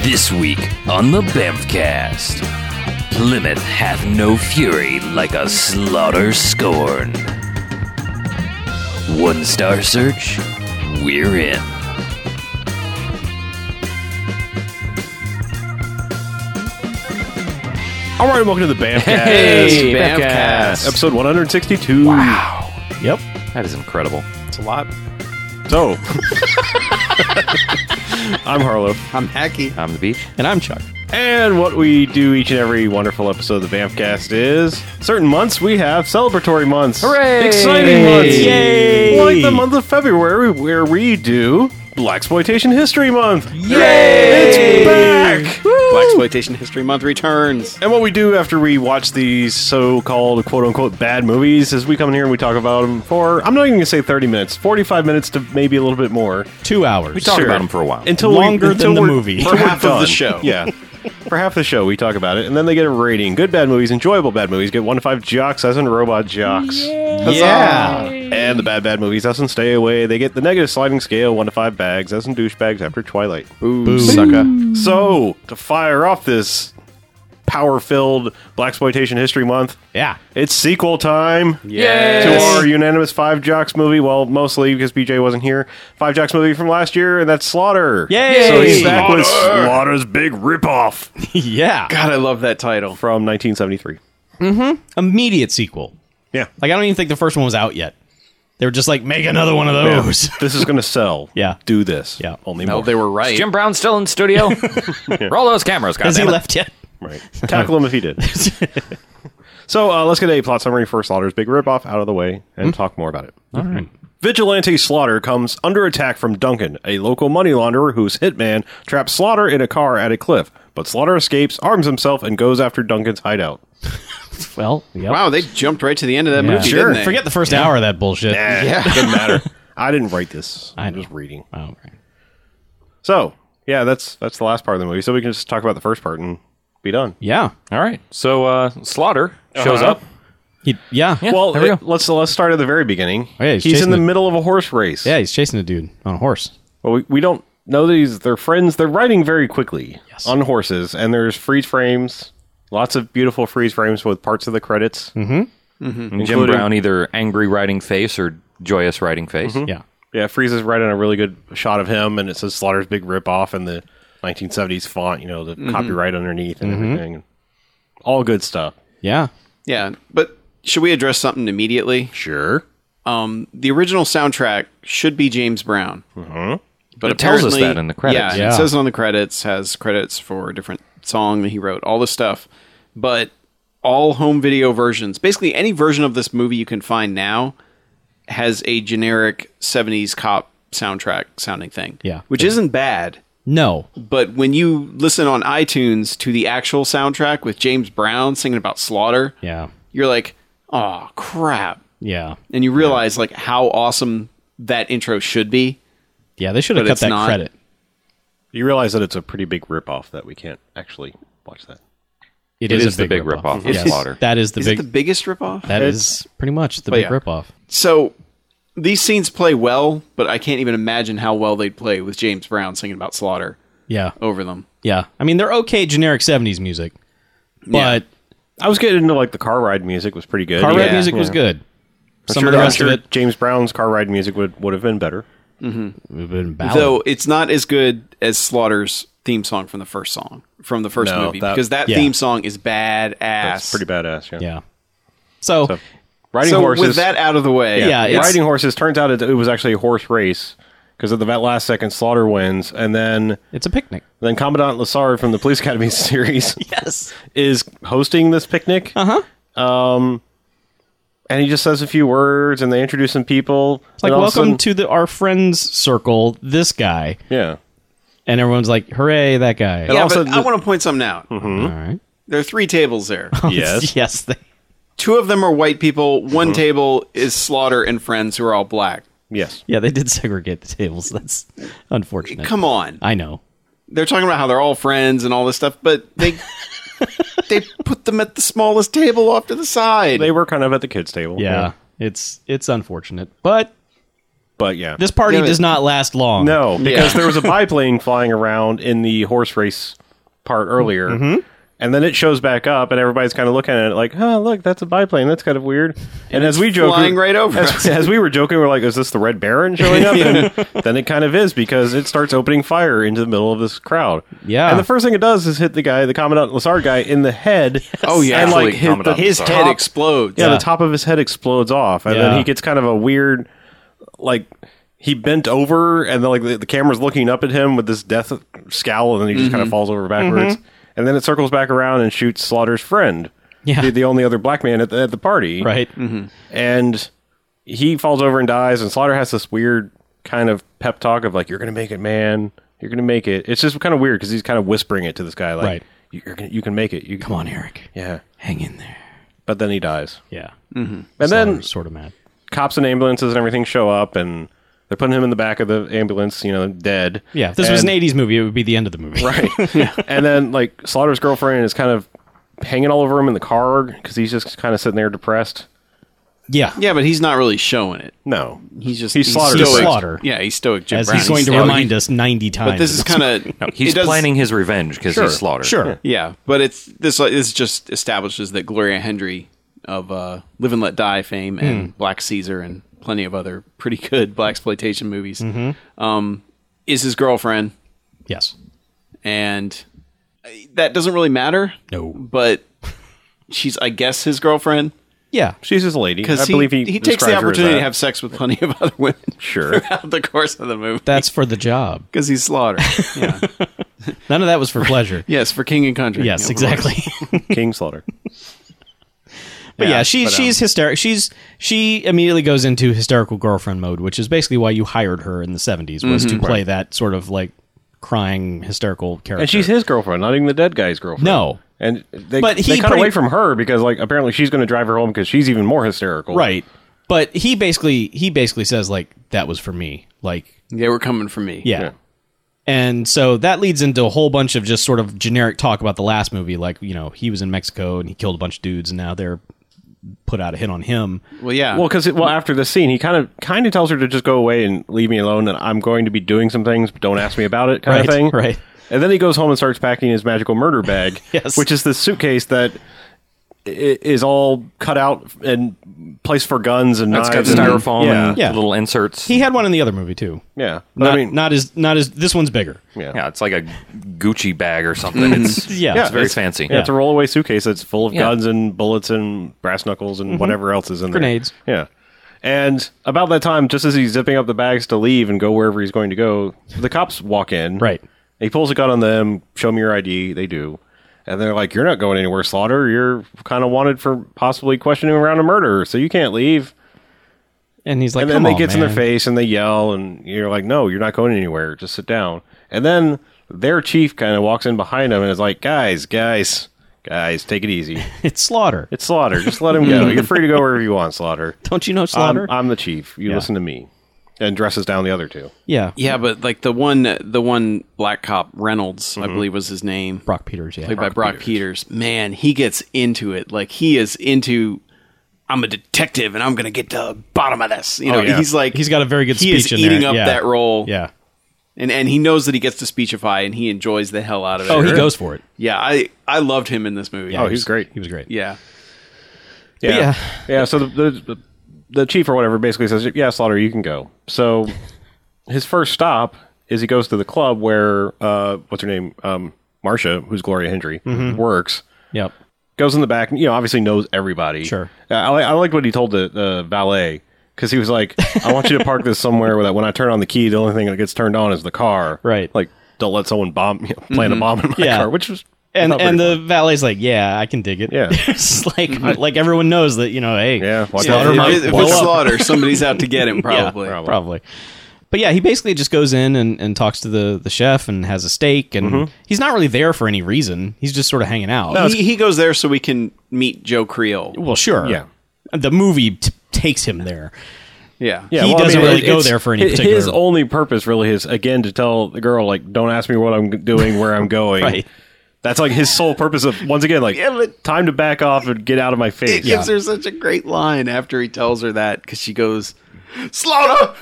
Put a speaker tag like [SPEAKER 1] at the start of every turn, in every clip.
[SPEAKER 1] This week on the Bamfcast, Plymouth hath no fury like a slaughter scorn. One star search, we're in.
[SPEAKER 2] All right, welcome to the Bamcast.
[SPEAKER 3] Hey, Bamcast.
[SPEAKER 2] Episode 162.
[SPEAKER 3] Wow,
[SPEAKER 2] Yep.
[SPEAKER 3] that is incredible.
[SPEAKER 2] It's a lot. So, I'm Harlow.
[SPEAKER 4] I'm hacky.
[SPEAKER 3] I'm the beach.
[SPEAKER 4] And I'm Chuck.
[SPEAKER 2] And what we do each and every wonderful episode of the Bamcast is certain months we have celebratory months.
[SPEAKER 3] Hooray!
[SPEAKER 2] Exciting months.
[SPEAKER 4] Yay!
[SPEAKER 2] Like the month of February, where we do Black Exploitation History Month. It's back!
[SPEAKER 4] Black Exploitation History Month returns.
[SPEAKER 2] And what we do after we watch these so-called quote-unquote bad movies is we come in here and we talk about them for I'm not even gonna say 30 minutes, 45 minutes to maybe a little bit more.
[SPEAKER 5] two hours.
[SPEAKER 3] We talked about him for a while.
[SPEAKER 2] until
[SPEAKER 5] Longer
[SPEAKER 2] we, until
[SPEAKER 5] than the
[SPEAKER 2] we're-
[SPEAKER 5] movie.
[SPEAKER 2] until
[SPEAKER 5] For
[SPEAKER 2] we're
[SPEAKER 4] half of
[SPEAKER 2] done.
[SPEAKER 4] the show.
[SPEAKER 2] Yeah, for half the show we talk about it, and then they get a rating: good bad movies, enjoyable bad movies. Get one to five jocks as in robot jocks.
[SPEAKER 4] Yeah.
[SPEAKER 2] And the bad bad movies as in stay away. They get the negative sliding scale: one to five bags as in douchebags after Twilight.
[SPEAKER 4] Ooh, sucker.
[SPEAKER 2] So to fire off this power-filled black exploitation history month.
[SPEAKER 5] Yeah.
[SPEAKER 2] It's sequel time to
[SPEAKER 4] Yes.
[SPEAKER 2] our unanimous Five Jocks movie. Well, mostly because BJ wasn't here. Five Jocks movie from last year, and that's Slaughter.
[SPEAKER 5] Yay!
[SPEAKER 2] So he's back with Slaughter's big ripoff
[SPEAKER 5] yeah.
[SPEAKER 4] God, I love that title.
[SPEAKER 2] from 1973.
[SPEAKER 5] Immediate sequel.
[SPEAKER 2] Yeah,
[SPEAKER 5] Like I don't even think the first one was out yet. They were just like, make another one of those.
[SPEAKER 2] this is gonna sell.
[SPEAKER 5] Yeah.
[SPEAKER 2] do this.
[SPEAKER 5] Yeah.
[SPEAKER 2] only
[SPEAKER 4] No,
[SPEAKER 2] more.
[SPEAKER 4] they were right.
[SPEAKER 3] Jim Brown still in studio. Roll those cameras,
[SPEAKER 5] Has he
[SPEAKER 3] goddamn.
[SPEAKER 5] left yet?
[SPEAKER 2] right. Tackle him if he did. so uh, let's get a plot summary for Slaughter's big ripoff out of the way and talk more about it. Vigilante Slaughter comes under attack from Duncan, a local money launderer whose hitman traps Slaughter in a car at a cliff. But Slaughter escapes, arms himself, and goes after Duncan's hideout.
[SPEAKER 5] Well, yep.
[SPEAKER 4] Wow, they jumped right to the end of that
[SPEAKER 5] Yeah.
[SPEAKER 4] movie, didn't they?
[SPEAKER 5] Forget the first hour of that bullshit.
[SPEAKER 2] Yeah, doesn't Eh, matter. I didn't write this.
[SPEAKER 5] I
[SPEAKER 2] I'm
[SPEAKER 5] know.
[SPEAKER 2] just reading.
[SPEAKER 5] Oh, okay.
[SPEAKER 2] So yeah, that's that's the last part of the movie. So we can just talk about the first part and be done.
[SPEAKER 5] Yeah.
[SPEAKER 3] All right. So uh, Slaughter shows
[SPEAKER 2] Uh-huh.
[SPEAKER 3] up.
[SPEAKER 5] He, yeah. Yeah.
[SPEAKER 2] Well,
[SPEAKER 3] there we
[SPEAKER 2] it-
[SPEAKER 3] go.
[SPEAKER 2] let's let's start at the very beginning.
[SPEAKER 5] Oh, yeah,
[SPEAKER 2] he's
[SPEAKER 5] he's
[SPEAKER 2] in
[SPEAKER 5] chasing
[SPEAKER 2] the
[SPEAKER 5] the-
[SPEAKER 2] middle of a horse race.
[SPEAKER 5] he's chasing a dude on a horse.
[SPEAKER 2] Well, we, we don't know that he's they're friends. They're riding very quickly
[SPEAKER 5] Yes.
[SPEAKER 2] on horses, and there's freeze frames. Lots of beautiful freeze frames with parts of the credits.
[SPEAKER 5] Mm-hmm.
[SPEAKER 3] Jim Brown either angry writing face or joyous writing face.
[SPEAKER 5] Yeah.
[SPEAKER 2] Yeah, freezes right on a really good shot of him, and it says Slaughter's big rip off in the 1970s font. You know, the
[SPEAKER 5] Mm-hmm.
[SPEAKER 2] copyright underneath and everything. All good stuff.
[SPEAKER 5] Yeah.
[SPEAKER 4] Yeah, but should we address something immediately?
[SPEAKER 2] Sure.
[SPEAKER 4] Um, the original soundtrack should be James Brown. Mm-hmm. But
[SPEAKER 3] It tells us
[SPEAKER 4] apparently-
[SPEAKER 3] that in the credits.
[SPEAKER 4] Yeah,
[SPEAKER 5] Uh-huh. Yeah.
[SPEAKER 4] it says it on the credits, has credits for a different song that he wrote, all this stuff. But all home video versions, basically any version of this movie you can find now, has a generic 70s cop soundtrack sounding thing.
[SPEAKER 5] Yeah.
[SPEAKER 4] Which isn't bad.
[SPEAKER 5] No.
[SPEAKER 4] But when you listen on iTunes to the actual soundtrack with James Brown singing about slaughter,
[SPEAKER 5] Yeah.
[SPEAKER 4] you're like, oh, crap.
[SPEAKER 5] Yeah.
[SPEAKER 4] And you realize like how awesome that intro should be.
[SPEAKER 5] Yeah. They should have
[SPEAKER 4] But
[SPEAKER 5] cut
[SPEAKER 4] it's
[SPEAKER 5] that
[SPEAKER 4] not.
[SPEAKER 5] credit.
[SPEAKER 2] You realize that it's a pretty big ripoff that we can't actually watch that.
[SPEAKER 3] It is the big ripoff of
[SPEAKER 4] It's-
[SPEAKER 3] Slaughter.
[SPEAKER 5] That is the
[SPEAKER 4] Is
[SPEAKER 5] big.
[SPEAKER 4] it the biggest ripoff?
[SPEAKER 5] that is pretty much the big
[SPEAKER 4] yeah.
[SPEAKER 5] ripoff.
[SPEAKER 4] So these scenes play well, but I can't even imagine how well they'd play with James Brown singing about slaughter
[SPEAKER 5] Yeah.
[SPEAKER 4] over them.
[SPEAKER 5] Yeah. I mean, they're okay generic 70s music,
[SPEAKER 4] Yeah.
[SPEAKER 5] but
[SPEAKER 2] I was getting into like the car ride music was pretty good.
[SPEAKER 5] car ride
[SPEAKER 4] Yeah.
[SPEAKER 5] music was good. Some of the
[SPEAKER 2] I'm
[SPEAKER 5] rest
[SPEAKER 2] sure
[SPEAKER 5] of it
[SPEAKER 2] James Brown's car ride music would, would have been better.
[SPEAKER 5] would have been ballad.
[SPEAKER 4] Though it's not as good as Slaughter's theme song from the first song from the first
[SPEAKER 2] No,
[SPEAKER 4] movie
[SPEAKER 2] that-
[SPEAKER 4] because that
[SPEAKER 5] yeah.
[SPEAKER 4] theme song is badass.
[SPEAKER 2] It's pretty badass. Yeah.
[SPEAKER 5] yeah. So,
[SPEAKER 2] Riding
[SPEAKER 4] So
[SPEAKER 2] horses.
[SPEAKER 4] with that out of the way,
[SPEAKER 5] Yeah. it's-
[SPEAKER 2] riding horses. Turns out it, it was actually a horse race because at the vet- last second, Slaughter wins, and then
[SPEAKER 5] it's a picnic.
[SPEAKER 2] then Commandant Lassard from the Police Academy series
[SPEAKER 5] Yes.
[SPEAKER 2] is hosting this picnic. Uh huh. Um,
[SPEAKER 5] Uh-huh.
[SPEAKER 2] and he just says a few words, and they introduce some people.
[SPEAKER 5] Like
[SPEAKER 2] and all of a
[SPEAKER 5] welcome
[SPEAKER 2] sudden-
[SPEAKER 5] to the our friends circle. This guy
[SPEAKER 2] yeah.
[SPEAKER 5] and everyone's like, hooray, that guy.
[SPEAKER 4] Yeah,
[SPEAKER 2] also
[SPEAKER 4] but
[SPEAKER 2] the-
[SPEAKER 4] I want to point something out.
[SPEAKER 5] All right.
[SPEAKER 4] There are three tables there.
[SPEAKER 5] Mm-hmm.
[SPEAKER 2] Yes.
[SPEAKER 5] yes. They,
[SPEAKER 4] Two of them are white people. One
[SPEAKER 5] Mm-hmm.
[SPEAKER 4] table is Slaughter and friends who are all black.
[SPEAKER 2] Yes.
[SPEAKER 5] yeah, they did segregate the tables. That's unfortunate.
[SPEAKER 4] Come on,
[SPEAKER 5] I know.
[SPEAKER 4] they're talking about how they're all friends and all this stuff, but they they put them at the smallest table off to the side.
[SPEAKER 2] They were kind of at the kids' table.
[SPEAKER 5] Yeah. It's it's unfortunate, but
[SPEAKER 2] But yeah,
[SPEAKER 5] This party
[SPEAKER 4] Yeah, but-
[SPEAKER 5] does not last long.
[SPEAKER 2] no, because
[SPEAKER 4] Yeah.
[SPEAKER 2] there was a biplane flying around in the horse race part earlier,
[SPEAKER 4] Mm-hmm.
[SPEAKER 2] and then it shows back up, and everybody's kind of looking at it like, "Oh, look, that's a biplane. That's kind of weird." And, as we joke,
[SPEAKER 4] flying right over
[SPEAKER 2] as,
[SPEAKER 4] us.
[SPEAKER 2] as we were joking, we're like, "Is this the Red Baron showing up?" And then it kind of is because it starts opening fire into the middle of this crowd.
[SPEAKER 5] Yeah.
[SPEAKER 2] and the first thing it does is hit the guy, the Commandant Lassard guy, in the head.
[SPEAKER 4] Oh, yeah.
[SPEAKER 2] and like
[SPEAKER 3] Actually,
[SPEAKER 2] hit the,
[SPEAKER 3] Commandant
[SPEAKER 2] his
[SPEAKER 3] Lassard.
[SPEAKER 2] head
[SPEAKER 4] Head explodes.
[SPEAKER 2] yeah,
[SPEAKER 5] Yeah.
[SPEAKER 2] the top of his head explodes off, and
[SPEAKER 5] Yeah.
[SPEAKER 2] then he gets kind of a weird, like he bent over, and then like the, the camera's looking up at him with this death scowl, and then he just kind
[SPEAKER 5] Mm-hmm.
[SPEAKER 2] of falls over backwards, and then it circles back around and shoots Slaughter's friend,
[SPEAKER 5] Yeah.
[SPEAKER 2] the, the only other black man at the, at the party,
[SPEAKER 5] Right?
[SPEAKER 2] and he falls over and dies, and Slaughter has this weird kind of pep talk of like, "You're gonna make it, man. You're gonna make it." It's just kind of weird because he's kind of whispering it to this guy, like,
[SPEAKER 5] Right.
[SPEAKER 2] "You're gonna, you can make it. You
[SPEAKER 5] Come on, Eric.
[SPEAKER 2] yeah."
[SPEAKER 5] Hang in there.
[SPEAKER 2] But then he dies,
[SPEAKER 5] Yeah.
[SPEAKER 2] and then
[SPEAKER 5] sort of mad.
[SPEAKER 2] cops and ambulances and everything show up and they're putting him in the back of the ambulance, you know, dead.
[SPEAKER 5] Yeah. If this was an
[SPEAKER 2] And-
[SPEAKER 5] 80s movie, it would be the end of the movie. Right.
[SPEAKER 2] and then like Slaughter's girlfriend is kind of hanging all over him in the car because he's just kind of sitting there depressed.
[SPEAKER 5] Yeah.
[SPEAKER 4] Yeah, but he's not really showing it.
[SPEAKER 2] No,
[SPEAKER 4] He's just
[SPEAKER 2] He's Slaughter.
[SPEAKER 4] stoic.
[SPEAKER 5] Slaughter.
[SPEAKER 4] Yeah, he's stoic. Jim
[SPEAKER 5] As
[SPEAKER 4] Brown.
[SPEAKER 5] he's going to
[SPEAKER 4] stoic.
[SPEAKER 5] remind us 90 times.
[SPEAKER 4] But this is kind of
[SPEAKER 3] He's planning his revenge because
[SPEAKER 2] Sure.
[SPEAKER 3] he's slaughtered.
[SPEAKER 5] Sure.
[SPEAKER 4] Yeah, but it's this. This just establishes that Gloria Hendry of uh, Live and Let Die fame and
[SPEAKER 5] Hmm.
[SPEAKER 4] Black Caesar and plenty of other pretty good black exploitation movies
[SPEAKER 5] Mm-hmm.
[SPEAKER 4] um, is his girlfriend,
[SPEAKER 5] Yes.
[SPEAKER 4] and that doesn't really matter.
[SPEAKER 5] No.
[SPEAKER 4] but she's, I guess, his girlfriend
[SPEAKER 5] Yeah.
[SPEAKER 2] she's just a lady. I
[SPEAKER 4] because he,
[SPEAKER 2] believe he,
[SPEAKER 4] he, takes the
[SPEAKER 2] described her as
[SPEAKER 4] opportunity
[SPEAKER 2] that.
[SPEAKER 4] to have sex with plenty of other women
[SPEAKER 2] sure.
[SPEAKER 4] throughout the course of the movie
[SPEAKER 5] That's for the job.
[SPEAKER 4] because he's slaughtered. Yeah.
[SPEAKER 5] None of that was for pleasure.
[SPEAKER 4] yes, for King and Country.
[SPEAKER 5] Yes,
[SPEAKER 4] of
[SPEAKER 5] exactly.
[SPEAKER 4] course.
[SPEAKER 2] King Slaughter.
[SPEAKER 5] But yeah,
[SPEAKER 2] Yeah,
[SPEAKER 5] she
[SPEAKER 2] but, um,
[SPEAKER 5] she's hysteric. She's she immediately goes into hysterical girlfriend mode, which is basically why you hired her in the seventies was
[SPEAKER 2] Mm-hmm.
[SPEAKER 5] to play that sort of like crying hysterical character.
[SPEAKER 2] And she's his girlfriend, not even the dead guy's girlfriend.
[SPEAKER 5] No.
[SPEAKER 2] And they,
[SPEAKER 5] But
[SPEAKER 2] they
[SPEAKER 5] he
[SPEAKER 2] cut
[SPEAKER 5] pretty-
[SPEAKER 2] away from her because, like, apparently she's going to drive her home because she's even more hysterical.
[SPEAKER 5] right. But he basically he basically says like that was for me, like
[SPEAKER 4] They were coming for me.
[SPEAKER 5] yeah. And so that leads into a whole bunch of just sort of generic talk about the last movie, like you know he was in Mexico and he killed a bunch of dudes, and now they're put out a hit on him.
[SPEAKER 4] Well, yeah.
[SPEAKER 2] Well, because well after the scene, he kind of kind of tells her to just go away and leave me alone, and I'm going to be doing some things, but don't ask me about it, kind
[SPEAKER 5] Right,
[SPEAKER 2] of thing.
[SPEAKER 5] right.
[SPEAKER 2] And then he goes home and starts packing his magical murder bag,
[SPEAKER 5] Yes.
[SPEAKER 2] which is this suitcase that i- is all cut out and placed for guns and
[SPEAKER 3] That's got
[SPEAKER 2] knives and-
[SPEAKER 3] styrofoam
[SPEAKER 2] yeah,
[SPEAKER 3] and
[SPEAKER 5] Yeah.
[SPEAKER 3] little inserts.
[SPEAKER 5] He had one in the other movie too.
[SPEAKER 2] yeah. But
[SPEAKER 5] Not,
[SPEAKER 2] I mean,
[SPEAKER 5] not as not as this one's bigger.
[SPEAKER 2] yeah,
[SPEAKER 3] yeah, it's like a Gucci bag or something. It's
[SPEAKER 5] Yeah.
[SPEAKER 3] Mm-hmm. it's very fancy.
[SPEAKER 2] Yeah, it's a rollaway suitcase that's full of
[SPEAKER 3] Yeah. Mm-hmm.
[SPEAKER 2] guns and bullets and brass knuckles and whatever else is in there.
[SPEAKER 5] Grenades.
[SPEAKER 2] Yeah. And about that time, just as he's zipping up the bags to leave and go wherever he's going to go, the cops walk in.
[SPEAKER 5] Right.
[SPEAKER 2] He pulls a gun on them, show me your ID. They do. And they're like, You're not going anywhere, Slaughter. You're kind of wanted for possibly questioning around a murderer, so you can't leave.
[SPEAKER 5] And he's like,
[SPEAKER 2] and then they gets in their face and they yell, and you're like, No, you're not going anywhere. Just sit down. And then their chief kind of walks in behind him and is like, Guys, guys, guys, take it easy.
[SPEAKER 5] It's slaughter.
[SPEAKER 2] It's Slaughter. Just let him go. You're free to go wherever you want, Slaughter.
[SPEAKER 5] Don't you know
[SPEAKER 2] I'm,
[SPEAKER 5] slaughter?
[SPEAKER 2] I'm the chief. You listen to me. And dresses down the other two.
[SPEAKER 5] yeah.
[SPEAKER 4] Yeah, but like the one, the one black cop Reynolds, I
[SPEAKER 2] Mm-hmm.
[SPEAKER 4] believe was his name,
[SPEAKER 5] Brock Peters. Yeah.
[SPEAKER 4] played by Brock Peters. Man, he gets into it. Like he is into. I'm a detective, and I'm gonna get to the bottom of this. You know,
[SPEAKER 2] yeah.
[SPEAKER 4] he's like
[SPEAKER 5] Oh, He's got a very good
[SPEAKER 4] He
[SPEAKER 5] speech
[SPEAKER 4] is
[SPEAKER 5] in
[SPEAKER 4] eating
[SPEAKER 5] there.
[SPEAKER 4] up
[SPEAKER 5] Yeah.
[SPEAKER 4] that role,
[SPEAKER 5] Yeah.
[SPEAKER 4] and and he knows that he gets to speechify, and he enjoys the hell out of it.
[SPEAKER 5] Oh, he goes for it.
[SPEAKER 4] Yeah, I I loved him in this movie.
[SPEAKER 5] Yeah,
[SPEAKER 2] he was great.
[SPEAKER 5] He was great.
[SPEAKER 4] Oh, yeah.
[SPEAKER 2] Yeah.
[SPEAKER 5] yeah.
[SPEAKER 2] Yeah. so the, the the chief or whatever basically says, Yeah, Slaughter, you can go. So his first stop is he goes to the club where uh what's her name? Um Marcia, who's Gloria Hendry,
[SPEAKER 5] Mm-hmm.
[SPEAKER 2] works.
[SPEAKER 5] Yep.
[SPEAKER 2] goes in the back and you know obviously knows everybody
[SPEAKER 5] Sure.
[SPEAKER 2] uh, I, li- I like what he told the uh, valet because he was like i want you to park this somewhere where that when i turn on the key the only thing that gets turned on is the car
[SPEAKER 5] Right.
[SPEAKER 2] like don't let someone bomb you know, plant a bomb in my
[SPEAKER 5] Yeah.
[SPEAKER 2] car which was
[SPEAKER 5] And
[SPEAKER 2] not
[SPEAKER 5] and
[SPEAKER 2] very
[SPEAKER 5] the valet's like, yeah, I can dig it.
[SPEAKER 2] Yeah.
[SPEAKER 5] it's like uh, like everyone knows that you know, hey,
[SPEAKER 2] Yeah, watch
[SPEAKER 5] slaughter
[SPEAKER 2] out.
[SPEAKER 4] If-
[SPEAKER 5] might
[SPEAKER 4] if
[SPEAKER 5] blow
[SPEAKER 4] it's
[SPEAKER 5] up.
[SPEAKER 4] slaughter, somebody's out to get him. Probably.
[SPEAKER 5] Yeah, probably. But yeah, he basically just goes in and, and talks to the, the chef and has a steak, and he's not really there for any reason. He's just sort of hanging out.
[SPEAKER 4] he, he goes there so we can meet Joe Creole.
[SPEAKER 5] well, sure.
[SPEAKER 2] Yeah.
[SPEAKER 5] The movie t- takes him there.
[SPEAKER 4] Yeah.
[SPEAKER 2] Yeah,
[SPEAKER 5] he
[SPEAKER 2] well, I
[SPEAKER 5] doesn't
[SPEAKER 2] mean,
[SPEAKER 5] really go
[SPEAKER 2] it's-
[SPEAKER 5] there for any
[SPEAKER 2] hi-
[SPEAKER 5] particular-
[SPEAKER 2] His only purpose really is again to tell the girl like, "Don't ask me what I'm g- doing, where I'm going."
[SPEAKER 5] Right.
[SPEAKER 2] That's like his sole purpose of once again like
[SPEAKER 4] Yeah, but-
[SPEAKER 2] time to back off and get out of my face.
[SPEAKER 4] It gives her such a great line after he tells her that because she goes, Slaughter!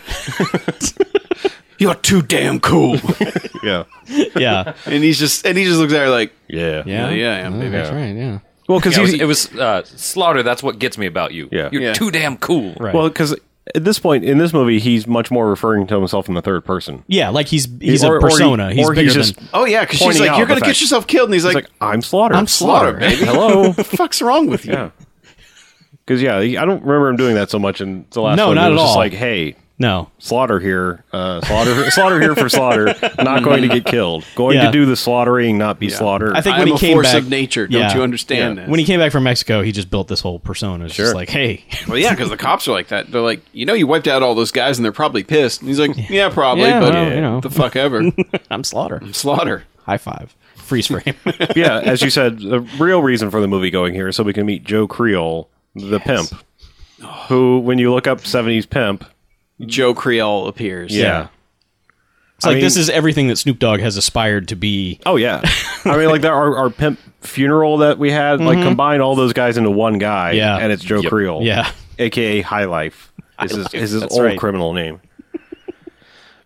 [SPEAKER 4] You're too damn cool.
[SPEAKER 2] Yeah.
[SPEAKER 5] Yeah.
[SPEAKER 4] and he's just and he just looks at her like,
[SPEAKER 2] Yeah.
[SPEAKER 5] Yeah.
[SPEAKER 4] yeah, I am,
[SPEAKER 5] Oh,
[SPEAKER 4] baby.
[SPEAKER 5] That's right. Yeah.
[SPEAKER 2] Well, because
[SPEAKER 3] Yeah, it was,
[SPEAKER 2] he,
[SPEAKER 3] it was uh, slaughter. That's what gets me about you.
[SPEAKER 2] Yeah.
[SPEAKER 3] you're
[SPEAKER 4] Yeah.
[SPEAKER 3] too damn cool.
[SPEAKER 5] Right.
[SPEAKER 2] well, because at this point in this movie, he's much more referring to himself in the third person.
[SPEAKER 5] yeah. Like he's he's
[SPEAKER 2] Or- or
[SPEAKER 5] a
[SPEAKER 2] he-
[SPEAKER 5] persona. he's
[SPEAKER 2] or
[SPEAKER 5] bigger
[SPEAKER 2] just
[SPEAKER 5] than.
[SPEAKER 4] Oh yeah, because she's
[SPEAKER 2] Pointing
[SPEAKER 4] like,
[SPEAKER 2] out
[SPEAKER 4] "You're
[SPEAKER 2] the
[SPEAKER 4] gonna
[SPEAKER 2] fact-
[SPEAKER 4] get yourself killed," and he's,
[SPEAKER 2] He's
[SPEAKER 4] like,
[SPEAKER 2] like, I'm Slaughter.
[SPEAKER 5] I'm
[SPEAKER 4] "Slaughter, baby.
[SPEAKER 2] Hello.
[SPEAKER 4] What the fuck's wrong with you?"
[SPEAKER 2] yeah. Because yeah, he- I don't remember him doing that so much in the last.
[SPEAKER 5] No,
[SPEAKER 2] one. It
[SPEAKER 5] not
[SPEAKER 2] was
[SPEAKER 5] at
[SPEAKER 2] Just
[SPEAKER 5] all.
[SPEAKER 2] like, hey,
[SPEAKER 5] No.
[SPEAKER 2] slaughter here, uh, slaughter, slaughter here for slaughter. Not going to get killed. Going
[SPEAKER 5] Yeah.
[SPEAKER 2] to do the slaughtering, not be slaughtered.
[SPEAKER 5] I think
[SPEAKER 4] I'm
[SPEAKER 5] when he
[SPEAKER 4] a
[SPEAKER 5] came
[SPEAKER 4] force
[SPEAKER 5] back-
[SPEAKER 4] of nature. Don't
[SPEAKER 5] Yeah.
[SPEAKER 4] you understand
[SPEAKER 2] Yeah.
[SPEAKER 4] this?
[SPEAKER 5] When he came back from Mexico, he just built this whole persona. It's
[SPEAKER 2] Sure.
[SPEAKER 5] just like, hey,
[SPEAKER 4] well, yeah, because the cops are like that. They're like, "You know, you wiped out all those guys, and they're probably pissed." And he's like, "Yeah, probably,
[SPEAKER 5] Yeah,
[SPEAKER 4] but
[SPEAKER 5] well, you know."
[SPEAKER 4] the fuck ever,
[SPEAKER 5] I'm Slaughter.
[SPEAKER 4] slaughter."
[SPEAKER 5] High five. Freeze frame.
[SPEAKER 2] yeah, as you said, the real reason for the movie going here is so we can meet Joe Creole, the pimp, who, when you look up '70s pimp,
[SPEAKER 4] Joe Creole appears.
[SPEAKER 2] yeah.
[SPEAKER 5] It's like
[SPEAKER 2] mean-
[SPEAKER 5] this is everything that Snoop Dogg has aspired to be.
[SPEAKER 2] Oh yeah, I mean like there our, our pimp funeral that we had, like combine all those guys into one guy,
[SPEAKER 5] Mm-hmm. Yeah.
[SPEAKER 2] and it's Joe Creole,
[SPEAKER 5] Yeah.
[SPEAKER 2] aka High Life, is his, is his
[SPEAKER 5] that's
[SPEAKER 2] old
[SPEAKER 5] right.
[SPEAKER 2] criminal name.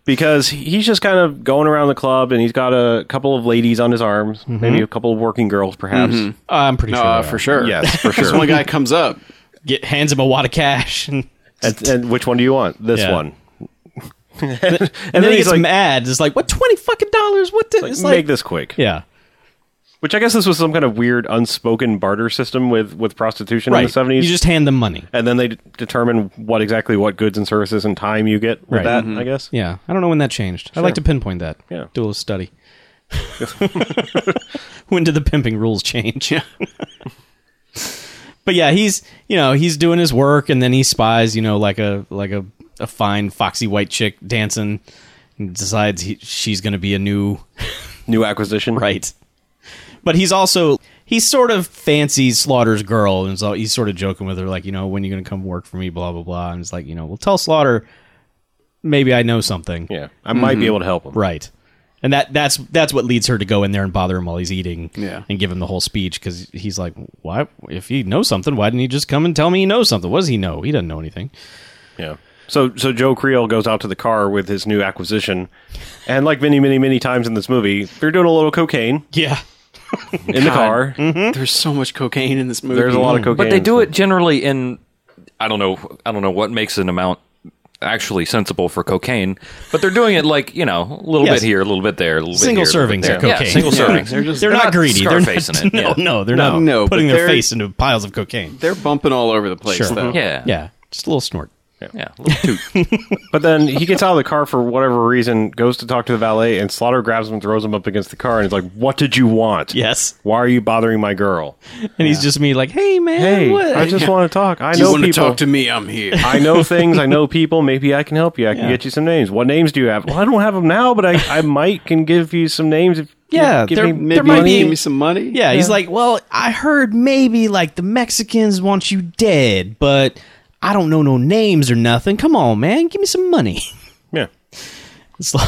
[SPEAKER 2] Because he's just kind of going around the club, and he's got a couple of ladies on his arms,
[SPEAKER 5] Mm-hmm.
[SPEAKER 2] maybe a couple of working girls, perhaps.
[SPEAKER 5] I'm pretty
[SPEAKER 4] no,
[SPEAKER 5] Mm-hmm. sure.
[SPEAKER 4] uh,
[SPEAKER 5] they
[SPEAKER 4] for
[SPEAKER 5] are.
[SPEAKER 4] sure.
[SPEAKER 2] Yes, for
[SPEAKER 4] This one
[SPEAKER 2] sure.
[SPEAKER 4] guy comes up.
[SPEAKER 5] Get hands him a wad of cash, and,
[SPEAKER 2] and, and which one do you want? This
[SPEAKER 5] Yeah.
[SPEAKER 2] one. and,
[SPEAKER 5] and then he
[SPEAKER 2] he's
[SPEAKER 5] gets
[SPEAKER 2] like,
[SPEAKER 5] mad. It's like, what twenty fucking dollars? What? The, it's like,
[SPEAKER 2] make this quick.
[SPEAKER 5] yeah,
[SPEAKER 2] Which I guess this was some kind of weird unspoken barter system with with prostitution in
[SPEAKER 5] right.
[SPEAKER 2] the seventies.
[SPEAKER 5] You just hand them money.
[SPEAKER 2] and then they d- determine what exactly what goods and services and time you get with
[SPEAKER 5] Right.
[SPEAKER 2] that. I guess.
[SPEAKER 5] Yeah, I don't know when that changed. I'd like to pinpoint that.
[SPEAKER 2] Yeah.
[SPEAKER 5] do a little study. when did the pimping rules change?
[SPEAKER 4] Yeah.
[SPEAKER 5] but yeah, he's you know he's doing his work, and then he spies you know like a like a a fine foxy white chick dancing, and decides he, she's going to be a new
[SPEAKER 2] New acquisition.
[SPEAKER 5] right. But he's also he sort of fancies Slaughter's girl, and so he's sort of joking with her, like you know, when you going to come work for me, blah blah blah. And it's like you know, well, tell Slaughter, maybe I know something,
[SPEAKER 2] Yeah, I might be able to help him.
[SPEAKER 5] right? And that that's that's what leads her to go in there and bother him while he's eating,
[SPEAKER 4] Yeah.
[SPEAKER 5] and give him the whole speech because he's like, why? If he knows something, why didn't he just come and tell me he knows something? What does he know? He doesn't know anything.
[SPEAKER 2] Yeah. So so Joe Creole goes out to the car with his new acquisition, and like many many many times in this movie, they're doing a little cocaine
[SPEAKER 5] Yeah,
[SPEAKER 2] in the car.
[SPEAKER 4] There's so much cocaine in this movie.
[SPEAKER 2] There's a lot of cocaine,
[SPEAKER 3] But they do it generally in I don't know I don't know what makes an amount actually sensible for cocaine, but they're doing it like you know a little
[SPEAKER 5] Yes.
[SPEAKER 3] bit here, a little bit there, a little
[SPEAKER 5] Single
[SPEAKER 3] bit here, a little bit
[SPEAKER 5] servings of
[SPEAKER 3] there.
[SPEAKER 5] cocaine.
[SPEAKER 3] Yeah, single
[SPEAKER 5] Yeah.
[SPEAKER 3] servings.
[SPEAKER 4] They're just-
[SPEAKER 5] they're, not, greedy. They're not
[SPEAKER 3] scarfacing it.
[SPEAKER 5] No,
[SPEAKER 3] Yeah.
[SPEAKER 5] no, they're
[SPEAKER 2] No.
[SPEAKER 5] not
[SPEAKER 4] No, but
[SPEAKER 5] putting their
[SPEAKER 4] they're-
[SPEAKER 5] face into piles of cocaine.
[SPEAKER 4] They're bumping all over the place
[SPEAKER 5] Sure.
[SPEAKER 4] though.
[SPEAKER 3] yeah,
[SPEAKER 5] Yeah, just a little snort.
[SPEAKER 3] yeah. A little toot.
[SPEAKER 2] But then he gets out of the car for whatever reason, goes to talk to the valet, and Slaughter grabs him, throws him up against the car, and he's like, "What did you want?
[SPEAKER 5] Yes.
[SPEAKER 2] Why are you bothering my girl?
[SPEAKER 5] And he's just me like, hey man,
[SPEAKER 2] Hey,
[SPEAKER 5] what?
[SPEAKER 2] I just want to talk. I
[SPEAKER 4] You
[SPEAKER 2] know
[SPEAKER 4] want to
[SPEAKER 2] people.
[SPEAKER 4] talk to me? I'm here.
[SPEAKER 2] I know things. I know people. Maybe I can help you. I can
[SPEAKER 5] Yeah.
[SPEAKER 2] get you some names. What names do you have? Well, I don't have them now, but I, I might can give you some names. If you
[SPEAKER 5] Yeah,
[SPEAKER 2] give
[SPEAKER 5] they're-
[SPEAKER 2] me,
[SPEAKER 4] Maybe
[SPEAKER 5] There
[SPEAKER 4] you
[SPEAKER 5] might
[SPEAKER 4] want to
[SPEAKER 5] be-
[SPEAKER 4] give me some money.
[SPEAKER 5] yeah, he's like, well, I heard maybe like the Mexicans want you dead, but I don't know no names or nothing. Come on, man, give me some money.
[SPEAKER 2] yeah.
[SPEAKER 5] It's like-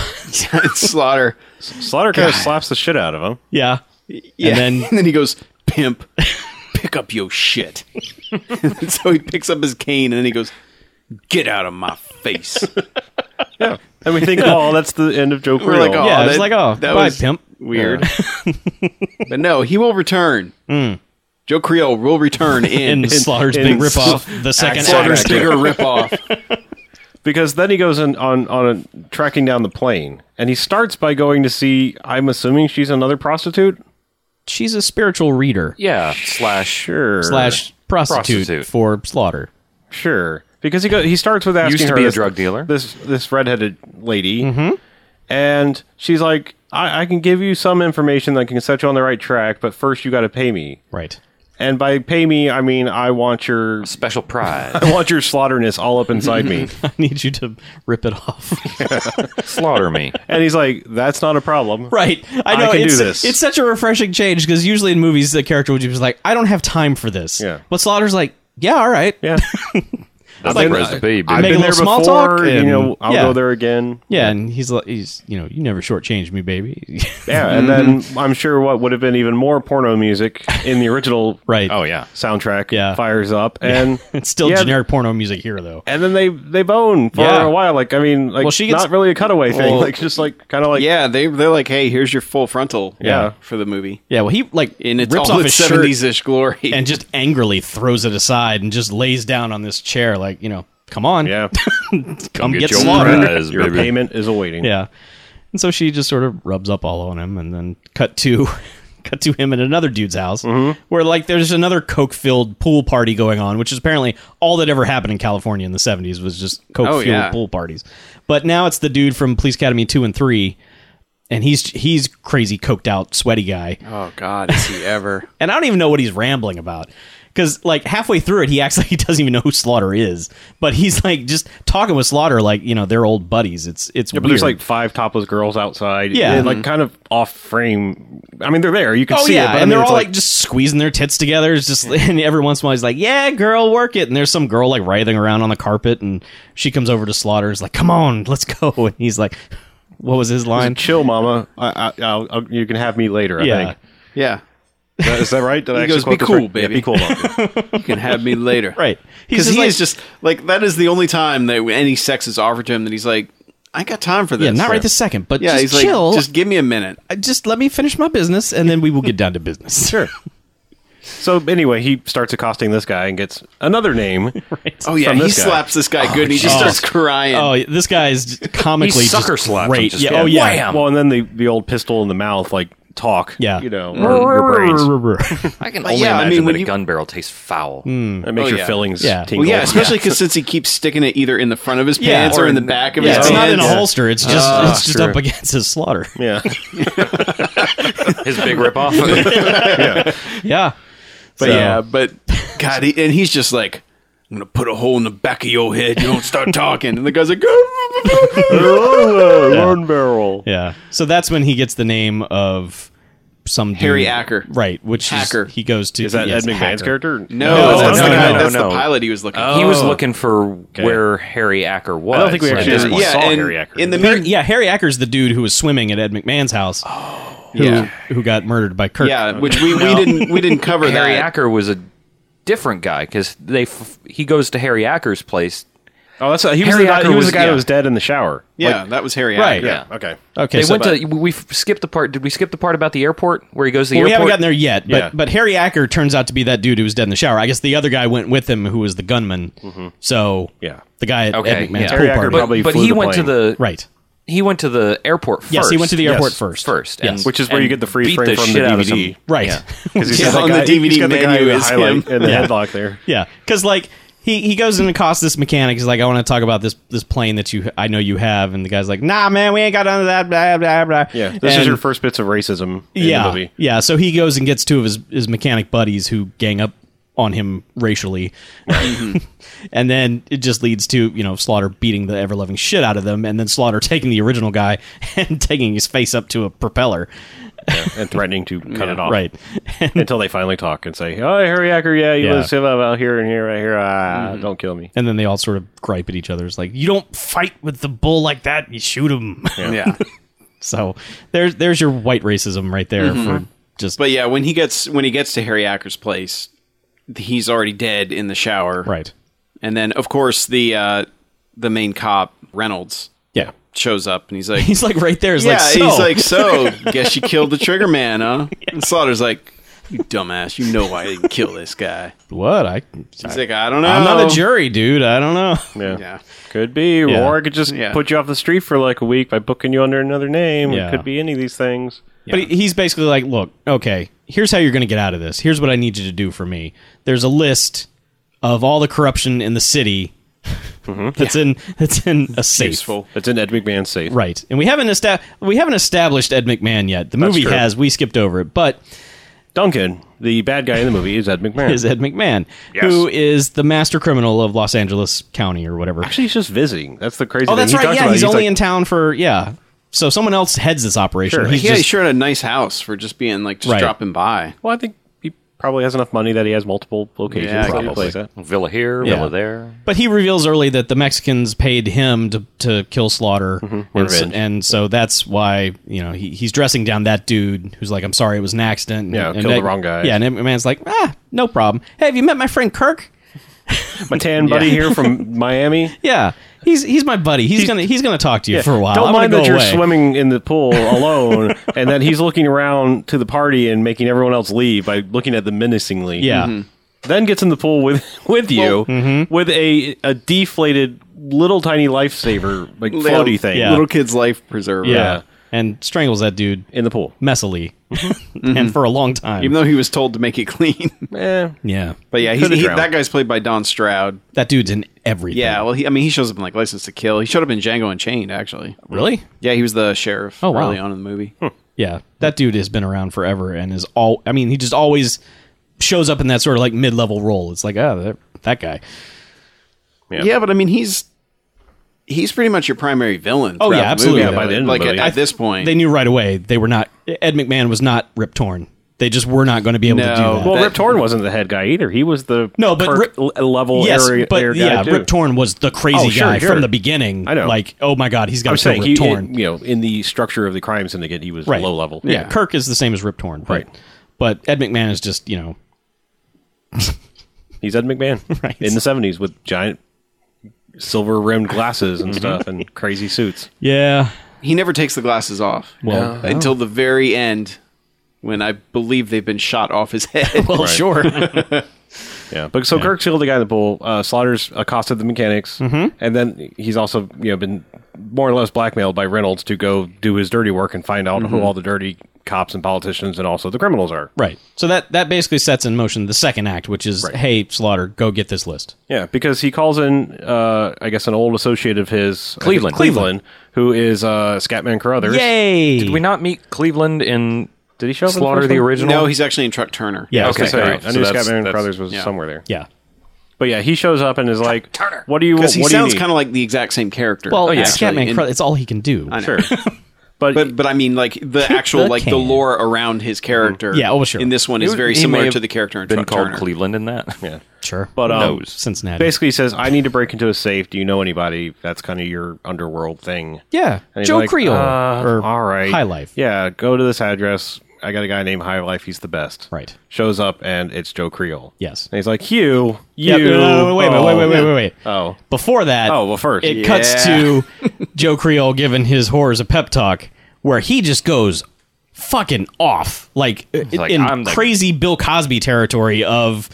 [SPEAKER 4] slaughter.
[SPEAKER 2] Slaughter kind of slaps the shit out of him.
[SPEAKER 5] yeah,
[SPEAKER 4] Yeah.
[SPEAKER 5] And then
[SPEAKER 4] he goes, Pimp, pick up your shit. and so he picks up his cane and then he goes, Get out of my face.
[SPEAKER 2] Yeah, and we think, oh, that's the end of Joe
[SPEAKER 4] We're
[SPEAKER 2] Creole.
[SPEAKER 4] like, oh,
[SPEAKER 5] Yeah,
[SPEAKER 4] that,
[SPEAKER 5] it's like, oh,
[SPEAKER 4] that
[SPEAKER 5] bye,
[SPEAKER 4] was
[SPEAKER 5] pimp."
[SPEAKER 4] Weird. but no, he will return. Joe Creole will return in,
[SPEAKER 5] Hmm. in Slaughter's
[SPEAKER 2] in
[SPEAKER 5] big
[SPEAKER 2] Sla-
[SPEAKER 5] ripoff, the second
[SPEAKER 4] Slaughter's
[SPEAKER 5] act.
[SPEAKER 4] bigger ripoff.
[SPEAKER 2] because then he goes in, on on a, tracking down the plane, and he starts by going to see. I'm assuming she's another prostitute.
[SPEAKER 5] She's a spiritual reader
[SPEAKER 3] yeah, slash
[SPEAKER 2] Sure,
[SPEAKER 5] slash prostitute,
[SPEAKER 3] Prostitute.
[SPEAKER 5] for Slaughter.
[SPEAKER 2] Sure, because he go, he starts with asking
[SPEAKER 3] Used to
[SPEAKER 2] her
[SPEAKER 3] be a
[SPEAKER 2] this-
[SPEAKER 3] drug dealer.
[SPEAKER 2] This this redheaded lady,
[SPEAKER 5] Mm-hmm.
[SPEAKER 2] and she's like, I, "I can give you some information that can set you on the right track, but first you got to pay me."
[SPEAKER 5] Right.
[SPEAKER 2] And by pay me, I mean I want your
[SPEAKER 3] special prize
[SPEAKER 2] I want your slaughterness all up inside me.
[SPEAKER 5] I need you to rip it off.
[SPEAKER 3] slaughter me.
[SPEAKER 2] And he's like, "That's not a problem."
[SPEAKER 5] Right. I know
[SPEAKER 2] can do
[SPEAKER 5] it's,
[SPEAKER 2] this.
[SPEAKER 5] it's such a refreshing change because usually in movies the character would just be like, I don't have time for this.
[SPEAKER 2] Yeah.
[SPEAKER 5] But Slaughter's like, Yeah, all right.
[SPEAKER 2] Yeah.
[SPEAKER 3] That's
[SPEAKER 5] like-
[SPEAKER 3] surprised to be.
[SPEAKER 2] I've been
[SPEAKER 5] Make a
[SPEAKER 2] there
[SPEAKER 5] little small
[SPEAKER 2] before.
[SPEAKER 5] talk
[SPEAKER 2] you
[SPEAKER 5] and-
[SPEAKER 2] know, I'll
[SPEAKER 5] yeah.
[SPEAKER 2] go there again.
[SPEAKER 5] Yeah, and he's like, he's you know, you never shortchanged me, baby.
[SPEAKER 2] Yeah, and
[SPEAKER 5] Mm-hmm.
[SPEAKER 2] then I'm sure what would have been even more porno music in the original uh,
[SPEAKER 5] right.
[SPEAKER 3] Oh yeah.
[SPEAKER 2] soundtrack
[SPEAKER 5] Yeah.
[SPEAKER 2] fires up, and
[SPEAKER 5] It's still
[SPEAKER 2] yeah,
[SPEAKER 5] generic porno music here, though.
[SPEAKER 2] And then they they bone for
[SPEAKER 5] Yeah.
[SPEAKER 2] a while. Like I mean, like
[SPEAKER 5] Well, she gets-
[SPEAKER 2] not really a cutaway thing.
[SPEAKER 4] Well-
[SPEAKER 2] like just like kind of like
[SPEAKER 4] yeah, they they're like, hey, here's your full frontal.
[SPEAKER 2] Yeah.
[SPEAKER 4] for the movie
[SPEAKER 5] Yeah, well, he like
[SPEAKER 4] in its
[SPEAKER 5] rips
[SPEAKER 4] all
[SPEAKER 5] off
[SPEAKER 4] its
[SPEAKER 5] his shirt
[SPEAKER 4] seventies ish glory.
[SPEAKER 5] and just angrily throws it aside and just lays down on this chair, like you know, come on,
[SPEAKER 2] yeah.
[SPEAKER 5] come get,
[SPEAKER 3] your
[SPEAKER 5] slaughtered.
[SPEAKER 3] prize,
[SPEAKER 2] Your
[SPEAKER 3] baby.
[SPEAKER 2] payment is awaiting.
[SPEAKER 5] Yeah, and so she just sort of rubs up all on him, and then cut to. Cut to him at another dude's house,
[SPEAKER 2] Mm-hmm.
[SPEAKER 5] where like there's another coke-filled pool party going on, which is apparently all that ever happened in California in the '70s was just coke-filled
[SPEAKER 2] Oh,
[SPEAKER 4] yeah.
[SPEAKER 5] pool parties. But now it's the dude from Police Academy two and three, and he's he's crazy coked out, sweaty guy.
[SPEAKER 4] oh God, is he ever?
[SPEAKER 5] And I don't even know what he's rambling about. Because, like, halfway through it, he acts like he doesn't even know who Slaughter is. But he's, like, just talking with Slaughter like, you know, they're old buddies. It's, it's
[SPEAKER 2] Yeah, but
[SPEAKER 5] weird.
[SPEAKER 2] there's like five topless girls outside.
[SPEAKER 5] Yeah. Mm-hmm.
[SPEAKER 2] and, like kind of off frame. I mean, they're there. You can
[SPEAKER 5] oh,
[SPEAKER 2] see
[SPEAKER 5] yeah.
[SPEAKER 2] it. But, I mean,
[SPEAKER 5] and they're
[SPEAKER 2] it's
[SPEAKER 5] all, like, just squeezing their tits together. It's just, and every once in a while, he's like, yeah, girl, work it. And there's some girl, like, writhing around on the carpet. And she comes over to Slaughter. Is like, come on, let's go. And he's like, what was his line?
[SPEAKER 2] chill, mama. I, I, I'll, I'll, you can have me later. I
[SPEAKER 5] Yeah.
[SPEAKER 4] Yeah,
[SPEAKER 2] think. Is that- Is that right? Did I
[SPEAKER 4] He
[SPEAKER 2] actually
[SPEAKER 4] goes,
[SPEAKER 2] quote
[SPEAKER 4] "Be
[SPEAKER 2] this
[SPEAKER 4] cool,
[SPEAKER 2] right? Yeah,
[SPEAKER 4] baby."
[SPEAKER 2] be cool, mama.
[SPEAKER 4] you can have me later.
[SPEAKER 5] Right.
[SPEAKER 4] because
[SPEAKER 5] He's just
[SPEAKER 4] he
[SPEAKER 5] like-
[SPEAKER 4] is just like that is the only time that any sex is offered to him that he's like, I ain't got time for this.
[SPEAKER 5] yeah, not right this second, but
[SPEAKER 4] Yeah,
[SPEAKER 5] just
[SPEAKER 4] he's
[SPEAKER 5] chill.
[SPEAKER 4] like, just give me a minute.
[SPEAKER 5] Uh, just let me finish my business, and then we will get down to business. sure.
[SPEAKER 2] so anyway, he starts accosting this guy and gets another name.
[SPEAKER 4] Oh yeah,
[SPEAKER 2] From
[SPEAKER 4] he
[SPEAKER 2] this guy.
[SPEAKER 4] slaps this guy Oh, good, and he just
[SPEAKER 5] Jesus.
[SPEAKER 4] starts crying.
[SPEAKER 5] Oh, yeah, this guy is just comically
[SPEAKER 3] He sucker
[SPEAKER 5] just
[SPEAKER 3] slaps him,
[SPEAKER 5] Great.
[SPEAKER 3] just
[SPEAKER 5] yeah. Oh
[SPEAKER 3] like,
[SPEAKER 5] yeah.
[SPEAKER 3] wham.
[SPEAKER 2] Well, and then the the old pistol in the mouth like talk.
[SPEAKER 5] Yeah.
[SPEAKER 2] you know, or your brains.
[SPEAKER 3] I can
[SPEAKER 4] But
[SPEAKER 3] only
[SPEAKER 4] yeah, I
[SPEAKER 3] imagine
[SPEAKER 4] mean, when
[SPEAKER 3] that a
[SPEAKER 4] you-
[SPEAKER 3] gun barrel tastes foul.
[SPEAKER 2] It makes
[SPEAKER 4] Oh,
[SPEAKER 2] your
[SPEAKER 4] yeah.
[SPEAKER 2] fillings
[SPEAKER 5] Yeah.
[SPEAKER 2] tingle.
[SPEAKER 4] well, yeah, especially because since he keeps sticking it either in the front of his
[SPEAKER 5] Yeah,
[SPEAKER 4] pants or,
[SPEAKER 5] or
[SPEAKER 4] in the
[SPEAKER 5] in-
[SPEAKER 4] back of
[SPEAKER 5] Yeah,
[SPEAKER 4] his
[SPEAKER 5] it's not in a
[SPEAKER 4] pants.
[SPEAKER 5] holster. It's just
[SPEAKER 4] oh, Ah,
[SPEAKER 5] it's just
[SPEAKER 4] sure.
[SPEAKER 5] up against his slaughter.
[SPEAKER 2] Yeah.
[SPEAKER 3] His big ripoff.
[SPEAKER 5] Yeah.
[SPEAKER 4] But
[SPEAKER 5] So-
[SPEAKER 4] yeah, but God, he, and he's just like, I'm gonna put a hole in the back of your head. You don't start talking, and the guy's like,
[SPEAKER 2] Gun barrel.
[SPEAKER 5] Yeah. So that's when he gets the name of some dude.
[SPEAKER 4] Harry Acker.
[SPEAKER 5] Right. Which is-
[SPEAKER 4] Hacker.
[SPEAKER 5] he goes to.
[SPEAKER 2] Is that
[SPEAKER 5] yes,
[SPEAKER 2] Ed McMahon's
[SPEAKER 5] Hacker.
[SPEAKER 2] character?
[SPEAKER 4] No,
[SPEAKER 2] I
[SPEAKER 4] that's,
[SPEAKER 3] no,
[SPEAKER 4] the, guy,
[SPEAKER 3] no,
[SPEAKER 4] that's
[SPEAKER 3] no. Oh,
[SPEAKER 4] the pilot he was looking.
[SPEAKER 3] he
[SPEAKER 4] for.
[SPEAKER 3] was looking for where Harry Acker was.
[SPEAKER 2] I don't think we
[SPEAKER 3] at
[SPEAKER 2] actually
[SPEAKER 3] this point.
[SPEAKER 4] yeah,
[SPEAKER 2] saw
[SPEAKER 4] and
[SPEAKER 2] Harry Acker.
[SPEAKER 4] in the
[SPEAKER 5] Harry,
[SPEAKER 4] mean,
[SPEAKER 5] yeah, Harry Acker's the dude who was swimming at Ed McMahon's house. who,
[SPEAKER 4] Yeah.
[SPEAKER 5] Who got murdered by Kirk.
[SPEAKER 4] yeah, which we, we didn't we didn't cover
[SPEAKER 3] Harry
[SPEAKER 4] that.
[SPEAKER 3] Acker was a different guy because they f- he goes to Harry Acker's place.
[SPEAKER 2] Oh, that's he was
[SPEAKER 3] Harry
[SPEAKER 2] the guy,
[SPEAKER 3] Acker
[SPEAKER 2] he was,
[SPEAKER 3] was-
[SPEAKER 2] the guy
[SPEAKER 3] yeah.
[SPEAKER 2] that was dead in the shower.
[SPEAKER 4] Yeah, that was Harry
[SPEAKER 5] Right.
[SPEAKER 4] Acker.
[SPEAKER 5] Yeah.
[SPEAKER 2] Okay.
[SPEAKER 5] Okay.
[SPEAKER 3] they
[SPEAKER 5] so
[SPEAKER 3] went to. We f- skipped the part. Did we skip the part about the airport where he goes to the
[SPEAKER 5] Well, we haven't
[SPEAKER 3] airport?
[SPEAKER 5] gotten there yet, but
[SPEAKER 2] Yeah.
[SPEAKER 5] but Harry Acker turns out to be that dude who was dead in the shower. I guess the other guy went with him, who was the gunman. So
[SPEAKER 2] Mm-hmm. Yeah.
[SPEAKER 5] the guy at
[SPEAKER 3] Okay,
[SPEAKER 5] Ed McMahon's pool
[SPEAKER 3] yeah.
[SPEAKER 2] Harry Acker
[SPEAKER 5] party,
[SPEAKER 3] But,
[SPEAKER 2] Probably
[SPEAKER 3] but
[SPEAKER 2] flew
[SPEAKER 3] he
[SPEAKER 2] the
[SPEAKER 3] went to
[SPEAKER 2] plane.
[SPEAKER 3] the
[SPEAKER 5] right?
[SPEAKER 3] He went to the airport first.
[SPEAKER 5] Yes, he went to the
[SPEAKER 2] Yes.
[SPEAKER 5] airport first.
[SPEAKER 3] first, and,
[SPEAKER 5] Yes.
[SPEAKER 2] Which is where
[SPEAKER 3] and
[SPEAKER 2] you get the free
[SPEAKER 3] beat
[SPEAKER 2] frame
[SPEAKER 3] the
[SPEAKER 2] from the
[SPEAKER 3] shit out of
[SPEAKER 2] DVD.
[SPEAKER 3] some-
[SPEAKER 5] right?
[SPEAKER 3] Yeah.
[SPEAKER 2] Because he's
[SPEAKER 4] Yeah,
[SPEAKER 2] got
[SPEAKER 4] on
[SPEAKER 2] the
[SPEAKER 4] the
[SPEAKER 2] guy, he's
[SPEAKER 4] DVD
[SPEAKER 2] got the guy
[SPEAKER 4] menu
[SPEAKER 2] with the
[SPEAKER 4] is
[SPEAKER 2] highlight
[SPEAKER 4] him.
[SPEAKER 2] and the
[SPEAKER 5] Yeah.
[SPEAKER 2] headlock there.
[SPEAKER 5] Yeah, because like he, he goes in and accosts this mechanic. He's like, I want to talk about this this plane that you I know you have, and the guy's like, Nah, man, we ain't got none of that. Blah blah blah.
[SPEAKER 2] Yeah. This
[SPEAKER 5] And-
[SPEAKER 2] is your first bits of racism in
[SPEAKER 5] yeah
[SPEAKER 2] the movie.
[SPEAKER 5] yeah. So he goes and gets two of his his mechanic buddies who gang up on him racially, and then it just leads to you know Slaughter beating the ever loving shit out of them, and then Slaughter taking the original guy and taking his face up to a propeller.
[SPEAKER 2] And threatening to cut it off.
[SPEAKER 5] Right.
[SPEAKER 2] Until they finally talk and say, Oh, Harry Acker, yeah, you
[SPEAKER 5] Yeah.
[SPEAKER 2] live out here and here, right here. Ah, Don't kill me.
[SPEAKER 5] And then they all sort of gripe at each other. It's like, you don't fight with the bull like that, you shoot him.
[SPEAKER 4] Yeah.
[SPEAKER 5] so there's there's your white racism right there for just
[SPEAKER 4] Mm-hmm. But yeah, when he gets when he gets to Harry Acker's place, he's already dead in the shower.
[SPEAKER 5] right.
[SPEAKER 4] And then of course the uh the main cop, Reynolds,
[SPEAKER 5] Yeah.
[SPEAKER 4] shows up and he's like
[SPEAKER 5] He's like right there. He's
[SPEAKER 4] Yeah,
[SPEAKER 5] like, so.
[SPEAKER 4] he's like, So guess you killed the trigger man, huh? And Slaughter's like, You dumbass, you know why I didn't kill this guy.
[SPEAKER 5] what? I,
[SPEAKER 4] He's like, I don't know.
[SPEAKER 5] I'm not a jury, dude. I don't know.
[SPEAKER 2] Yeah.
[SPEAKER 4] Yeah.
[SPEAKER 2] Could be. Or I could just
[SPEAKER 4] Yeah.
[SPEAKER 2] put you off the street for like a week by booking you under another name.
[SPEAKER 5] Yeah.
[SPEAKER 2] It could be any of these things.
[SPEAKER 5] But he- he's basically like, look, okay, here's how you're going to get out of this. Here's what I need you to do for me. There's a list of all the corruption in the city that's in that's in a
[SPEAKER 4] Mm-hmm.
[SPEAKER 5] safe.
[SPEAKER 4] Useful.
[SPEAKER 2] It's in Ed McMahon's safe.
[SPEAKER 5] Right. And we haven't esta- we haven't established Ed McMahon yet. The movie
[SPEAKER 2] true.
[SPEAKER 5] has. We skipped over it, but
[SPEAKER 2] Duncan, the bad guy in the movie, is Ed McMahon.
[SPEAKER 5] is Ed McMahon, who is the master criminal of Los Angeles County or whatever.
[SPEAKER 2] Actually, he's just visiting. That's the crazy.
[SPEAKER 5] oh,
[SPEAKER 2] thing.
[SPEAKER 5] that's
[SPEAKER 2] He
[SPEAKER 5] right.
[SPEAKER 2] talks
[SPEAKER 5] Yeah,
[SPEAKER 2] about it.
[SPEAKER 5] he's, only
[SPEAKER 2] like,
[SPEAKER 5] in town for yeah. So someone else heads this operation.
[SPEAKER 2] Sure.
[SPEAKER 5] He's
[SPEAKER 4] yeah, he
[SPEAKER 5] just-
[SPEAKER 4] sure had a nice house for just being like just
[SPEAKER 5] Right.
[SPEAKER 4] dropping by.
[SPEAKER 2] Well, I think he probably has enough money that he has multiple locations
[SPEAKER 4] Yeah, I
[SPEAKER 2] that he
[SPEAKER 4] guess.
[SPEAKER 2] plays at.
[SPEAKER 3] Villa here,
[SPEAKER 5] Yeah.
[SPEAKER 3] Villa there.
[SPEAKER 5] But he reveals early that the Mexicans paid him to, to kill Slaughter, and, so,
[SPEAKER 2] Mm-hmm. revenge.
[SPEAKER 5] and so that's why you know he, he's dressing down that dude who's like, "I'm sorry, it was an accident." and-
[SPEAKER 2] Yeah,
[SPEAKER 5] and
[SPEAKER 2] killed the
[SPEAKER 5] that-
[SPEAKER 2] wrong guy.
[SPEAKER 5] Yeah, and that man's like, "Ah, no problem. Hey, have you met my friend Kirk?
[SPEAKER 2] My tan buddy here from Miami.
[SPEAKER 5] Yeah, he's he's my buddy. He's, gonna he's gonna talk to you for a while.
[SPEAKER 2] Don't
[SPEAKER 5] I'm gonna
[SPEAKER 2] mind
[SPEAKER 5] go
[SPEAKER 2] that you're
[SPEAKER 5] away.
[SPEAKER 2] swimming in the pool alone and that he's looking around to the party and making everyone else leave by looking at them menacingly. Mm-hmm.
[SPEAKER 5] Yeah, mm-hmm.
[SPEAKER 2] Then gets in the pool with with you with a a deflated little tiny lifesaver like
[SPEAKER 4] Little-
[SPEAKER 2] floaty thing
[SPEAKER 5] Yeah.
[SPEAKER 4] Little kid's life preserver.
[SPEAKER 5] yeah, and strangles that dude
[SPEAKER 2] in the pool.
[SPEAKER 5] messily,
[SPEAKER 2] Mm-hmm.
[SPEAKER 5] and for a long time.
[SPEAKER 4] Even though he was told to make it clean.
[SPEAKER 2] Eh,
[SPEAKER 5] yeah,
[SPEAKER 4] but yeah, he's,
[SPEAKER 2] Coulda
[SPEAKER 4] he,
[SPEAKER 2] drowned.
[SPEAKER 4] that guy's played by Don Stroud.
[SPEAKER 5] that dude's in everything.
[SPEAKER 4] Yeah, well, he, I mean, he shows up in like License to Kill. He showed up in Django Unchained, actually.
[SPEAKER 5] really.
[SPEAKER 4] Yeah, he was the sheriff
[SPEAKER 5] Oh, wow.
[SPEAKER 4] early on in the
[SPEAKER 2] Hmm,
[SPEAKER 4] movie.
[SPEAKER 5] Yeah, that dude has been around forever and is all. I mean, he just always shows up in that sort of like mid-level role. It's like, oh, that, that guy.
[SPEAKER 4] Yeah. but I mean, he's he's pretty much your primary villain.
[SPEAKER 5] Oh, yeah,
[SPEAKER 4] throughout the
[SPEAKER 5] absolutely.
[SPEAKER 4] movie,
[SPEAKER 5] Yeah, by
[SPEAKER 2] the
[SPEAKER 4] though.
[SPEAKER 2] end of the
[SPEAKER 4] like
[SPEAKER 2] movie.
[SPEAKER 4] at,
[SPEAKER 2] I
[SPEAKER 4] at this point,
[SPEAKER 5] They knew right away they were not. Ed McMahon was not Rip Torn. They just were not going to be able to do
[SPEAKER 4] No.
[SPEAKER 5] that.
[SPEAKER 2] Well,
[SPEAKER 4] That-
[SPEAKER 2] Rip Torn wasn't the head guy either. He was the
[SPEAKER 5] No, but
[SPEAKER 2] Kirk
[SPEAKER 5] Rip-
[SPEAKER 2] l- level
[SPEAKER 5] yes,
[SPEAKER 2] area,
[SPEAKER 5] but
[SPEAKER 2] area guy
[SPEAKER 5] yeah,
[SPEAKER 2] too.
[SPEAKER 5] Rip Torn was the crazy
[SPEAKER 2] Oh, sure,
[SPEAKER 5] guy
[SPEAKER 2] sure.
[SPEAKER 5] from the beginning.
[SPEAKER 2] I know.
[SPEAKER 5] Like, oh my god, he's got
[SPEAKER 2] I'm
[SPEAKER 5] to
[SPEAKER 2] saying
[SPEAKER 5] kill
[SPEAKER 2] he,
[SPEAKER 5] Rip Torn.
[SPEAKER 2] you know, in the structure of the crime syndicate, he was
[SPEAKER 5] right,
[SPEAKER 2] low level.
[SPEAKER 5] Yeah. Kirk is the same as Rip Torn. but-
[SPEAKER 2] Right.
[SPEAKER 5] but Ed McMahon is just you know
[SPEAKER 2] He's Ed McMahon
[SPEAKER 5] Right.
[SPEAKER 2] in the '70s with giant silver rimmed glasses
[SPEAKER 5] Mm-hmm.
[SPEAKER 2] and stuff and crazy suits.
[SPEAKER 5] yeah.
[SPEAKER 4] he never takes the glasses off
[SPEAKER 5] Well,
[SPEAKER 4] until the very end, when I believe they've been shot off his head.
[SPEAKER 5] well, sure.
[SPEAKER 2] Yeah, but so Kirk's killed the guy in the pool. Uh, Slaughter's accosted the mechanics,
[SPEAKER 5] Mm-hmm.
[SPEAKER 2] and then he's also you know been more or less blackmailed by Reynolds to go do his dirty work and find
[SPEAKER 5] Mm-hmm.
[SPEAKER 2] out who all the dirty cops and politicians and also the criminals are.
[SPEAKER 5] right. So that that basically sets in motion the second act, which is hey Slaughter, go get this list.
[SPEAKER 2] Yeah, because he calls in, uh, I guess, an old associate of his, I
[SPEAKER 3] Cleveland.
[SPEAKER 2] guess Cleveland, who is uh, Scatman Carruthers.
[SPEAKER 5] Yay!
[SPEAKER 3] Did we not meet Cleveland in
[SPEAKER 2] Did he show up in the
[SPEAKER 3] Slaughter
[SPEAKER 2] first
[SPEAKER 3] the
[SPEAKER 2] one?
[SPEAKER 3] original?
[SPEAKER 4] no, he's actually in Truck Turner.
[SPEAKER 5] Yeah.
[SPEAKER 2] Okay,
[SPEAKER 3] Okay,
[SPEAKER 2] sorry.
[SPEAKER 3] all right.
[SPEAKER 2] I
[SPEAKER 3] So
[SPEAKER 2] knew
[SPEAKER 3] that's-
[SPEAKER 2] Scatman
[SPEAKER 3] that's-
[SPEAKER 2] Carruthers was
[SPEAKER 4] yeah.
[SPEAKER 2] somewhere there.
[SPEAKER 5] Yeah.
[SPEAKER 2] But yeah, he shows up and is like,
[SPEAKER 3] Turner.
[SPEAKER 2] "What do you? What
[SPEAKER 4] because he
[SPEAKER 2] do
[SPEAKER 4] sounds
[SPEAKER 2] you Oh,
[SPEAKER 4] kind of like the exact same character.
[SPEAKER 5] Well,
[SPEAKER 3] yeah.
[SPEAKER 5] it's Scatman
[SPEAKER 4] Oh, actually, in-
[SPEAKER 5] Crow. It's all he can do.
[SPEAKER 4] I know.
[SPEAKER 2] sure?" But,
[SPEAKER 4] But but I mean, like the actual like the Mm-hmm.
[SPEAKER 5] can.
[SPEAKER 4] lore around his character.
[SPEAKER 5] Yeah, oh, well, sure.
[SPEAKER 4] In this one is
[SPEAKER 3] He-
[SPEAKER 4] very
[SPEAKER 3] he may
[SPEAKER 4] similar
[SPEAKER 3] have
[SPEAKER 4] to the character in
[SPEAKER 3] been
[SPEAKER 4] Truck
[SPEAKER 3] called
[SPEAKER 4] Turner.
[SPEAKER 3] Cleveland in that. Yeah.
[SPEAKER 5] Sure.
[SPEAKER 2] but um,
[SPEAKER 3] knows?
[SPEAKER 5] Cincinnati.
[SPEAKER 2] basically he says, "I need to break into a safe. Do you know anybody? That's kind of your underworld thing."
[SPEAKER 5] yeah.
[SPEAKER 2] And he's
[SPEAKER 5] Joe
[SPEAKER 2] like,
[SPEAKER 5] Creole.
[SPEAKER 2] "Uh,
[SPEAKER 5] or
[SPEAKER 2] all right,
[SPEAKER 5] High Life.
[SPEAKER 2] Yeah, go to this address. I got a guy named High Life. He's the best.
[SPEAKER 5] Right.
[SPEAKER 2] Shows up and it's Joe Creole.
[SPEAKER 5] Yes.
[SPEAKER 2] And he's like, "You, you,
[SPEAKER 5] Yeah, no, no, no, Uh, wait, a minute, wait, wait, wait, wait, wait.
[SPEAKER 2] oh,
[SPEAKER 5] Before that,
[SPEAKER 2] Oh, well, first.
[SPEAKER 5] it
[SPEAKER 2] Yeah.
[SPEAKER 5] cuts to Joe Creole giving his horrors a pep talk, where he just goes fucking off, like, uh,
[SPEAKER 3] like,
[SPEAKER 5] in
[SPEAKER 3] I'm the-
[SPEAKER 5] crazy Bill Cosby territory of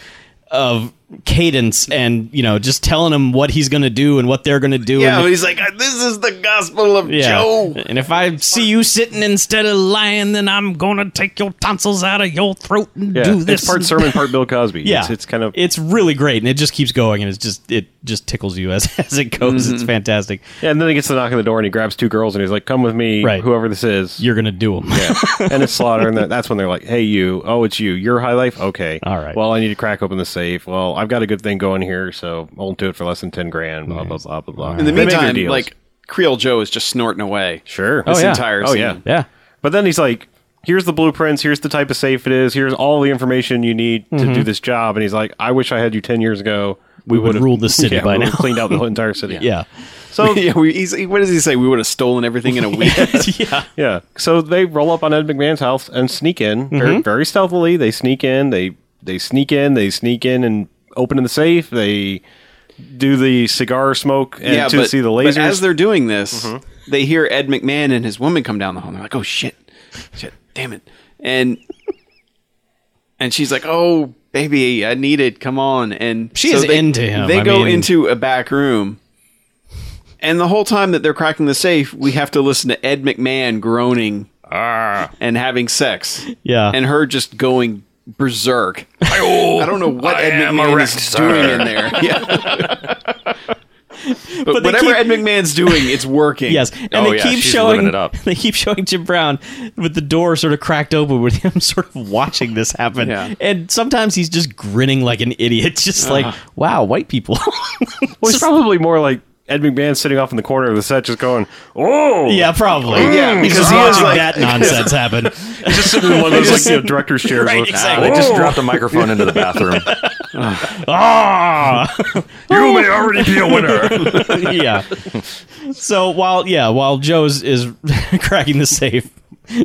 [SPEAKER 5] of cadence, and you know, just telling him what he's gonna do and what they're gonna do.
[SPEAKER 4] Yeah,
[SPEAKER 5] and,
[SPEAKER 4] he's like, "Uh, this is the gospel of
[SPEAKER 5] yeah.
[SPEAKER 4] Joe.
[SPEAKER 5] And if I see you sitting instead of lying, then I'm gonna take your tonsils out of your throat and
[SPEAKER 2] yeah.
[SPEAKER 5] do this.
[SPEAKER 2] It's part sermon, part Bill Cosby.
[SPEAKER 5] Yeah,
[SPEAKER 2] it's, it's kind of
[SPEAKER 5] it's really great, and it just keeps going, and it's just it just tickles you as as it goes.
[SPEAKER 2] Mm-hmm.
[SPEAKER 5] It's fantastic.
[SPEAKER 2] Yeah, and then he gets the knock on the door and he grabs two girls and he's like, "Come with me,
[SPEAKER 5] Right.
[SPEAKER 2] whoever this is."
[SPEAKER 5] You're gonna do them.
[SPEAKER 2] Yeah. and it's Slaughter, and that- that's when they're like, "Hey, you! Oh, it's you! Your high life? Okay,
[SPEAKER 5] All right.
[SPEAKER 2] Well, I need to crack open the safe. Well, I've got a good thing going here, so I won't do it for less than ten grand. Blah blah blah blah blah."
[SPEAKER 4] In the
[SPEAKER 2] They make their
[SPEAKER 4] meantime,
[SPEAKER 2] deals.
[SPEAKER 4] like Creole Joe is just snorting away.
[SPEAKER 2] sure,
[SPEAKER 4] This
[SPEAKER 5] yeah.
[SPEAKER 4] entire
[SPEAKER 2] oh
[SPEAKER 4] scene.
[SPEAKER 2] yeah,
[SPEAKER 5] yeah.
[SPEAKER 2] But then he's like, "Here's the blueprints. Here's the type of safe it is. Here's all the information you need to do this job." And he's like, "I wish I had you ten years ago.
[SPEAKER 5] Mm-hmm. We would
[SPEAKER 2] would've-
[SPEAKER 5] rule the city
[SPEAKER 2] yeah,
[SPEAKER 5] by
[SPEAKER 2] we
[SPEAKER 5] now."
[SPEAKER 2] would've cleaned out the whole entire city.
[SPEAKER 5] Yeah.
[SPEAKER 2] So
[SPEAKER 4] yeah, we, he's, he- what does he say? We would have stolen everything in a week.
[SPEAKER 2] Yeah. So they roll up on Ed McMahon's house and sneak in
[SPEAKER 4] Mm-hmm.
[SPEAKER 2] very, very stealthily. They sneak in. They they sneak in. They sneak in and open the safe. They do the cigar smoke and
[SPEAKER 4] yeah,
[SPEAKER 2] to
[SPEAKER 4] but,
[SPEAKER 2] see the
[SPEAKER 4] but
[SPEAKER 2] lasers.
[SPEAKER 4] as they're doing this,
[SPEAKER 5] Mm-hmm.
[SPEAKER 4] they hear Ed McMahon and his woman come down the hall. And they're like, "Oh shit, shit, damn it!" And and she's like, "Oh baby, I need it. Come on!" And
[SPEAKER 5] She
[SPEAKER 4] so
[SPEAKER 5] is
[SPEAKER 4] they,
[SPEAKER 5] into him.
[SPEAKER 4] They
[SPEAKER 5] I
[SPEAKER 4] go
[SPEAKER 5] mean-
[SPEAKER 4] into a back room. And the whole time that they're cracking the safe, we have to listen to Ed McMahon groaning
[SPEAKER 5] Ah.
[SPEAKER 4] and having sex.
[SPEAKER 5] Yeah.
[SPEAKER 4] And her just going berserk.
[SPEAKER 3] I
[SPEAKER 4] I don't know what
[SPEAKER 3] I
[SPEAKER 4] Ed
[SPEAKER 3] am
[SPEAKER 4] McMahon
[SPEAKER 3] erect,
[SPEAKER 4] is
[SPEAKER 3] sir.
[SPEAKER 4] doing in there. Yeah. but,
[SPEAKER 5] But they
[SPEAKER 4] whatever
[SPEAKER 5] keep-
[SPEAKER 4] Ed McMahon's doing, it's working.
[SPEAKER 5] Yes, and
[SPEAKER 3] Oh,
[SPEAKER 5] they
[SPEAKER 3] yeah,
[SPEAKER 5] keep
[SPEAKER 3] she's
[SPEAKER 5] showing
[SPEAKER 3] living it up.
[SPEAKER 5] they keep showing Jim Brown with the door sort of cracked open with him sort of watching this happen.
[SPEAKER 4] Yeah.
[SPEAKER 5] And sometimes he's just grinning like an idiot, just like, "Wow, white people."
[SPEAKER 2] Uh-huh. well, he's
[SPEAKER 5] Just-
[SPEAKER 2] probably more like Ed McMahon sitting off in the corner of the set, just going, "Oh,
[SPEAKER 5] Yeah, probably.
[SPEAKER 4] Yeah,
[SPEAKER 5] because
[SPEAKER 4] because
[SPEAKER 5] he's
[SPEAKER 4] I was
[SPEAKER 5] watching
[SPEAKER 4] like-
[SPEAKER 5] that nonsense happen.
[SPEAKER 2] He's just sitting in one of those like you know, director's chairs."
[SPEAKER 5] Right,
[SPEAKER 2] like,
[SPEAKER 5] exactly.
[SPEAKER 3] They just dropped the microphone into the bathroom.
[SPEAKER 5] Ah,
[SPEAKER 2] You may already be a winner.
[SPEAKER 5] yeah. So while yeah, while Joe is, is cracking the safe,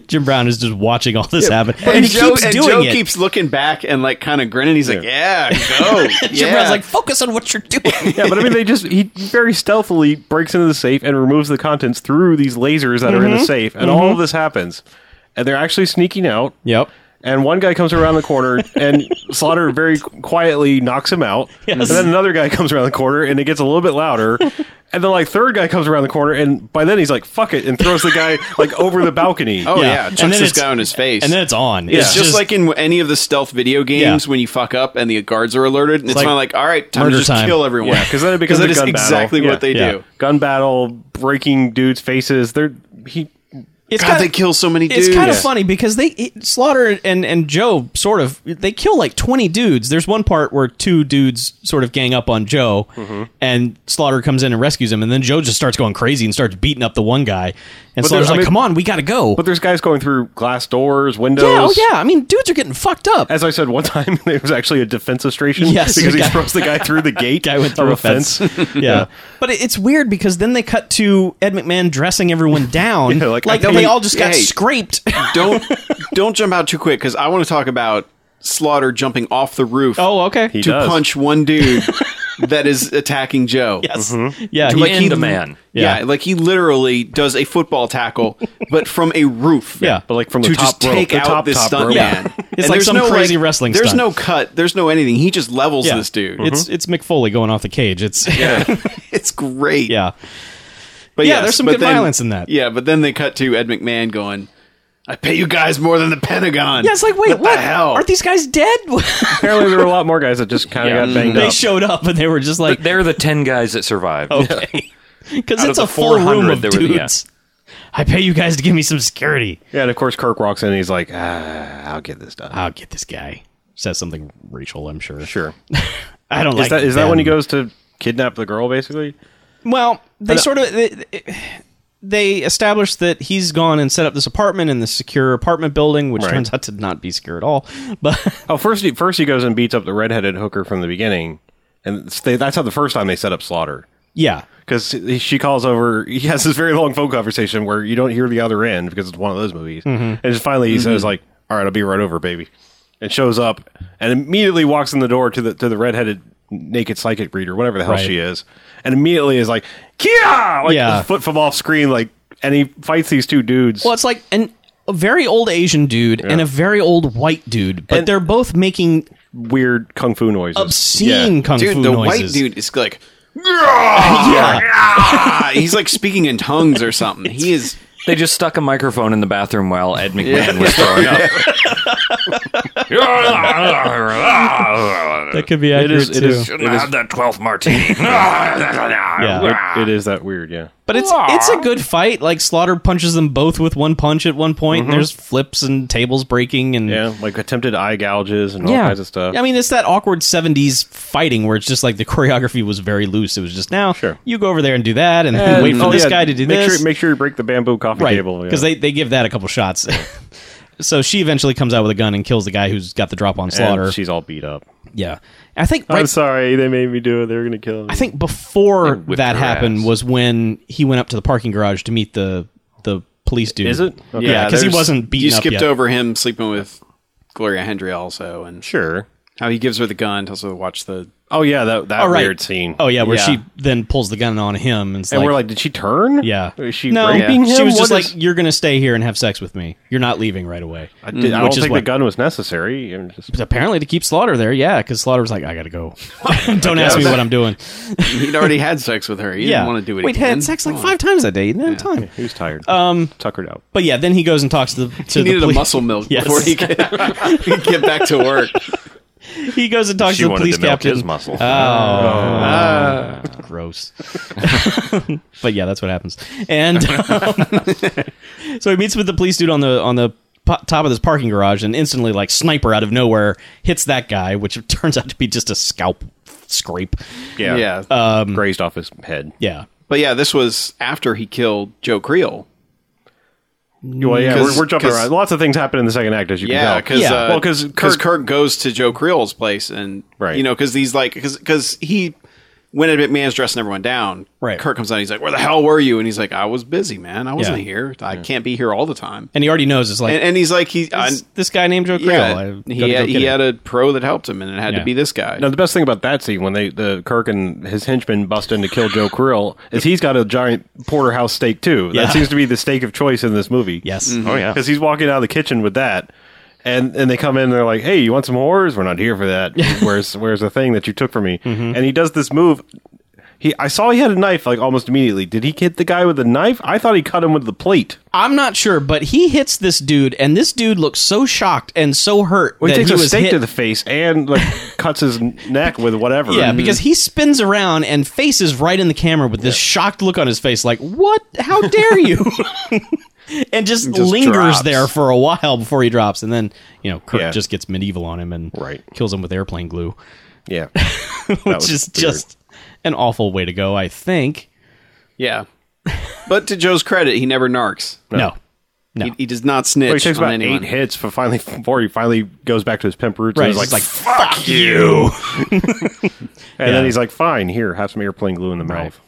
[SPEAKER 5] Jim Brown is just watching all this happen, and, he
[SPEAKER 4] Joe,
[SPEAKER 5] keeps
[SPEAKER 4] and
[SPEAKER 5] doing
[SPEAKER 4] Joe
[SPEAKER 5] it.
[SPEAKER 4] keeps looking back and like kind of grinning. He's like, "Yeah, go."
[SPEAKER 5] Jim
[SPEAKER 4] yeah.
[SPEAKER 5] Brown's like, focus on what you're doing.
[SPEAKER 2] yeah, but I mean, they just he very stealthily breaks into the safe and removes the contents through these lasers that are
[SPEAKER 4] Mm-hmm.
[SPEAKER 2] in the safe, and all of this happens, and they're actually sneaking out.
[SPEAKER 5] yep.
[SPEAKER 2] And one guy comes around the corner, and Slaughter very quietly knocks him out. And then another guy comes around the corner, and it gets a little bit louder. And then like third guy comes around the corner, and by then he's like, "Fuck it," and throws the guy like over the balcony.
[SPEAKER 4] "Oh
[SPEAKER 5] Yeah.
[SPEAKER 4] yeah,
[SPEAKER 5] And
[SPEAKER 4] chucks
[SPEAKER 5] then
[SPEAKER 4] this
[SPEAKER 5] it's-
[SPEAKER 4] guy on his face."
[SPEAKER 5] And then it's on.
[SPEAKER 4] it's just, like in any of the stealth video games
[SPEAKER 5] Yeah.
[SPEAKER 4] when you fuck up and the guards are alerted. And it's
[SPEAKER 5] like
[SPEAKER 4] kind of like, "All right, time
[SPEAKER 5] murder
[SPEAKER 4] to just
[SPEAKER 5] time.
[SPEAKER 4] kill everyone."
[SPEAKER 2] Yeah, because then it becomes
[SPEAKER 4] that
[SPEAKER 2] a
[SPEAKER 4] is
[SPEAKER 2] gun battle.
[SPEAKER 4] exactly
[SPEAKER 2] Yeah.
[SPEAKER 4] what they
[SPEAKER 5] Yeah.
[SPEAKER 4] do.
[SPEAKER 2] gun battle, breaking dudes' faces. They're he
[SPEAKER 5] it's
[SPEAKER 4] God,
[SPEAKER 5] kinda-
[SPEAKER 4] they kill so many dudes.
[SPEAKER 5] It's kind of funny because they it- Slaughter and and Joe sort of they kill like twenty dudes. There's one part where two dudes sort of gang up on Joe,
[SPEAKER 4] Mm-hmm.
[SPEAKER 5] and Slaughter comes in and rescues him, and then Joe just starts going crazy and starts beating up the one guy, and Slaughter's
[SPEAKER 2] I
[SPEAKER 5] like,
[SPEAKER 2] mean-
[SPEAKER 5] "Come on, we gotta go."
[SPEAKER 2] But there's guys going through glass doors,
[SPEAKER 5] yeah, oh
[SPEAKER 2] windows.
[SPEAKER 5] yeah. I mean, dudes are getting fucked up.
[SPEAKER 2] As I said one time, there was actually a defensive station
[SPEAKER 5] Yes,
[SPEAKER 2] because
[SPEAKER 5] the
[SPEAKER 2] he
[SPEAKER 5] guy-
[SPEAKER 2] throws the guy through the gate.
[SPEAKER 5] guy went through
[SPEAKER 2] of
[SPEAKER 5] a fence. yeah. but it, it's weird because then they cut to Ed McMahon dressing everyone down,
[SPEAKER 2] Yeah,
[SPEAKER 5] like,
[SPEAKER 2] like,
[SPEAKER 5] like
[SPEAKER 2] I-
[SPEAKER 5] they all just got
[SPEAKER 4] Hey.
[SPEAKER 5] scraped.
[SPEAKER 4] don't don't jump out too quick because I want to talk about Slaughter jumping off the roof
[SPEAKER 5] oh, okay.
[SPEAKER 2] He
[SPEAKER 4] to
[SPEAKER 2] does.
[SPEAKER 4] punch one dude that is attacking Joe.
[SPEAKER 5] yes, yeah,
[SPEAKER 3] Like
[SPEAKER 5] he-
[SPEAKER 3] he, man.
[SPEAKER 5] Yeah.
[SPEAKER 4] Yeah. like he literally does a football tackle, but from a roof.
[SPEAKER 5] Yeah,
[SPEAKER 2] but like from the
[SPEAKER 4] to
[SPEAKER 2] top
[SPEAKER 4] just
[SPEAKER 2] rope,
[SPEAKER 4] take
[SPEAKER 2] the
[SPEAKER 4] out
[SPEAKER 2] top,
[SPEAKER 4] this
[SPEAKER 2] top
[SPEAKER 4] stunt
[SPEAKER 2] rope.
[SPEAKER 5] Yeah.
[SPEAKER 4] man.
[SPEAKER 5] It's
[SPEAKER 4] And
[SPEAKER 5] like
[SPEAKER 4] there's
[SPEAKER 5] some crazy wrestling
[SPEAKER 4] There's
[SPEAKER 5] stunt. Mm-hmm.
[SPEAKER 4] no cut. There's no anything. He just levels this dude.
[SPEAKER 5] It's it's McFoley going off the cage. It's yeah,
[SPEAKER 4] it's great. but
[SPEAKER 5] Yeah,
[SPEAKER 4] yes,
[SPEAKER 5] there's some
[SPEAKER 4] but
[SPEAKER 5] good violence in that.
[SPEAKER 4] Yeah, but then they cut to Ed McMahon going, "I pay you guys more than the Pentagon."
[SPEAKER 5] Yeah, it's like wait, what?
[SPEAKER 4] the hell?
[SPEAKER 5] Aren't these guys dead?
[SPEAKER 2] Apparently, there were a lot more guys that just kind of
[SPEAKER 3] Yeah.
[SPEAKER 2] got banged
[SPEAKER 5] they
[SPEAKER 2] up.
[SPEAKER 5] showed up and they were just like
[SPEAKER 3] They're the 10 guys that
[SPEAKER 2] Oh,
[SPEAKER 3] survived.
[SPEAKER 5] okay, because
[SPEAKER 3] Out
[SPEAKER 5] it's
[SPEAKER 3] of
[SPEAKER 5] a
[SPEAKER 3] the
[SPEAKER 5] full room
[SPEAKER 3] 400,
[SPEAKER 5] of
[SPEAKER 3] there were- yeah.
[SPEAKER 5] dudes. I pay you guys to give me some security.
[SPEAKER 2] yeah, and of course, Kirk walks in and he's like, ah, "I'll get this done."
[SPEAKER 5] I'll get this guy. Says something racial, I'm sure.
[SPEAKER 2] Sure.
[SPEAKER 5] I don't
[SPEAKER 2] Is
[SPEAKER 5] like
[SPEAKER 2] that is that when he
[SPEAKER 5] them.
[SPEAKER 2] goes to kidnap the girl? Basically,
[SPEAKER 5] Well, they sort of they, they established that he's gone and set up this apartment in the secure apartment building, which
[SPEAKER 2] Right.
[SPEAKER 5] turns out to not be secure at all. But
[SPEAKER 2] oh, first he first he goes and beats up the redheaded hooker from the beginning, and it's- they, that's how the first time they set up Slaughter.
[SPEAKER 5] yeah,
[SPEAKER 2] because she calls over. He has this very long phone conversation where you don't hear the other end because it's one of those movies.
[SPEAKER 5] Mm-hmm.
[SPEAKER 2] And just finally, he says like, "All right, I'll be right over, baby," and shows up and immediately walks in the door to the to the redheaded naked psychic breeder, whatever the hell
[SPEAKER 5] Right.
[SPEAKER 2] she is, and immediately is like, "Kia!" Like
[SPEAKER 5] Yeah.
[SPEAKER 2] foot from off screen, like, and he fights these two dudes.
[SPEAKER 5] Well, it's like an a very old Asian dude and a very old white dude, but
[SPEAKER 2] And-
[SPEAKER 5] they're both making
[SPEAKER 2] weird kung fu noises.
[SPEAKER 5] obscene kung
[SPEAKER 4] dude,
[SPEAKER 5] fu
[SPEAKER 4] the white
[SPEAKER 5] noises.
[SPEAKER 4] dude is like, yeah, he's like speaking in tongues or something. He is.
[SPEAKER 3] They just stuck a microphone in the bathroom while Ed McMahon was throwing up.
[SPEAKER 5] That could be
[SPEAKER 2] It
[SPEAKER 5] accurate
[SPEAKER 2] is. It
[SPEAKER 5] too.
[SPEAKER 2] is.
[SPEAKER 3] Shouldn't have had that 12th martini.
[SPEAKER 5] Yeah.
[SPEAKER 2] It, it is that weird. Yeah.
[SPEAKER 5] But it's it's a good fight. Like Slaughter punches them both with one punch at one point, and there's flips and tables breaking and
[SPEAKER 2] Mm-hmm. Yeah. Like attempted eye gouges and all
[SPEAKER 5] Yeah.
[SPEAKER 2] kinds of stuff.
[SPEAKER 5] I mean, it's that awkward '70s fighting where it's just like the choreography was very loose. It was just now
[SPEAKER 2] Sure.
[SPEAKER 5] you go over there and do that, and, then wait for
[SPEAKER 2] Oh,
[SPEAKER 5] this
[SPEAKER 2] yeah,
[SPEAKER 5] guy to do
[SPEAKER 2] make
[SPEAKER 5] this.
[SPEAKER 2] Sure, make sure you break the bamboo coffee
[SPEAKER 5] right
[SPEAKER 2] table. yeah.
[SPEAKER 5] because they, they give that a couple shots. so she eventually comes out with a gun and kills the guy who's got the drop on
[SPEAKER 2] And
[SPEAKER 5] Slaughter.
[SPEAKER 2] she's all beat up.
[SPEAKER 5] Yeah, I think right.
[SPEAKER 2] I'm sorry, they made me do it. They were gonna kill me.
[SPEAKER 5] I think before
[SPEAKER 3] whipped
[SPEAKER 5] that
[SPEAKER 3] her
[SPEAKER 5] happened
[SPEAKER 3] ass.
[SPEAKER 5] was when he went up to the parking garage to meet the the police dude.
[SPEAKER 2] Is it? Okay.
[SPEAKER 5] Yeah, because he
[SPEAKER 4] there's-
[SPEAKER 5] wasn't beaten
[SPEAKER 4] You
[SPEAKER 5] up
[SPEAKER 4] skipped
[SPEAKER 5] yet.
[SPEAKER 4] over him sleeping with Gloria Hendry also, and
[SPEAKER 2] sure.
[SPEAKER 4] how he gives her the gun, tells her to watch the.
[SPEAKER 2] Oh yeah, that that
[SPEAKER 5] Oh, right.
[SPEAKER 2] weird scene.
[SPEAKER 5] Oh yeah, where
[SPEAKER 4] Yeah.
[SPEAKER 5] she then pulls the gun on him and, it's
[SPEAKER 2] and we're like, did she turn?
[SPEAKER 5] yeah,
[SPEAKER 2] Is she
[SPEAKER 5] no,
[SPEAKER 2] raping him?
[SPEAKER 5] She was
[SPEAKER 2] What
[SPEAKER 5] just
[SPEAKER 2] is-
[SPEAKER 5] like, "You're gonna stay here and have sex with me. You're not leaving right away."
[SPEAKER 2] I, did, I don't
[SPEAKER 5] which is
[SPEAKER 2] think
[SPEAKER 5] what-
[SPEAKER 2] the gun was necessary. I'm just-
[SPEAKER 5] Apparently, to keep Slaughter there, yeah, because Slaughter was like, "I gotta go. Don't ask me what I'm doing."
[SPEAKER 4] He'd already had sex with her. He
[SPEAKER 5] yeah,
[SPEAKER 4] didn't want to do it.
[SPEAKER 5] We'd
[SPEAKER 4] again.
[SPEAKER 5] had sex like five times that day. He didn't have time.
[SPEAKER 2] he was tired. Um, tuckered out.
[SPEAKER 5] But yeah, then he goes and talks to the to
[SPEAKER 4] He
[SPEAKER 5] the
[SPEAKER 4] needed a
[SPEAKER 5] police-
[SPEAKER 4] muscle milk
[SPEAKER 5] Yes.
[SPEAKER 4] before he could, he could get back to work.
[SPEAKER 5] He goes and talks
[SPEAKER 3] She
[SPEAKER 5] to the
[SPEAKER 3] wanted
[SPEAKER 5] police
[SPEAKER 3] to milk
[SPEAKER 5] captain. Uh,
[SPEAKER 3] his muscle.
[SPEAKER 5] gross. but yeah, that's what happens. And um, so he meets with the police dude on the on the po- top of this parking garage, and instantly, like sniper out of nowhere, hits that guy, which turns out to be just a scalp scrape.
[SPEAKER 2] Yeah,
[SPEAKER 4] Yeah.
[SPEAKER 5] Uh, um,
[SPEAKER 2] grazed off his head.
[SPEAKER 5] Yeah.
[SPEAKER 4] But yeah, this was after he killed Joe Creel.
[SPEAKER 2] Well, yeah, we're,
[SPEAKER 4] Because-
[SPEAKER 2] we're jumping
[SPEAKER 4] 'cause-
[SPEAKER 2] around. Lots of things happen in the second act, as you
[SPEAKER 4] Yeah,
[SPEAKER 2] can tell.
[SPEAKER 4] because
[SPEAKER 5] Yeah.
[SPEAKER 4] uh,
[SPEAKER 2] well, because
[SPEAKER 4] Kirk,
[SPEAKER 2] Kirk,
[SPEAKER 4] goes to Joe Creel's place, and
[SPEAKER 2] Right.
[SPEAKER 4] you know, because these like because he when Ed McMahon's dressing everyone down,
[SPEAKER 5] Right.
[SPEAKER 4] Kirk comes out, he's like, "Where the hell were you?" And he's like, "I was busy, man. I wasn't
[SPEAKER 5] Yeah.
[SPEAKER 4] here. I can't be here all the time."
[SPEAKER 5] and he already knows it's like
[SPEAKER 4] And, and he's like, "He, I,
[SPEAKER 5] "This- this guy named Joe Creel. I
[SPEAKER 4] yeah,
[SPEAKER 5] gotta go
[SPEAKER 4] he had,
[SPEAKER 5] get
[SPEAKER 4] he
[SPEAKER 5] him."
[SPEAKER 4] had a pro that helped him, and it had
[SPEAKER 5] Yeah.
[SPEAKER 4] to be this guy."
[SPEAKER 2] Now the best thing about that scene when they the Kirk and his henchmen bust in to kill Joe Krill is he's got a giant porterhouse steak too.
[SPEAKER 5] Yeah.
[SPEAKER 2] That seems to be the steak of choice in this movie.
[SPEAKER 5] yes.
[SPEAKER 3] Oh yeah.
[SPEAKER 2] because he's walking out of the kitchen with that, and and they come in and they're like, "Hey, you want some horrors? We're not here for that. where's where's the thing that you took from me?"
[SPEAKER 5] Mm-hmm.
[SPEAKER 2] And he does this move. He I saw he had a knife like almost immediately. Did he hit the guy with the knife? I thought he cut him with the plate.
[SPEAKER 5] I'm not sure, but he hits this dude, and this dude looks so shocked and so hurt
[SPEAKER 2] Well, he
[SPEAKER 5] that
[SPEAKER 2] takes
[SPEAKER 5] he
[SPEAKER 2] a
[SPEAKER 5] was
[SPEAKER 2] stake
[SPEAKER 5] hit.
[SPEAKER 2] to the face and like cuts his neck with whatever.
[SPEAKER 5] yeah, because he spins around and faces right in the camera with this shocked look on his face, like "What? How dare you?" and just,
[SPEAKER 4] just
[SPEAKER 5] lingers
[SPEAKER 4] drops.
[SPEAKER 5] there for a while before he drops, and then you know Kirk
[SPEAKER 2] Yeah.
[SPEAKER 5] just gets medieval on him and
[SPEAKER 2] Right.
[SPEAKER 5] kills him with airplane glue,
[SPEAKER 2] yeah,
[SPEAKER 5] which is just an awful way to go. I think
[SPEAKER 4] yeah, but to Joe's credit, he never narcs.
[SPEAKER 5] no.
[SPEAKER 4] He, he does not snitch
[SPEAKER 2] Well, he takes
[SPEAKER 4] on
[SPEAKER 2] about
[SPEAKER 4] anyone.
[SPEAKER 2] eight hits for finally before he finally goes back to his pimp roots.
[SPEAKER 5] Right,
[SPEAKER 2] and
[SPEAKER 5] he's
[SPEAKER 2] he's
[SPEAKER 5] like,
[SPEAKER 2] like,
[SPEAKER 5] "Fuck you!"
[SPEAKER 2] and then he's like, "Fine, here, have some airplane glue in the mouth."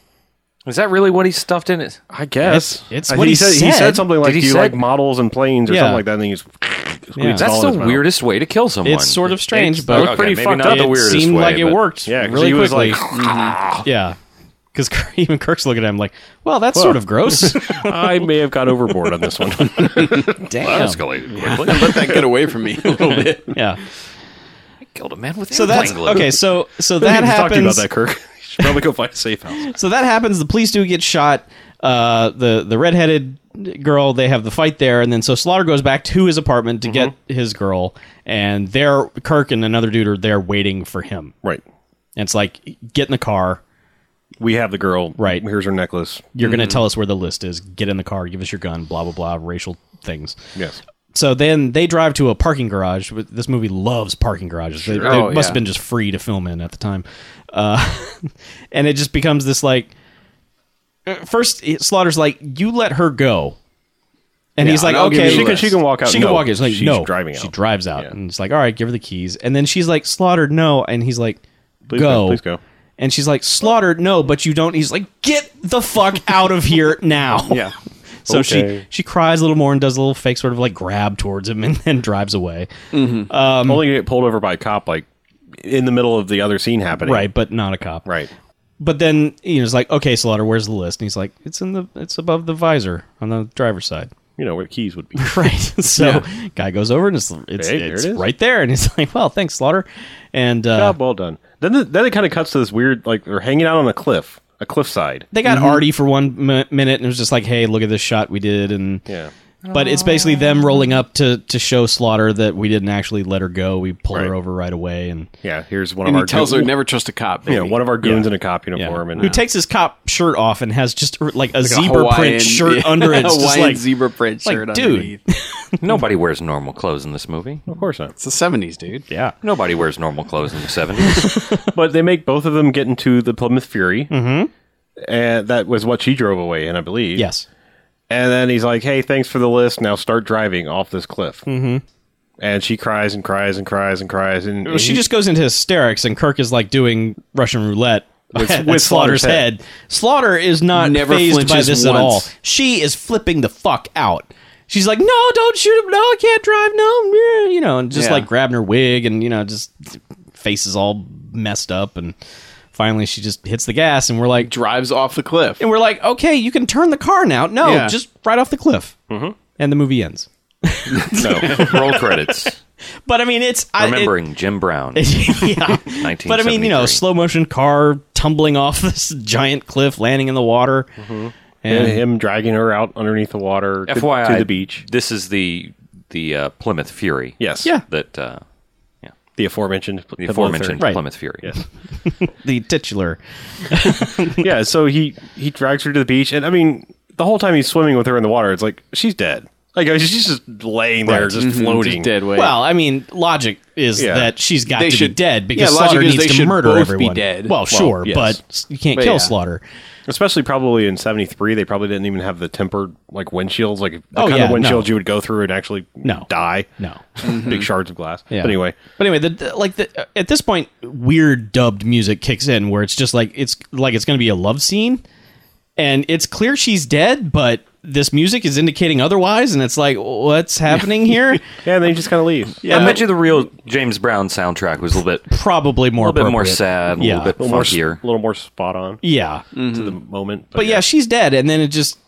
[SPEAKER 3] Is that really what he stuffed in it?
[SPEAKER 2] I guess
[SPEAKER 5] It's- it's
[SPEAKER 2] I-
[SPEAKER 5] what he
[SPEAKER 2] said. Uh, He
[SPEAKER 5] said.
[SPEAKER 2] said something like,
[SPEAKER 3] Did he
[SPEAKER 2] "Do you
[SPEAKER 3] said-
[SPEAKER 2] like models and planes or
[SPEAKER 5] Yeah.
[SPEAKER 2] something like that?" And then he's
[SPEAKER 5] Yeah.
[SPEAKER 3] That's the weirdest way to kill someone.
[SPEAKER 5] It's sort of strange,
[SPEAKER 3] It's-
[SPEAKER 5] but
[SPEAKER 3] okay,
[SPEAKER 2] pretty
[SPEAKER 3] maybe
[SPEAKER 2] fucked
[SPEAKER 3] not
[SPEAKER 2] up.
[SPEAKER 3] The
[SPEAKER 5] it
[SPEAKER 3] weirdest
[SPEAKER 5] seemed
[SPEAKER 3] way,
[SPEAKER 5] like it
[SPEAKER 3] but-
[SPEAKER 5] worked.
[SPEAKER 2] Yeah, 'cause
[SPEAKER 5] really
[SPEAKER 2] he was
[SPEAKER 5] quickly. Mm-hmm.
[SPEAKER 2] like,
[SPEAKER 5] yeah, because even Kirk's looking at him like, "Well, that's sort of gross."
[SPEAKER 2] "I may have got overboard on this one."
[SPEAKER 5] Damn.
[SPEAKER 3] Escalated
[SPEAKER 4] Let
[SPEAKER 3] quickly.
[SPEAKER 4] that get away from me a little bit.
[SPEAKER 5] Yeah.
[SPEAKER 3] Killed a man with
[SPEAKER 5] So that's
[SPEAKER 3] airplane glue.
[SPEAKER 5] okay. So so that
[SPEAKER 2] Talk to you about
[SPEAKER 5] happens.
[SPEAKER 2] that, Kirk. You should probably go find a safe house.
[SPEAKER 5] So that happens. The police do get shot. Uh, the the redheaded girl. They have the fight there, and then so Slaughter goes back to his apartment to get his girl, and there Kirk and another dude are there waiting for him.
[SPEAKER 2] Right.
[SPEAKER 5] And it's like, get in the car.
[SPEAKER 2] We have the girl.
[SPEAKER 5] Right.
[SPEAKER 2] Here's her necklace.
[SPEAKER 5] You're going to tell us where the list is. Get in the car. Give us your gun. Blah blah blah. Racial things.
[SPEAKER 2] Yes.
[SPEAKER 5] so then they drive to a parking garage. But This movie loves parking garages. They, they
[SPEAKER 4] Oh,
[SPEAKER 5] must
[SPEAKER 4] yeah.
[SPEAKER 5] have been just free to film in at the time, uh, and it just becomes this like. uh, First, it- Slaughter's like, "You let her go," and he's
[SPEAKER 4] Yeah,
[SPEAKER 5] like,
[SPEAKER 4] and I'll give
[SPEAKER 5] "Okay,
[SPEAKER 4] you
[SPEAKER 2] She can, she can walk out.
[SPEAKER 5] She can
[SPEAKER 2] No,
[SPEAKER 5] walk. out. It's like,
[SPEAKER 2] she's
[SPEAKER 5] no,
[SPEAKER 2] driving
[SPEAKER 5] She
[SPEAKER 2] out.
[SPEAKER 5] drives out,
[SPEAKER 2] Yeah.
[SPEAKER 5] and it's like, "All right, give her the keys." And then she's like, "Slaughter, no," and he's like,
[SPEAKER 2] Please
[SPEAKER 5] "Go,
[SPEAKER 2] go, please go.
[SPEAKER 5] And she's like, "Slaughter, no, but you don't." He's like, "Get the fuck out of here now!"
[SPEAKER 4] Yeah,
[SPEAKER 5] So
[SPEAKER 2] Okay.
[SPEAKER 5] she she cries a little more and does a little fake sort of like grab towards him and then drives away.
[SPEAKER 2] Only get pulled over by a cop like in the middle of the other scene happening.
[SPEAKER 5] Right, but not a cop.
[SPEAKER 2] Right.
[SPEAKER 5] But then you know it's like, okay, Slaughter, where's the list? And he's like, it's in the it's above the visor on the driver's side.
[SPEAKER 2] You know where the keys would be.
[SPEAKER 5] Right. So guy goes over and it's it's,
[SPEAKER 2] Hey, there
[SPEAKER 5] it's
[SPEAKER 2] it is.
[SPEAKER 5] right there and he's like, well, thanks, Slaughter. And uh,
[SPEAKER 2] Job well done. Then the, then it kind of cuts to this weird like they're hanging out on a cliff, a cliffside.
[SPEAKER 5] they got Artie for one mi- minute and it was just like, hey, look at this shot we did and
[SPEAKER 2] Yeah.
[SPEAKER 5] But it's basically them rolling up to to show Slaughter that we didn't actually let her go. We pulled her
[SPEAKER 2] Right.
[SPEAKER 5] over right away and
[SPEAKER 2] Yeah. Here's one
[SPEAKER 4] and
[SPEAKER 2] of
[SPEAKER 4] he
[SPEAKER 2] our
[SPEAKER 4] tells
[SPEAKER 2] goo-
[SPEAKER 4] her never trust a cop.
[SPEAKER 2] you know
[SPEAKER 4] baby.
[SPEAKER 2] one of our goons
[SPEAKER 5] Yeah.
[SPEAKER 2] in a cop
[SPEAKER 5] Yeah.
[SPEAKER 2] uniform and
[SPEAKER 5] who takes his cop shirt off and has just er, like
[SPEAKER 4] Like
[SPEAKER 5] a
[SPEAKER 4] a
[SPEAKER 5] zebra
[SPEAKER 4] Hawaiian-
[SPEAKER 5] print shirt under it. It's just
[SPEAKER 4] Hawaiian
[SPEAKER 5] like-
[SPEAKER 4] zebra print
[SPEAKER 5] like,
[SPEAKER 4] shirt
[SPEAKER 5] dude.
[SPEAKER 4] underneath.
[SPEAKER 3] Nobody wears normal clothes in this movie.
[SPEAKER 2] Of course not.
[SPEAKER 4] It's the seventies, dude.
[SPEAKER 2] Yeah.
[SPEAKER 3] Nobody wears normal clothes in the 70s.
[SPEAKER 2] But they make both of them get into the Plymouth Fury. Mm-hmm. And that was what she drove away in, I believe.
[SPEAKER 5] yes,
[SPEAKER 2] And then he's like, hey, thanks for the list. Now start driving off this cliff. Mm-hmm. And she cries and cries and cries and cries. And, and
[SPEAKER 5] she
[SPEAKER 2] he-
[SPEAKER 5] just goes into hysterics, and Kirk is like doing Russian roulette.
[SPEAKER 2] With-
[SPEAKER 5] at
[SPEAKER 2] with Slaughter's
[SPEAKER 5] Slaughter's head.
[SPEAKER 2] head.
[SPEAKER 5] Slaughter is not
[SPEAKER 4] Never
[SPEAKER 5] phased by
[SPEAKER 4] flinches
[SPEAKER 5] this at all.
[SPEAKER 4] once.
[SPEAKER 5] She is flipping the fuck out. She's like, "No, don't shoot him! No, I can't drive! No, you know," and just
[SPEAKER 4] Yeah.
[SPEAKER 5] like grabbing her wig, and you know, just faces all messed up, and finally she just hits the gas, and we're like,
[SPEAKER 4] Drives off the cliff.
[SPEAKER 5] and we're like, okay, you can turn the car now. No,
[SPEAKER 4] Yeah.
[SPEAKER 5] just right off the cliff, mm-hmm. and the movie ends.
[SPEAKER 3] no. Roll credits.
[SPEAKER 5] But I mean, it's I, it-
[SPEAKER 3] Remembering Jim Brown.
[SPEAKER 5] yeah. But I mean, you know,
[SPEAKER 3] 1973.
[SPEAKER 5] slow motion car tumbling off this giant cliff, landing in the water,
[SPEAKER 4] Mm-hmm.
[SPEAKER 2] and
[SPEAKER 5] and
[SPEAKER 2] him dragging her out underneath the water to-
[SPEAKER 3] FYI,
[SPEAKER 2] to the beach.
[SPEAKER 3] This is the the uh, Plymouth Fury.
[SPEAKER 2] Yes.
[SPEAKER 5] Yeah.
[SPEAKER 3] That uh,
[SPEAKER 2] The aforementioned.
[SPEAKER 3] the aforementioned
[SPEAKER 5] Right.
[SPEAKER 3] Plymouth Fury.
[SPEAKER 2] Yes.
[SPEAKER 5] the titular.
[SPEAKER 2] yeah. So he, he drags her to the beach. And I mean, the whole time he's swimming with her in the water, it's like, she's dead. Like she's just laying there, just
[SPEAKER 5] Mm-hmm.
[SPEAKER 2] floating.
[SPEAKER 4] Just dead weight.
[SPEAKER 5] Well, I mean, logic is
[SPEAKER 2] Yeah.
[SPEAKER 5] that she's got
[SPEAKER 4] They
[SPEAKER 5] to be
[SPEAKER 4] should-
[SPEAKER 5] dead
[SPEAKER 4] yeah,
[SPEAKER 5] because
[SPEAKER 4] logic
[SPEAKER 5] Slaughter
[SPEAKER 4] is
[SPEAKER 5] needs
[SPEAKER 4] they
[SPEAKER 5] to
[SPEAKER 4] should
[SPEAKER 5] murder
[SPEAKER 4] both be
[SPEAKER 5] everyone.
[SPEAKER 4] dead.
[SPEAKER 5] Well, sure,
[SPEAKER 2] yes.
[SPEAKER 5] but you can't
[SPEAKER 4] But
[SPEAKER 5] kill
[SPEAKER 4] yeah.
[SPEAKER 5] Slaughter.
[SPEAKER 2] Especially probably in '73, they probably didn't even have the tempered like windshields, like the
[SPEAKER 5] Oh,
[SPEAKER 2] kind
[SPEAKER 5] yeah,
[SPEAKER 2] of
[SPEAKER 5] no.
[SPEAKER 2] windshield you would go through and actually
[SPEAKER 5] No.
[SPEAKER 2] die.
[SPEAKER 5] No.
[SPEAKER 4] Mm-hmm.
[SPEAKER 2] big shards of glass.
[SPEAKER 5] Yeah.
[SPEAKER 2] But anyway,
[SPEAKER 5] but anyway, the, the- like the, at this point, weird dubbed music kicks in where it's just like it's like it's going to be a love scene, and it's clear she's dead, but this music is indicating otherwise, and it's like what's happening here?
[SPEAKER 2] yeah, and then you just kind of leave.
[SPEAKER 3] Yeah, I bet you the real James Brown soundtrack was a little bit,
[SPEAKER 5] Probably more
[SPEAKER 3] a little bit more
[SPEAKER 5] appropriate.
[SPEAKER 3] sad, Mm. a
[SPEAKER 5] Yeah.
[SPEAKER 3] little bit
[SPEAKER 2] a little more,
[SPEAKER 3] funkier.
[SPEAKER 2] a little more spot on
[SPEAKER 5] Yeah,
[SPEAKER 2] to
[SPEAKER 4] Mm-hmm.
[SPEAKER 2] the moment.
[SPEAKER 5] but yeah, she's dead, and then it just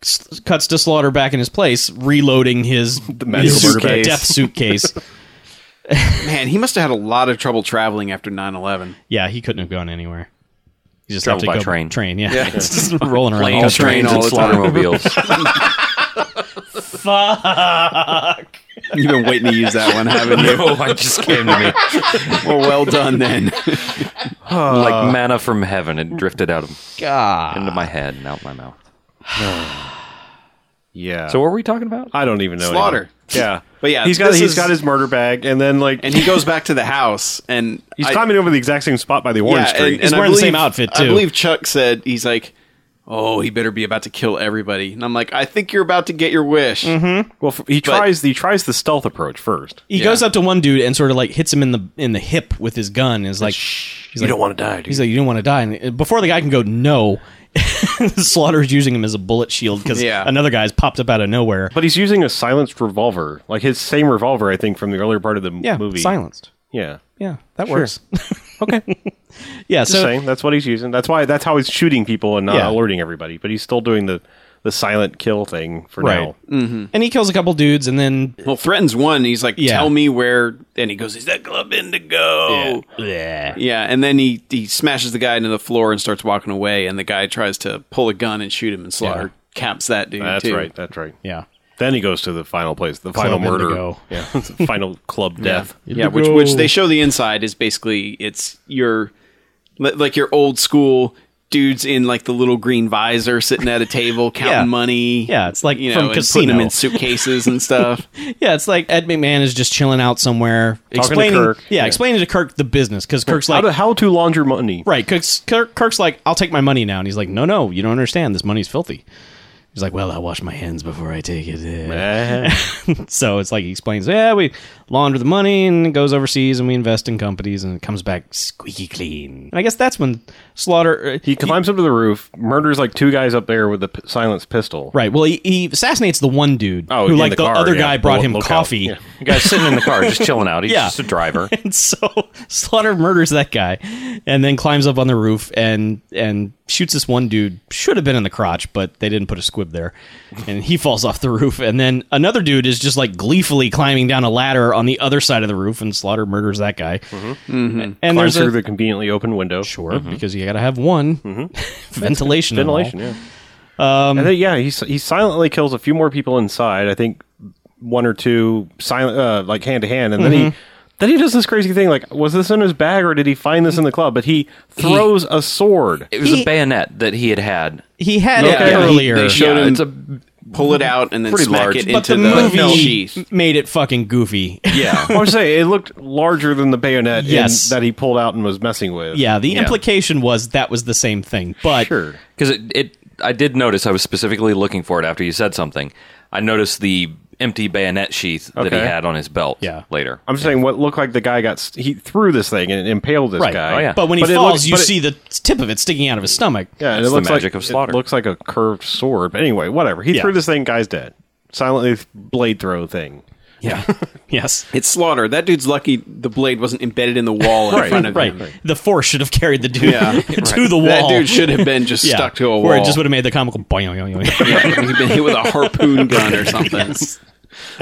[SPEAKER 5] s- cuts to Slaughter back in his place, reloading his,
[SPEAKER 2] magical
[SPEAKER 5] his
[SPEAKER 4] murder bag.
[SPEAKER 5] death suitcase.
[SPEAKER 4] Man, he must have had a lot of trouble traveling after 9-11.
[SPEAKER 5] yeah, he couldn't have gone anywhere. He just
[SPEAKER 3] Traveled
[SPEAKER 5] have to
[SPEAKER 3] by
[SPEAKER 5] go
[SPEAKER 3] train.
[SPEAKER 5] Train, yeah, It's just rolling around.
[SPEAKER 3] Planes,
[SPEAKER 4] train
[SPEAKER 3] trains,
[SPEAKER 4] all
[SPEAKER 3] and
[SPEAKER 4] the time.
[SPEAKER 3] slaughtermobiles.
[SPEAKER 4] You've been waiting to use that one, haven't you?
[SPEAKER 3] no, I Oh, just came to me
[SPEAKER 4] Well, well done then.
[SPEAKER 3] like manna from heaven. It drifted out of
[SPEAKER 5] God.
[SPEAKER 3] into my head and out my mouth.
[SPEAKER 2] yeah.
[SPEAKER 3] So, what were we talking about?
[SPEAKER 2] I don't even know.
[SPEAKER 4] Slaughter.
[SPEAKER 2] anymore. Yeah,
[SPEAKER 4] But yeah,
[SPEAKER 2] he's got
[SPEAKER 4] this
[SPEAKER 2] he's
[SPEAKER 4] is-
[SPEAKER 2] got his murder bag, and then like
[SPEAKER 4] And he goes back to the house and
[SPEAKER 2] he's
[SPEAKER 4] I-
[SPEAKER 2] climbing over the exact same spot by the orange tree.
[SPEAKER 5] He's
[SPEAKER 4] I
[SPEAKER 5] wearing the same outfit,
[SPEAKER 4] I
[SPEAKER 5] too.
[SPEAKER 4] believe Chuck said he's like, "Oh, he better be about to kill everybody." And I'm like, "I think you're about to get your wish."
[SPEAKER 5] Mm-hmm.
[SPEAKER 2] well, f- he tries he tries the stealth approach first.
[SPEAKER 5] He
[SPEAKER 4] Yeah.
[SPEAKER 5] goes up to one dude and sort of like hits him in the in the hip with his gun. And is like, he's like,
[SPEAKER 2] want to die, dude.
[SPEAKER 5] he's like, you don't want to die. And uh, before the guy can go, no, Slaughter's using him as a bullet shield because
[SPEAKER 4] Yeah.
[SPEAKER 5] another guy's popped up out of nowhere.
[SPEAKER 2] but he's using a silenced revolver, like his same revolver, I think, from the earlier part of the m-
[SPEAKER 5] yeah,
[SPEAKER 2] movie.
[SPEAKER 5] silenced.
[SPEAKER 2] Yeah.
[SPEAKER 5] Yeah, that
[SPEAKER 2] Sure.
[SPEAKER 5] works. okay. yeah.
[SPEAKER 2] Just
[SPEAKER 5] so
[SPEAKER 2] saying, that's what he's using. That's why that's how he's shooting people and not
[SPEAKER 5] Yeah.
[SPEAKER 2] alerting everybody. But he's still doing the the silent kill thing for
[SPEAKER 5] Right. Mm,
[SPEAKER 2] now.
[SPEAKER 5] and he kills a couple dudes, and then
[SPEAKER 4] Well, threatens one. He's like,
[SPEAKER 5] Yeah.
[SPEAKER 4] "Tell me where." And he goes, "Is that Club Indigo?" Yeah. And then he he smashes the guy into the floor and starts walking away. And the guy tries to pull a gun and shoot him. And Slaughter caps that dude.
[SPEAKER 2] That's
[SPEAKER 4] too.
[SPEAKER 2] right. That's right.
[SPEAKER 5] yeah,
[SPEAKER 2] Then he goes to the final place, the final murder.
[SPEAKER 5] Indigo.
[SPEAKER 2] Yeah. final club death.
[SPEAKER 4] Yeah, which which they show the inside is basically it's your li- like your old school dudes in like the little green visor sitting at a table counting money.
[SPEAKER 5] Yeah, it's like
[SPEAKER 4] you
[SPEAKER 5] from
[SPEAKER 4] know, and putting them
[SPEAKER 5] Casino.
[SPEAKER 4] in suitcases and stuff.
[SPEAKER 5] yeah. It's like Ed McMahon is just chilling out somewhere,
[SPEAKER 2] to
[SPEAKER 5] explaining,
[SPEAKER 2] Kirk.
[SPEAKER 5] yeah, explaining to Kirk the business because Kirk's
[SPEAKER 2] how,
[SPEAKER 5] like,
[SPEAKER 2] to, how to launder money.
[SPEAKER 5] Right. Kirk's, Kirk, Kirk's like, I'll take my money now. And he's like, no, no, you don't understand. This money's filthy. He's like, well, I wash my hands before I take it. Eh. So it's like he explains, yeah, we launder the money and it goes overseas and we invest in companies and it comes back squeaky clean. And I guess that's when Slaughter. uh,
[SPEAKER 2] He climbs up to the roof, murders like two guys up there with the p- silenced pistol.
[SPEAKER 5] Right. Well, he, he assassinates the one dude
[SPEAKER 2] Oh,
[SPEAKER 5] who,
[SPEAKER 2] in
[SPEAKER 5] like,
[SPEAKER 2] the
[SPEAKER 5] the,
[SPEAKER 2] car,
[SPEAKER 5] other
[SPEAKER 2] yeah.
[SPEAKER 5] guy brought
[SPEAKER 2] Lo-
[SPEAKER 5] him
[SPEAKER 2] lookout.
[SPEAKER 5] coffee.
[SPEAKER 2] Yeah.
[SPEAKER 3] The guy's sitting in the car, just chilling out. He's
[SPEAKER 5] Yeah.
[SPEAKER 3] just a driver.
[SPEAKER 5] And so Slaughter murders that guy and then climbs up on the roof and and shoots this one dude. Should have been in the crotch, but they didn't put a squib there. And he falls off the roof. And then another dude is just like gleefully climbing down a ladder on the other side of the roof, and Slaughter murders that guy. And,
[SPEAKER 2] Mm-hmm. Climbs
[SPEAKER 5] there's
[SPEAKER 2] through
[SPEAKER 5] a,
[SPEAKER 2] the conveniently open window.
[SPEAKER 5] sure because you got to have one ventilation. and all.
[SPEAKER 2] Ventilation, yeah. Um, and then, yeah, he, s- he silently kills a few more people inside. I think one or two silent, uh, like hand to hand, and then he
[SPEAKER 5] Mm-hmm.
[SPEAKER 2] then he does this crazy thing. Like, was this in his bag or did he find this in the club? But he throws a sword.
[SPEAKER 3] It was
[SPEAKER 5] He-
[SPEAKER 3] a bayonet that he had had.
[SPEAKER 5] He had
[SPEAKER 4] Yeah,
[SPEAKER 5] it
[SPEAKER 4] yeah.
[SPEAKER 5] earlier.
[SPEAKER 4] They showed
[SPEAKER 3] Yeah,
[SPEAKER 4] him
[SPEAKER 3] it's a-
[SPEAKER 4] pull it out and then
[SPEAKER 3] Pretty
[SPEAKER 4] smack
[SPEAKER 3] large.
[SPEAKER 4] it
[SPEAKER 5] but
[SPEAKER 4] into
[SPEAKER 5] the
[SPEAKER 4] the,
[SPEAKER 5] movie
[SPEAKER 4] sheath.
[SPEAKER 5] made it fucking goofy.
[SPEAKER 3] Yeah.
[SPEAKER 2] I would say it looked larger than the bayonet in-
[SPEAKER 5] Yes.
[SPEAKER 2] that he pulled out and was messing with.
[SPEAKER 5] yeah, the implication was that was the same thing, but
[SPEAKER 2] sure.
[SPEAKER 3] because it, it i did notice i was specifically looking for it after you said something i noticed the empty bayonet sheath that he
[SPEAKER 2] Okay.
[SPEAKER 3] had on his belt
[SPEAKER 5] Yeah.
[SPEAKER 3] later
[SPEAKER 2] I'm just saying what looked like the guy got st- he threw this thing and impaled this
[SPEAKER 5] Right.
[SPEAKER 2] guy.
[SPEAKER 3] Oh, yeah.
[SPEAKER 5] But when he
[SPEAKER 2] But it
[SPEAKER 5] falls,
[SPEAKER 2] looks-
[SPEAKER 5] you
[SPEAKER 2] but it-
[SPEAKER 5] see the tip of it sticking out of his stomach.
[SPEAKER 2] Yeah, and it
[SPEAKER 3] That's the
[SPEAKER 2] looks like
[SPEAKER 3] magic of slaughter.
[SPEAKER 2] It looks like a curved sword. But anyway, whatever. He
[SPEAKER 5] Yeah.
[SPEAKER 2] threw this thing. Guy's dead. Silently th- blade throw thing.
[SPEAKER 5] Yeah. yes.
[SPEAKER 4] It's slaughter. That dude's lucky the blade wasn't embedded in the wall in front of
[SPEAKER 5] Right.
[SPEAKER 4] him.
[SPEAKER 5] The force should have carried the dude
[SPEAKER 4] Yeah.
[SPEAKER 5] to the wall.
[SPEAKER 4] That dude should have been just
[SPEAKER 5] Yeah.
[SPEAKER 4] stuck to a wall.
[SPEAKER 5] Where it just would have made the comical boing.
[SPEAKER 4] yeah, he'd been hit with a harpoon gun or something.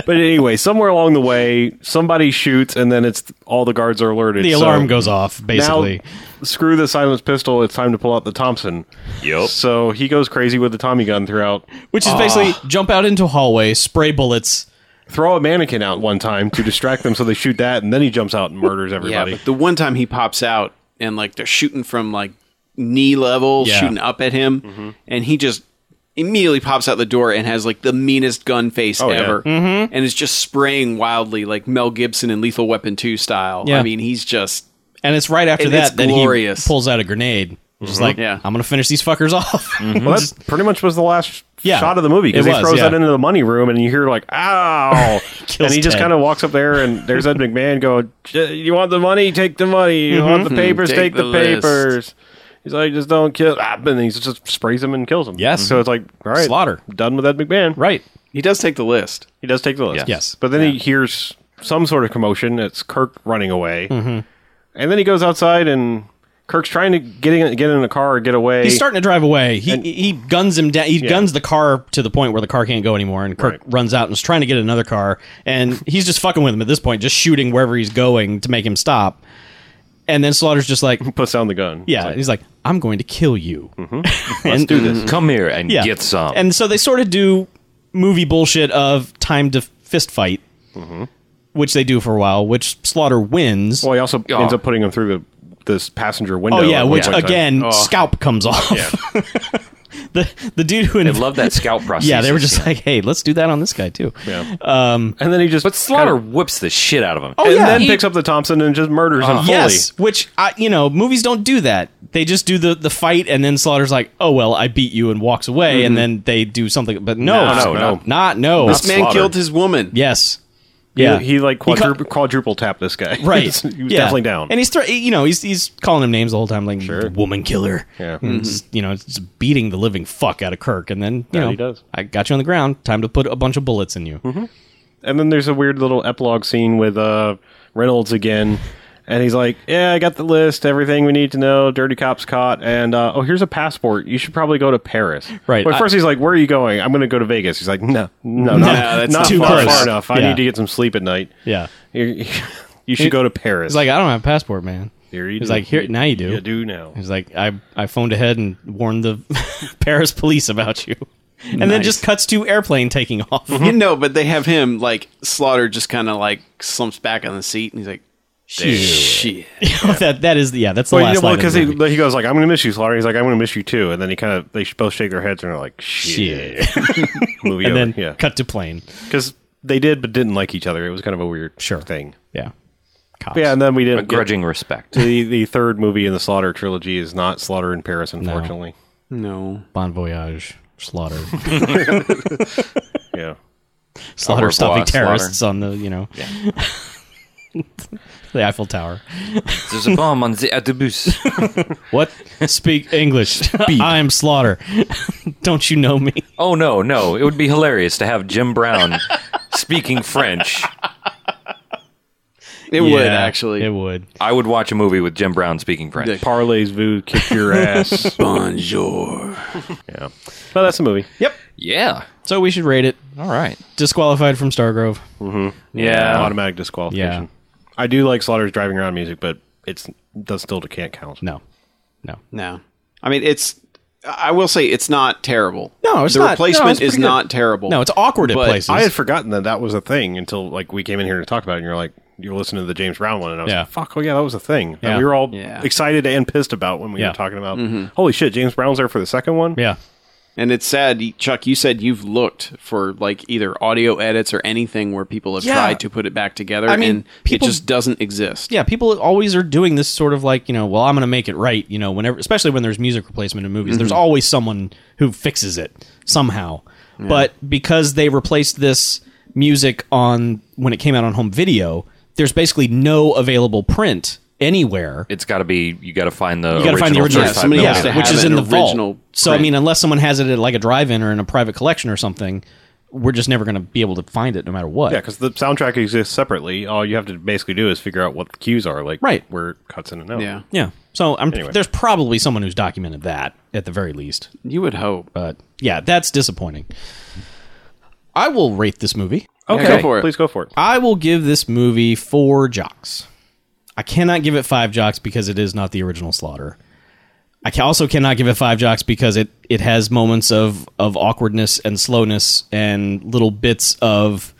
[SPEAKER 2] But anyway, somewhere along the way, somebody shoots, and then it's all the guards are alerted.
[SPEAKER 5] the
[SPEAKER 2] So
[SPEAKER 5] alarm goes off, basically.
[SPEAKER 2] Now, screw the silenced pistol. It's time to pull out the Thompson.
[SPEAKER 3] Yup.
[SPEAKER 2] So he goes crazy with the Tommy gun throughout.
[SPEAKER 5] Which is
[SPEAKER 4] Ah.
[SPEAKER 5] basically jump out into a hallway, spray bullets.
[SPEAKER 2] Throw a mannequin out one time to distract them, so they shoot that, and then he jumps out and murders everybody.
[SPEAKER 4] Yeah, but the one time he pops out and like they're shooting from like knee level,
[SPEAKER 5] Yeah. Mm-hmm.
[SPEAKER 4] shooting up at him, and he just immediately pops out the door and has like the meanest gun face
[SPEAKER 2] Oh, yeah.
[SPEAKER 4] ever,
[SPEAKER 5] Mm-hmm.
[SPEAKER 4] and is just spraying wildly like Mel Gibson in Lethal Weapon two style.
[SPEAKER 5] Yeah.
[SPEAKER 4] I mean, he's just
[SPEAKER 5] And it's right after
[SPEAKER 4] And it's
[SPEAKER 5] that that he
[SPEAKER 4] glorious. Mm-hmm.
[SPEAKER 5] pulls out a grenade. Which is like,
[SPEAKER 4] Yeah. Mm-hmm.
[SPEAKER 5] I'm going to finish these fuckers off.
[SPEAKER 2] Well, that pretty much was the last
[SPEAKER 5] Yeah.
[SPEAKER 2] shot of the movie because
[SPEAKER 5] It
[SPEAKER 2] he
[SPEAKER 5] was,
[SPEAKER 2] throws
[SPEAKER 5] yeah.
[SPEAKER 2] that into the money room and you hear like ow, and he just
[SPEAKER 5] Ted.
[SPEAKER 2] kind of walks up there and there's Ed McMahon go, "J- you want the money, take the money, you want
[SPEAKER 5] Mm-hmm.
[SPEAKER 2] the papers,
[SPEAKER 4] Take
[SPEAKER 2] take,
[SPEAKER 4] the
[SPEAKER 2] the,
[SPEAKER 4] list."
[SPEAKER 2] papers. He's like, just don't kill, ah, and he just sprays him and kills him.
[SPEAKER 5] Yes.
[SPEAKER 2] So it's like, all right,
[SPEAKER 5] Slaughter.
[SPEAKER 2] done with Ed McMahon.
[SPEAKER 5] right.
[SPEAKER 4] he does take the list.
[SPEAKER 2] He does take the list.
[SPEAKER 5] Yes.
[SPEAKER 2] But then he hears some sort of commotion. It's Kirk running away,
[SPEAKER 5] Mm-hmm.
[SPEAKER 2] and then he goes outside and Kirk's trying to get in, get in the car or get away.
[SPEAKER 5] He's starting to drive away. He he guns him down. He guns the car to the point where the car can't go anymore, and Kirk
[SPEAKER 2] Right.
[SPEAKER 5] runs out and is trying to get another car. And he's just fucking with him at this point, just shooting wherever he's going to make him stop. And then Slaughter's just like,
[SPEAKER 2] puts down the gun.
[SPEAKER 5] yeah, he's like, I'm going to kill you.
[SPEAKER 2] Mhm.
[SPEAKER 3] Let's do this. Come here and
[SPEAKER 5] Yeah,
[SPEAKER 3] get some.
[SPEAKER 5] And so they sort of do movie bullshit of time to fist fight, which they do for a while, which Slaughter wins.
[SPEAKER 2] Mm-hmm. Well, he also
[SPEAKER 3] Yeah.
[SPEAKER 2] ends up putting him through the this passenger window.
[SPEAKER 5] Oh yeah,
[SPEAKER 2] at one
[SPEAKER 5] which
[SPEAKER 2] point in time. Oh.
[SPEAKER 5] again, scalp comes off. the the dude who
[SPEAKER 3] I
[SPEAKER 5] invented
[SPEAKER 3] love that scout process.
[SPEAKER 5] Yeah, they were just like, hey, let's do that on this guy too.
[SPEAKER 2] Yeah. and then he just
[SPEAKER 3] But Slaughter whips the shit out of him.
[SPEAKER 5] um, Oh,
[SPEAKER 2] and
[SPEAKER 5] yeah.
[SPEAKER 2] then
[SPEAKER 5] He- Ah,
[SPEAKER 2] picks up the Thompson and just murders him fully.
[SPEAKER 5] Yes, which I, you know, movies don't do that. They just do the the fight, and then Slaughter's like, "Oh well, I beat you," and walks away, and then they do something. But no,
[SPEAKER 2] No, no, no.
[SPEAKER 5] not no.
[SPEAKER 4] This man
[SPEAKER 3] Slaughter.
[SPEAKER 4] killed his woman.
[SPEAKER 5] yes,
[SPEAKER 2] He-
[SPEAKER 5] yeah,
[SPEAKER 2] He, like
[SPEAKER 5] cut-
[SPEAKER 2] quadruple, quadruple tapped this guy.
[SPEAKER 5] right.
[SPEAKER 2] he was
[SPEAKER 5] yeah.
[SPEAKER 2] definitely down.
[SPEAKER 5] and he's thr- you know he's he's calling him names the whole time, like woman killer.
[SPEAKER 2] Yeah.
[SPEAKER 5] And it's, you know, it's beating the living fuck out of Kirk, and then you
[SPEAKER 2] Yeah,
[SPEAKER 5] know
[SPEAKER 2] he does. Mm-hmm.
[SPEAKER 5] I got you on the ground. Time to put a bunch of bullets in you.
[SPEAKER 2] and then there's a weird little epilogue scene with uh, Reynolds again. And he's like, "Yeah, I got the list, everything we need to know. Dirty cops caught, and uh, oh, here's a passport. You should probably go to Paris."
[SPEAKER 5] Right.
[SPEAKER 2] But
[SPEAKER 5] I-
[SPEAKER 2] first, he's like, "Where are you going?" "I'm going to go to Vegas." He's like, "No, no, no,
[SPEAKER 4] that's
[SPEAKER 2] not
[SPEAKER 5] too
[SPEAKER 2] far,
[SPEAKER 5] close.
[SPEAKER 2] far enough. I
[SPEAKER 5] Yeah.
[SPEAKER 2] need to get some sleep at night."
[SPEAKER 5] Yeah.
[SPEAKER 2] You, you should go to Paris.
[SPEAKER 5] He's like, I don't have a passport, man.
[SPEAKER 2] Here you
[SPEAKER 5] He's
[SPEAKER 2] do.
[SPEAKER 5] like, here now you do.
[SPEAKER 2] You do now.
[SPEAKER 5] He's like, I I phoned ahead and warned the Paris police about you, and then just cuts to airplane taking off.
[SPEAKER 4] You know, but they have him like Slaughter just kind of like slumps back on the seat and he's like, shit.
[SPEAKER 5] that that is the yeah, that's the
[SPEAKER 2] Well,
[SPEAKER 5] last
[SPEAKER 2] you know,
[SPEAKER 5] line.
[SPEAKER 2] because
[SPEAKER 5] Because
[SPEAKER 2] he, he goes like, "I'm going to miss you, Slaughter." He's like, "I'm going to miss you too." And then he kind of they sh- both shake their heads and are like, "Shit." Movie
[SPEAKER 5] and
[SPEAKER 2] over.
[SPEAKER 5] then
[SPEAKER 2] yeah,
[SPEAKER 5] cut to plane.
[SPEAKER 2] because they did but didn't like each other. It was kind of a weird
[SPEAKER 5] Sure.
[SPEAKER 2] thing.
[SPEAKER 5] Yeah, cops.
[SPEAKER 2] But yeah, and then we didn't. Get,
[SPEAKER 3] Grudging respect.
[SPEAKER 2] the the third movie in the Slaughter trilogy is not Slaughter in Paris, unfortunately.
[SPEAKER 4] No.
[SPEAKER 5] Bon voyage. Slaughter,
[SPEAKER 2] Yeah.
[SPEAKER 5] slaughter,
[SPEAKER 3] Au revoir,
[SPEAKER 5] stopping
[SPEAKER 3] slaughter.
[SPEAKER 5] terrorists on the you know, the Eiffel Tower.
[SPEAKER 3] There's a bomb on the autobus.
[SPEAKER 5] What? Speak English. I'm Slaughter. Don't you know me?
[SPEAKER 3] Oh no, no! It would be hilarious to have Jim Brown speaking French.
[SPEAKER 4] It would actually.
[SPEAKER 5] It would.
[SPEAKER 3] I would watch a movie with Jim Brown speaking French.
[SPEAKER 4] Dick.
[SPEAKER 2] Parlays vu kick your ass.
[SPEAKER 4] Bonjour.
[SPEAKER 2] yeah. But that's the movie.
[SPEAKER 5] Yep.
[SPEAKER 3] Yeah.
[SPEAKER 5] So we should rate it.
[SPEAKER 3] All right.
[SPEAKER 5] Disqualified from Stargrove.
[SPEAKER 3] Yeah.
[SPEAKER 2] Automatic disqualification.
[SPEAKER 5] Yeah.
[SPEAKER 2] I do like Slaughter's driving around music, but it's does still can't count.
[SPEAKER 5] No. No.
[SPEAKER 4] No. I mean, it's, I will say it's not terrible.
[SPEAKER 5] No, it's
[SPEAKER 4] the
[SPEAKER 5] not. No,
[SPEAKER 4] replacement
[SPEAKER 5] it's pretty
[SPEAKER 4] is
[SPEAKER 5] good.
[SPEAKER 4] not terrible.
[SPEAKER 5] No, it's awkward at
[SPEAKER 4] But
[SPEAKER 5] places.
[SPEAKER 2] I had forgotten that that was a thing until like we came in here to talk about it, and you're like, you're listening to the James Brown one, and I was
[SPEAKER 5] Yeah.
[SPEAKER 2] like, fuck, oh yeah, that was a thing. that
[SPEAKER 5] Yeah.
[SPEAKER 2] we were all
[SPEAKER 4] Yeah. Mm-hmm.
[SPEAKER 2] excited and pissed about when we
[SPEAKER 5] Yeah.
[SPEAKER 2] were talking about, holy shit, James Brown's there for the second one?
[SPEAKER 5] yeah.
[SPEAKER 4] And it's sad, Chuck, you said you've looked for like either audio edits or anything where people have
[SPEAKER 5] Yeah.
[SPEAKER 4] tried to put it back together
[SPEAKER 5] I mean,
[SPEAKER 4] and
[SPEAKER 5] people-
[SPEAKER 4] it just doesn't exist.
[SPEAKER 5] Yeah, people always are doing this sort of like, you know, well, I'm going to make it right, you know, whenever especially when there's music replacement in movies. There's always someone who fixes it somehow. But because they replaced this music on when it came out on home video, there's basically no available print anywhere.
[SPEAKER 3] It's got to be. You got to find the.
[SPEAKER 5] you got to find the original.
[SPEAKER 4] Yeah,
[SPEAKER 3] 35
[SPEAKER 4] somebody
[SPEAKER 3] millimeter.
[SPEAKER 4] has to
[SPEAKER 5] which
[SPEAKER 4] have
[SPEAKER 5] is
[SPEAKER 4] an
[SPEAKER 5] in the
[SPEAKER 4] original
[SPEAKER 5] vault. So I
[SPEAKER 4] print.
[SPEAKER 5] mean, unless someone has it at like a drive-in or in a private collection or something, we're just never going to be able to find it, no matter what.
[SPEAKER 2] Yeah, because the soundtrack exists separately. All you have to basically do is figure out what the cues are, like
[SPEAKER 5] Right.
[SPEAKER 2] where it cuts in and out.
[SPEAKER 4] Yeah.
[SPEAKER 5] Yeah. So I'm,
[SPEAKER 2] Anyway.
[SPEAKER 5] there's probably someone who's documented that at the very least.
[SPEAKER 4] You would hope.
[SPEAKER 5] But yeah, that's disappointing. I will rate this movie.
[SPEAKER 2] Okay,
[SPEAKER 4] Yeah, go for it.
[SPEAKER 2] please go for it.
[SPEAKER 5] I will give this movie four jocks. I cannot give it five jocks because it is not the original Slaughter. I ca- also cannot give it five jocks because it, it has moments of, of awkwardness and slowness and little bits of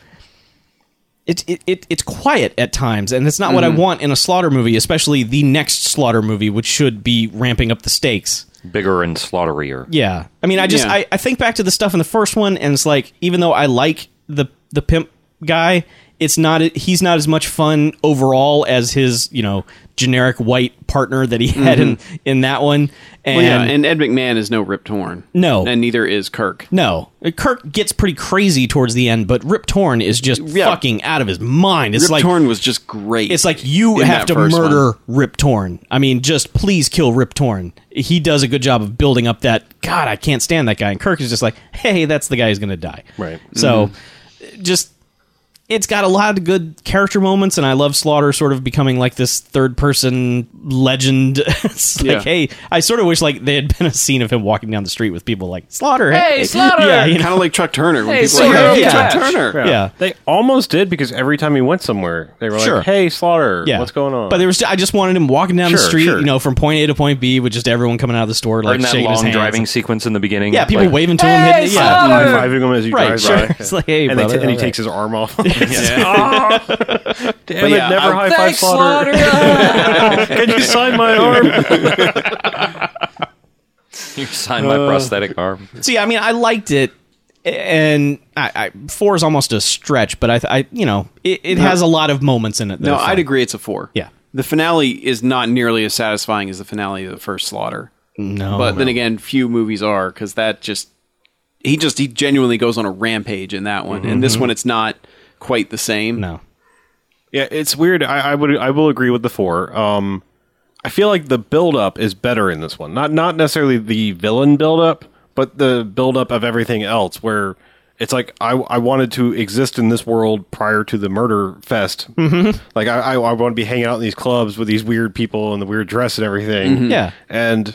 [SPEAKER 5] it, it, it it's quiet at times, and it's not what I want in a slaughter movie, especially the next slaughter movie, which should be ramping up the stakes.
[SPEAKER 3] bigger and slaughterier.
[SPEAKER 5] Yeah. I mean, I just
[SPEAKER 4] Yeah.
[SPEAKER 5] I, I think back to the stuff in the first one, and it's like even though I like the the pimp guy, it's not he's not as much fun overall as his you know generic white partner that he had in in that one. And,
[SPEAKER 4] Mm-hmm. Well, yeah, and Ed McMahon is no Rip Torn.
[SPEAKER 5] No.
[SPEAKER 4] and neither is Kirk.
[SPEAKER 5] no, Kirk gets pretty crazy towards the end, but Rip Torn is just
[SPEAKER 4] Yeah.
[SPEAKER 5] fucking out of his mind. It's
[SPEAKER 4] Rip
[SPEAKER 5] like
[SPEAKER 4] Torn was just great.
[SPEAKER 5] it's like you
[SPEAKER 4] in
[SPEAKER 5] have
[SPEAKER 4] that
[SPEAKER 5] to
[SPEAKER 4] first
[SPEAKER 5] murder Rip Torn. I mean, just please kill Rip Torn. He does a good job of building up that. God, I can't stand that guy. And Kirk is just like, hey, that's the guy who's going to die.
[SPEAKER 2] Right.
[SPEAKER 5] So,
[SPEAKER 4] Mm-hmm.
[SPEAKER 5] just it's got a lot of good character moments, and I love Slaughter sort of becoming like this third person legend. it's like,
[SPEAKER 4] Yeah.
[SPEAKER 5] hey, I sort of wish like there had been a scene of him walking down the street with people like Slaughter. Hey, Slaughter. Yeah, you know?
[SPEAKER 4] kind of like Chuck Turner. When people
[SPEAKER 5] so
[SPEAKER 4] are
[SPEAKER 5] you're
[SPEAKER 4] like, "Oh,
[SPEAKER 5] yeah.
[SPEAKER 4] Chuck Turner.
[SPEAKER 5] Yeah.
[SPEAKER 2] They almost did because every time he went somewhere, they were
[SPEAKER 5] Sure.
[SPEAKER 2] like, hey, Slaughter,
[SPEAKER 5] Yeah.
[SPEAKER 2] what's going on?
[SPEAKER 5] But there was I just wanted him walking down the
[SPEAKER 2] Sure,
[SPEAKER 5] street,
[SPEAKER 2] sure.
[SPEAKER 5] you know, from point A to point B with just everyone coming out of the store
[SPEAKER 3] Or
[SPEAKER 5] like
[SPEAKER 3] in that
[SPEAKER 5] shaking his
[SPEAKER 3] long
[SPEAKER 5] hands.
[SPEAKER 3] driving sequence in the beginning.
[SPEAKER 5] Yeah, people
[SPEAKER 3] like,
[SPEAKER 5] waving to him. hitting- yeah.
[SPEAKER 2] high-fiving him as he
[SPEAKER 5] Oh, Right,
[SPEAKER 2] drives
[SPEAKER 5] sure.
[SPEAKER 2] by.
[SPEAKER 5] It's like, hey,
[SPEAKER 2] and, they
[SPEAKER 5] brother,
[SPEAKER 2] t- and he
[SPEAKER 5] all
[SPEAKER 2] takes his arm off. "Ah!" Damn
[SPEAKER 4] But
[SPEAKER 2] it,
[SPEAKER 4] yeah,
[SPEAKER 2] never
[SPEAKER 4] I-
[SPEAKER 2] high five Slaughter. Can you sign my arm?
[SPEAKER 3] You signed
[SPEAKER 5] Uh,
[SPEAKER 3] my prosthetic arm.
[SPEAKER 5] So yeah, I mean, I liked it, and I, I four is almost a stretch, but I, I you know, it, it has a lot of moments in it. that
[SPEAKER 4] No,
[SPEAKER 5] are fun.
[SPEAKER 4] I'd agree. It's a four.
[SPEAKER 5] Yeah.
[SPEAKER 4] the finale is not nearly as satisfying as the finale of the first Slaughter.
[SPEAKER 5] No,
[SPEAKER 4] but then again, few movies are because that just he just he genuinely goes on a rampage in that one, and this one it's not quite the same.
[SPEAKER 5] Mm-hmm. no,
[SPEAKER 2] yeah, it's weird. I, I would I will agree with the four. Um, I feel like the build up is better in this one. Not not necessarily the villain build up, but the build up of everything else where it's like I, I wanted to exist in this world prior to the murder fest. Mm-hmm. Like I, I, I want to be hanging out in these clubs with these weird people and the weird dress and everything.
[SPEAKER 5] Mm-hmm. Yeah.
[SPEAKER 2] And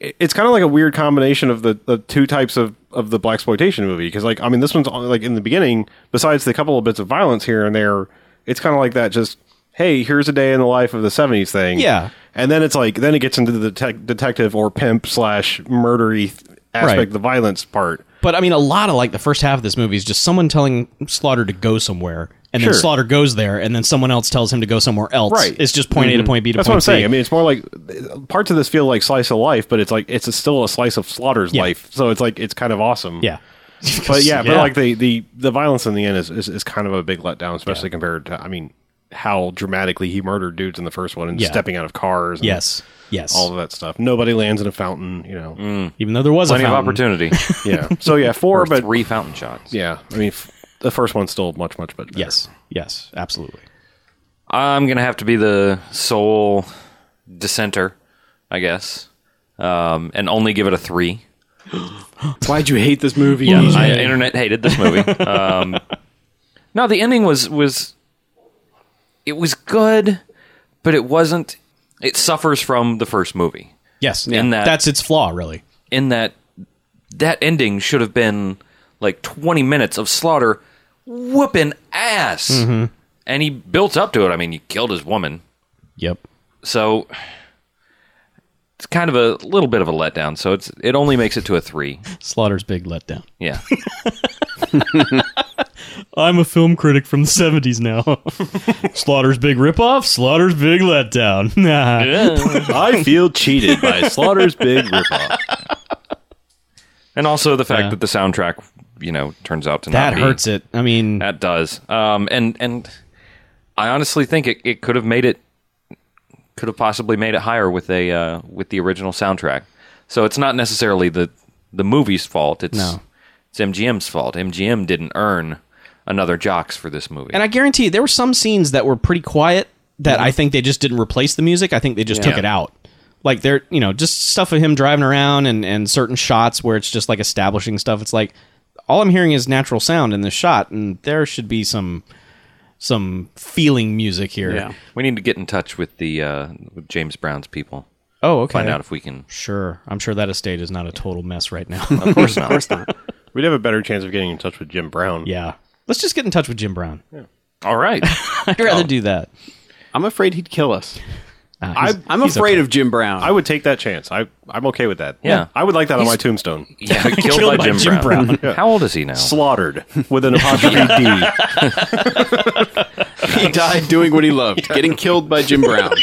[SPEAKER 2] it- it's kind of like a weird combination of the, the two types of, of the black exploitation movie because like I mean this one's on- like in the beginning besides the couple of bits of violence here and there it's kind of like that just hey here's a day in the life of the 70s thing
[SPEAKER 5] Yeah.
[SPEAKER 2] and then it's like then it gets into the detec detective or pimp slash murdery th- aspect
[SPEAKER 5] Right.
[SPEAKER 2] the violence part
[SPEAKER 5] but I mean, a lot of like the first half of this movie is just someone telling Slaughter to go somewhere, and then
[SPEAKER 2] Sure.
[SPEAKER 5] Slaughter goes there, and then someone else tells him to go somewhere else.
[SPEAKER 2] Right. Mm-hmm.
[SPEAKER 5] It's just point A to point B to
[SPEAKER 2] that's what
[SPEAKER 5] point
[SPEAKER 2] I'm
[SPEAKER 5] C.
[SPEAKER 2] saying I mean it's more like parts of this feel like slice of life but it's like it's a, still a slice of slaughter's
[SPEAKER 5] Yeah.
[SPEAKER 2] life so it's like it's kind of awesome
[SPEAKER 5] yeah,
[SPEAKER 2] but yeah, but
[SPEAKER 5] Yeah.
[SPEAKER 2] like the, the the violence in the end is, is is kind of a big letdown, especially compared to I mean how dramatically he murdered dudes in the first one and
[SPEAKER 5] Yeah.
[SPEAKER 2] stepping out of cars. And
[SPEAKER 5] yes, yes.
[SPEAKER 2] all of that stuff. Nobody lands in a fountain, you know.
[SPEAKER 5] Even though there was
[SPEAKER 3] Plenty
[SPEAKER 5] a
[SPEAKER 3] of
[SPEAKER 5] fountain.
[SPEAKER 3] opportunity.
[SPEAKER 2] Yeah. So yeah, four,
[SPEAKER 3] or
[SPEAKER 2] but
[SPEAKER 3] three fountain shots.
[SPEAKER 2] yeah, I mean f- the first one's still much much but
[SPEAKER 5] Yes, yes, absolutely.
[SPEAKER 3] I'm gonna have to be the sole dissenter, I guess, um, and only give it a three.
[SPEAKER 4] Why'd you hate this movie?
[SPEAKER 3] Yeah, I, internet hated this movie. Um, no, the ending was was it was good, but it wasn't. It suffers from the first movie
[SPEAKER 5] Yes,
[SPEAKER 3] In that-
[SPEAKER 5] that's its flaw, really.
[SPEAKER 3] in that that ending should have been like 20 minutes of slaughter whooping ass, and he built up to it. I mean, he killed his woman.
[SPEAKER 5] Yep.
[SPEAKER 3] so it's kind of a little bit of a letdown. So it's it only makes it to a three.
[SPEAKER 5] Slaughter's big letdown.
[SPEAKER 3] Yeah,
[SPEAKER 5] I'm a film critic from the 70s now. Slaughter's big ripoff, Slaughter's big letdown. Nah.
[SPEAKER 2] I feel cheated by Slaughter's big ripoff.
[SPEAKER 3] and also the fact
[SPEAKER 5] Yeah.
[SPEAKER 3] that the soundtrack, you know, turns out to
[SPEAKER 5] That
[SPEAKER 3] not be-
[SPEAKER 5] hurts it. I mean,
[SPEAKER 3] That does. Um, and and I honestly think it, it could have made it could have possibly made it higher with a uh, with the original soundtrack. So it's not necessarily the the movie's fault. It's
[SPEAKER 5] No.
[SPEAKER 3] it's MGM's fault. MGM didn't earn another jocks for this movie.
[SPEAKER 5] and I guarantee you, there were some scenes that were pretty quiet that I think they just didn't replace the music. I think they just took
[SPEAKER 3] Yeah.
[SPEAKER 5] it out. Like there, you know, just stuff of him driving around and and certain shots where it's just like establishing stuff. It's like all I'm hearing is natural sound in this shot, and there should be some some feeling music here.
[SPEAKER 4] Yeah.
[SPEAKER 3] we need to get in touch with the uh, with James Brown's people.
[SPEAKER 5] Oh, okay.
[SPEAKER 3] Find out if we can.
[SPEAKER 5] Sure. I'm sure that estate is not a total mess right now.
[SPEAKER 3] Of course not.
[SPEAKER 2] We'd have a better chance of getting in touch with Jim Brown.
[SPEAKER 5] yeah. Let's just get in touch with Jim Brown.
[SPEAKER 3] All right.
[SPEAKER 5] I'd rather do that. Uh,
[SPEAKER 4] I'm afraid he'd kill us.
[SPEAKER 2] I,
[SPEAKER 4] I'm afraid of Jim Brown.
[SPEAKER 2] I would take that chance. I, I'm okay with that.
[SPEAKER 3] Yeah.
[SPEAKER 2] I would like that on my tombstone.
[SPEAKER 3] Yeah, killed, by, Jim, Brown. How old is he now?
[SPEAKER 2] Slaughtered with an apostrophe D.
[SPEAKER 4] he died doing what he loved, getting killed by Jim Brown.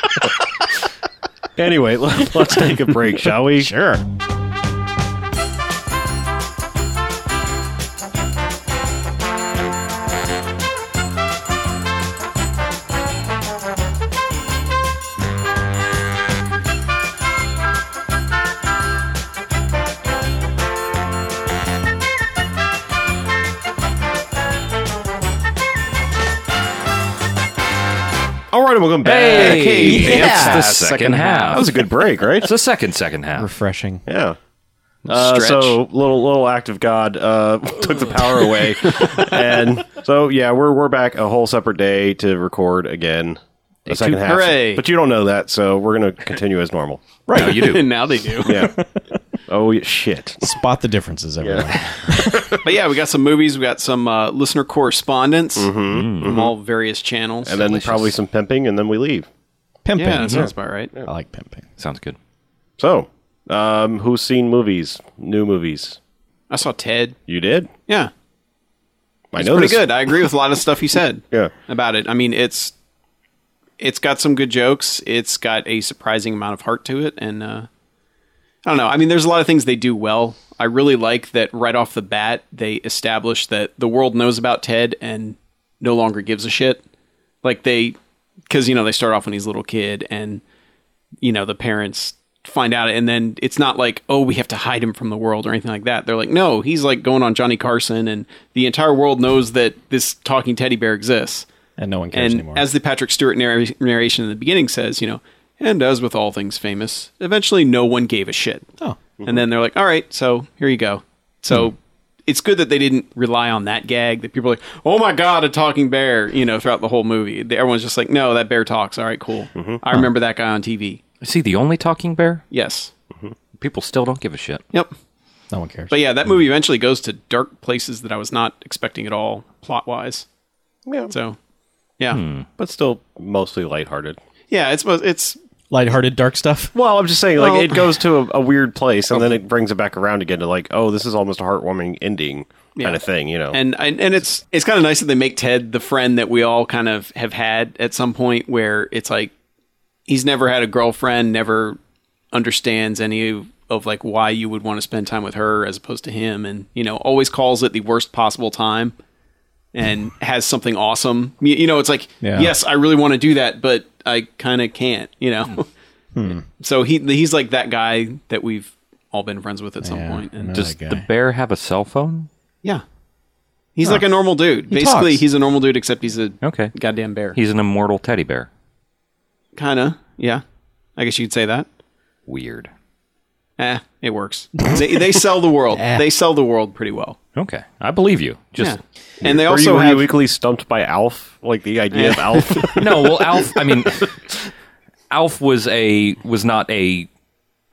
[SPEAKER 2] Anyway, let- let's take a break, shall we? Sure. All right, and welcome back.
[SPEAKER 4] Hey,
[SPEAKER 3] Hey, it's
[SPEAKER 4] yeah,
[SPEAKER 3] the second,
[SPEAKER 4] second
[SPEAKER 3] half.
[SPEAKER 2] That was a good break, right?
[SPEAKER 3] it's the second second half.
[SPEAKER 5] refreshing.
[SPEAKER 2] Yeah. Uh,
[SPEAKER 4] Stretch.
[SPEAKER 2] so little little act of God uh, took the power away, and so yeah, we're we're back a whole separate day to record again. The second half,
[SPEAKER 4] hooray.
[SPEAKER 2] but you don't know that, so we're gonna continue as normal.
[SPEAKER 4] Right. you do. and now they do.
[SPEAKER 2] Yeah. oh yeah, shit.
[SPEAKER 5] Spot the differences, everyone.
[SPEAKER 4] But yeah, we got some movies. We got some uh, listener correspondence from all various channels.
[SPEAKER 2] Mm-hmm. And then probably some pimping, and then we leave.
[SPEAKER 5] Pimping.
[SPEAKER 4] yeah, that sounds about right.
[SPEAKER 5] I like pimping.
[SPEAKER 3] Sounds good.
[SPEAKER 2] So, um, who's seen movies? New movies?
[SPEAKER 4] I saw Ted.
[SPEAKER 2] You did?
[SPEAKER 4] Yeah,
[SPEAKER 2] I
[SPEAKER 4] it's
[SPEAKER 2] know
[SPEAKER 4] pretty
[SPEAKER 2] this-
[SPEAKER 4] good. I agree with a lot of stuff he said.
[SPEAKER 2] Yeah.
[SPEAKER 4] about it. I mean, it's it's got some good jokes. It's got a surprising amount of heart to it, and uh, I don't know. I mean, there's a lot of things they do well. I really like that right off the bat they establish that the world knows about Ted and no longer gives a shit. Like they, because you know they start off when he's a little kid, and you know the parents find out, and then it's not like oh we have to hide him from the world or anything like that. They're like no, he's like going on Johnny Carson, and the entire world knows that this talking teddy bear exists
[SPEAKER 5] And no one cares
[SPEAKER 4] and
[SPEAKER 5] anymore.
[SPEAKER 4] as the Patrick Stewart narr- narration in the beginning says, you know, and as with all things famous, eventually no one gave a shit.
[SPEAKER 5] oh.
[SPEAKER 4] And then they're like, all right, so here you go.
[SPEAKER 5] Hmm.
[SPEAKER 4] So it's good that they didn't rely on that gag that people are like, oh my God, a talking bear, you know, throughout the whole movie. Everyone's just like, no, that bear talks. All right, cool.
[SPEAKER 5] Mm-hmm.
[SPEAKER 4] I remember that guy on TV.
[SPEAKER 3] Is he the only talking bear?
[SPEAKER 4] Yes.
[SPEAKER 3] People still don't give a shit.
[SPEAKER 4] Yep.
[SPEAKER 5] No one cares.
[SPEAKER 4] But yeah, that movie eventually goes to dark places that I was not expecting at all, plot wise.
[SPEAKER 2] Yeah.
[SPEAKER 4] So yeah.
[SPEAKER 5] Hmm.
[SPEAKER 2] But still mostly lighthearted.
[SPEAKER 4] Yeah, it's, mo- it's,
[SPEAKER 5] Lighthearted dark stuff.
[SPEAKER 2] Well, I'm just saying, like,
[SPEAKER 4] Well-
[SPEAKER 2] it goes to a, a weird place, and then it brings it back around again to like, oh, this is almost a heartwarming ending kind
[SPEAKER 4] Yeah.
[SPEAKER 2] of thing, you know?
[SPEAKER 4] and and, and it's it's kind of nice that they make Ted the friend that we all kind of have had at some point, where it's like he's never had a girlfriend, never understands any of, of like why you would want to spend time with her as opposed to him, and you know always calls it the worst possible time, and has something awesome. You, you know, it's like
[SPEAKER 5] Yeah.
[SPEAKER 4] yes, I really want to do that, but I kind of can't. You know,
[SPEAKER 5] Hmm.
[SPEAKER 4] so he he's like that guy that we've all been friends with at some
[SPEAKER 5] Yeah,
[SPEAKER 4] point, and
[SPEAKER 5] no.
[SPEAKER 3] Does
[SPEAKER 5] Okay.
[SPEAKER 3] the bear have a cell phone?
[SPEAKER 4] yeah. He's like a normal dude. Basically,
[SPEAKER 5] talks.
[SPEAKER 4] he's a normal dude except he's a
[SPEAKER 3] Okay.
[SPEAKER 4] goddamn bear.
[SPEAKER 3] He's an immortal teddy bear.
[SPEAKER 4] kind of yeah. I guess you could say that.
[SPEAKER 3] Weird.
[SPEAKER 4] Eh, it works. they they sell the world. They sell the world pretty well.
[SPEAKER 3] Okay, I believe you.
[SPEAKER 4] Yeah.
[SPEAKER 3] Just
[SPEAKER 4] And they
[SPEAKER 2] Were you,
[SPEAKER 4] also
[SPEAKER 2] were you
[SPEAKER 4] have
[SPEAKER 2] weekly stumped by Alf? Like the idea of Alf?
[SPEAKER 3] no. Well, Alf. I mean, Alf was a was not a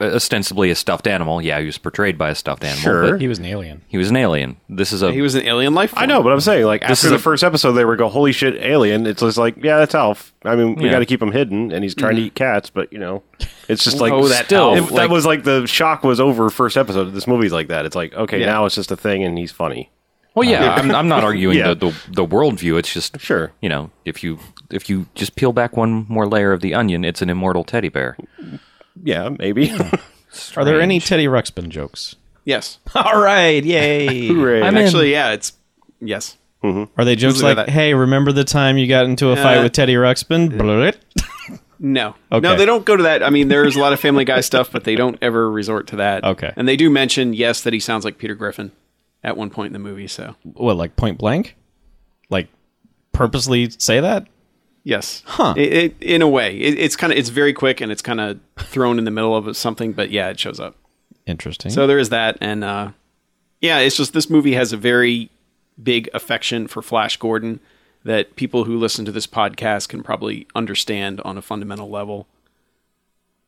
[SPEAKER 3] ostensibly a stuffed animal. Yeah, he was portrayed by a stuffed animal.
[SPEAKER 2] Sure.
[SPEAKER 3] but
[SPEAKER 5] He was an alien.
[SPEAKER 3] he was an alien. This is a
[SPEAKER 4] he was an alien life. Form.
[SPEAKER 2] I know, but I'm saying, like, after
[SPEAKER 3] is
[SPEAKER 2] the
[SPEAKER 3] a-
[SPEAKER 2] first episode, they were go, holy shit, alien. It's just like, yeah, that's Alf. I mean, we
[SPEAKER 3] Yeah.
[SPEAKER 2] got to keep him hidden, and he's trying to eat cats, but, you know, it's just like,
[SPEAKER 4] Oh, that
[SPEAKER 2] still,
[SPEAKER 4] Alf,
[SPEAKER 2] if that
[SPEAKER 4] like-
[SPEAKER 2] was like the shock was over first episode. This movie's like that. It's like, okay,
[SPEAKER 4] Yeah.
[SPEAKER 2] now it's just a thing, and he's funny.
[SPEAKER 3] Well, yeah, I'm, I'm not arguing
[SPEAKER 2] Yeah.
[SPEAKER 3] the, the the worldview. It's just
[SPEAKER 2] Sure.
[SPEAKER 3] you know, if you if you just peel back one more layer of the onion, it's an immortal teddy bear.
[SPEAKER 2] Yeah, maybe.
[SPEAKER 5] Are there any Teddy Ruxpin jokes?
[SPEAKER 4] Yes,
[SPEAKER 5] All right, yay.
[SPEAKER 2] Right.
[SPEAKER 3] I'm in.
[SPEAKER 4] actually, yeah. It's yes.
[SPEAKER 5] Are they jokes
[SPEAKER 4] Usually
[SPEAKER 5] like,
[SPEAKER 4] that-
[SPEAKER 5] "Hey, remember the time you got into a fight
[SPEAKER 4] Uh,
[SPEAKER 5] with Teddy Ruxpin?" Blah, blah,
[SPEAKER 4] No,
[SPEAKER 5] Okay.
[SPEAKER 4] no, they don't go to that. I mean, there's a lot of Family Guy stuff, but they don't ever resort to that.
[SPEAKER 5] Okay.
[SPEAKER 4] And they do mention yes that he sounds like Peter Griffin at one point in the movie. So
[SPEAKER 5] blah. What, like point blank? Like purposely say that?
[SPEAKER 4] Yes. Huh. It, it, in a way, it, it's kind of it's very quick and it's kind of thrown in the middle of something, but yeah, it shows up.
[SPEAKER 5] Interesting.
[SPEAKER 4] So there is that, and uh, yeah, it's just this movie has a very big affection for Flash Gordon that people who listen to this podcast can probably understand on a fundamental level.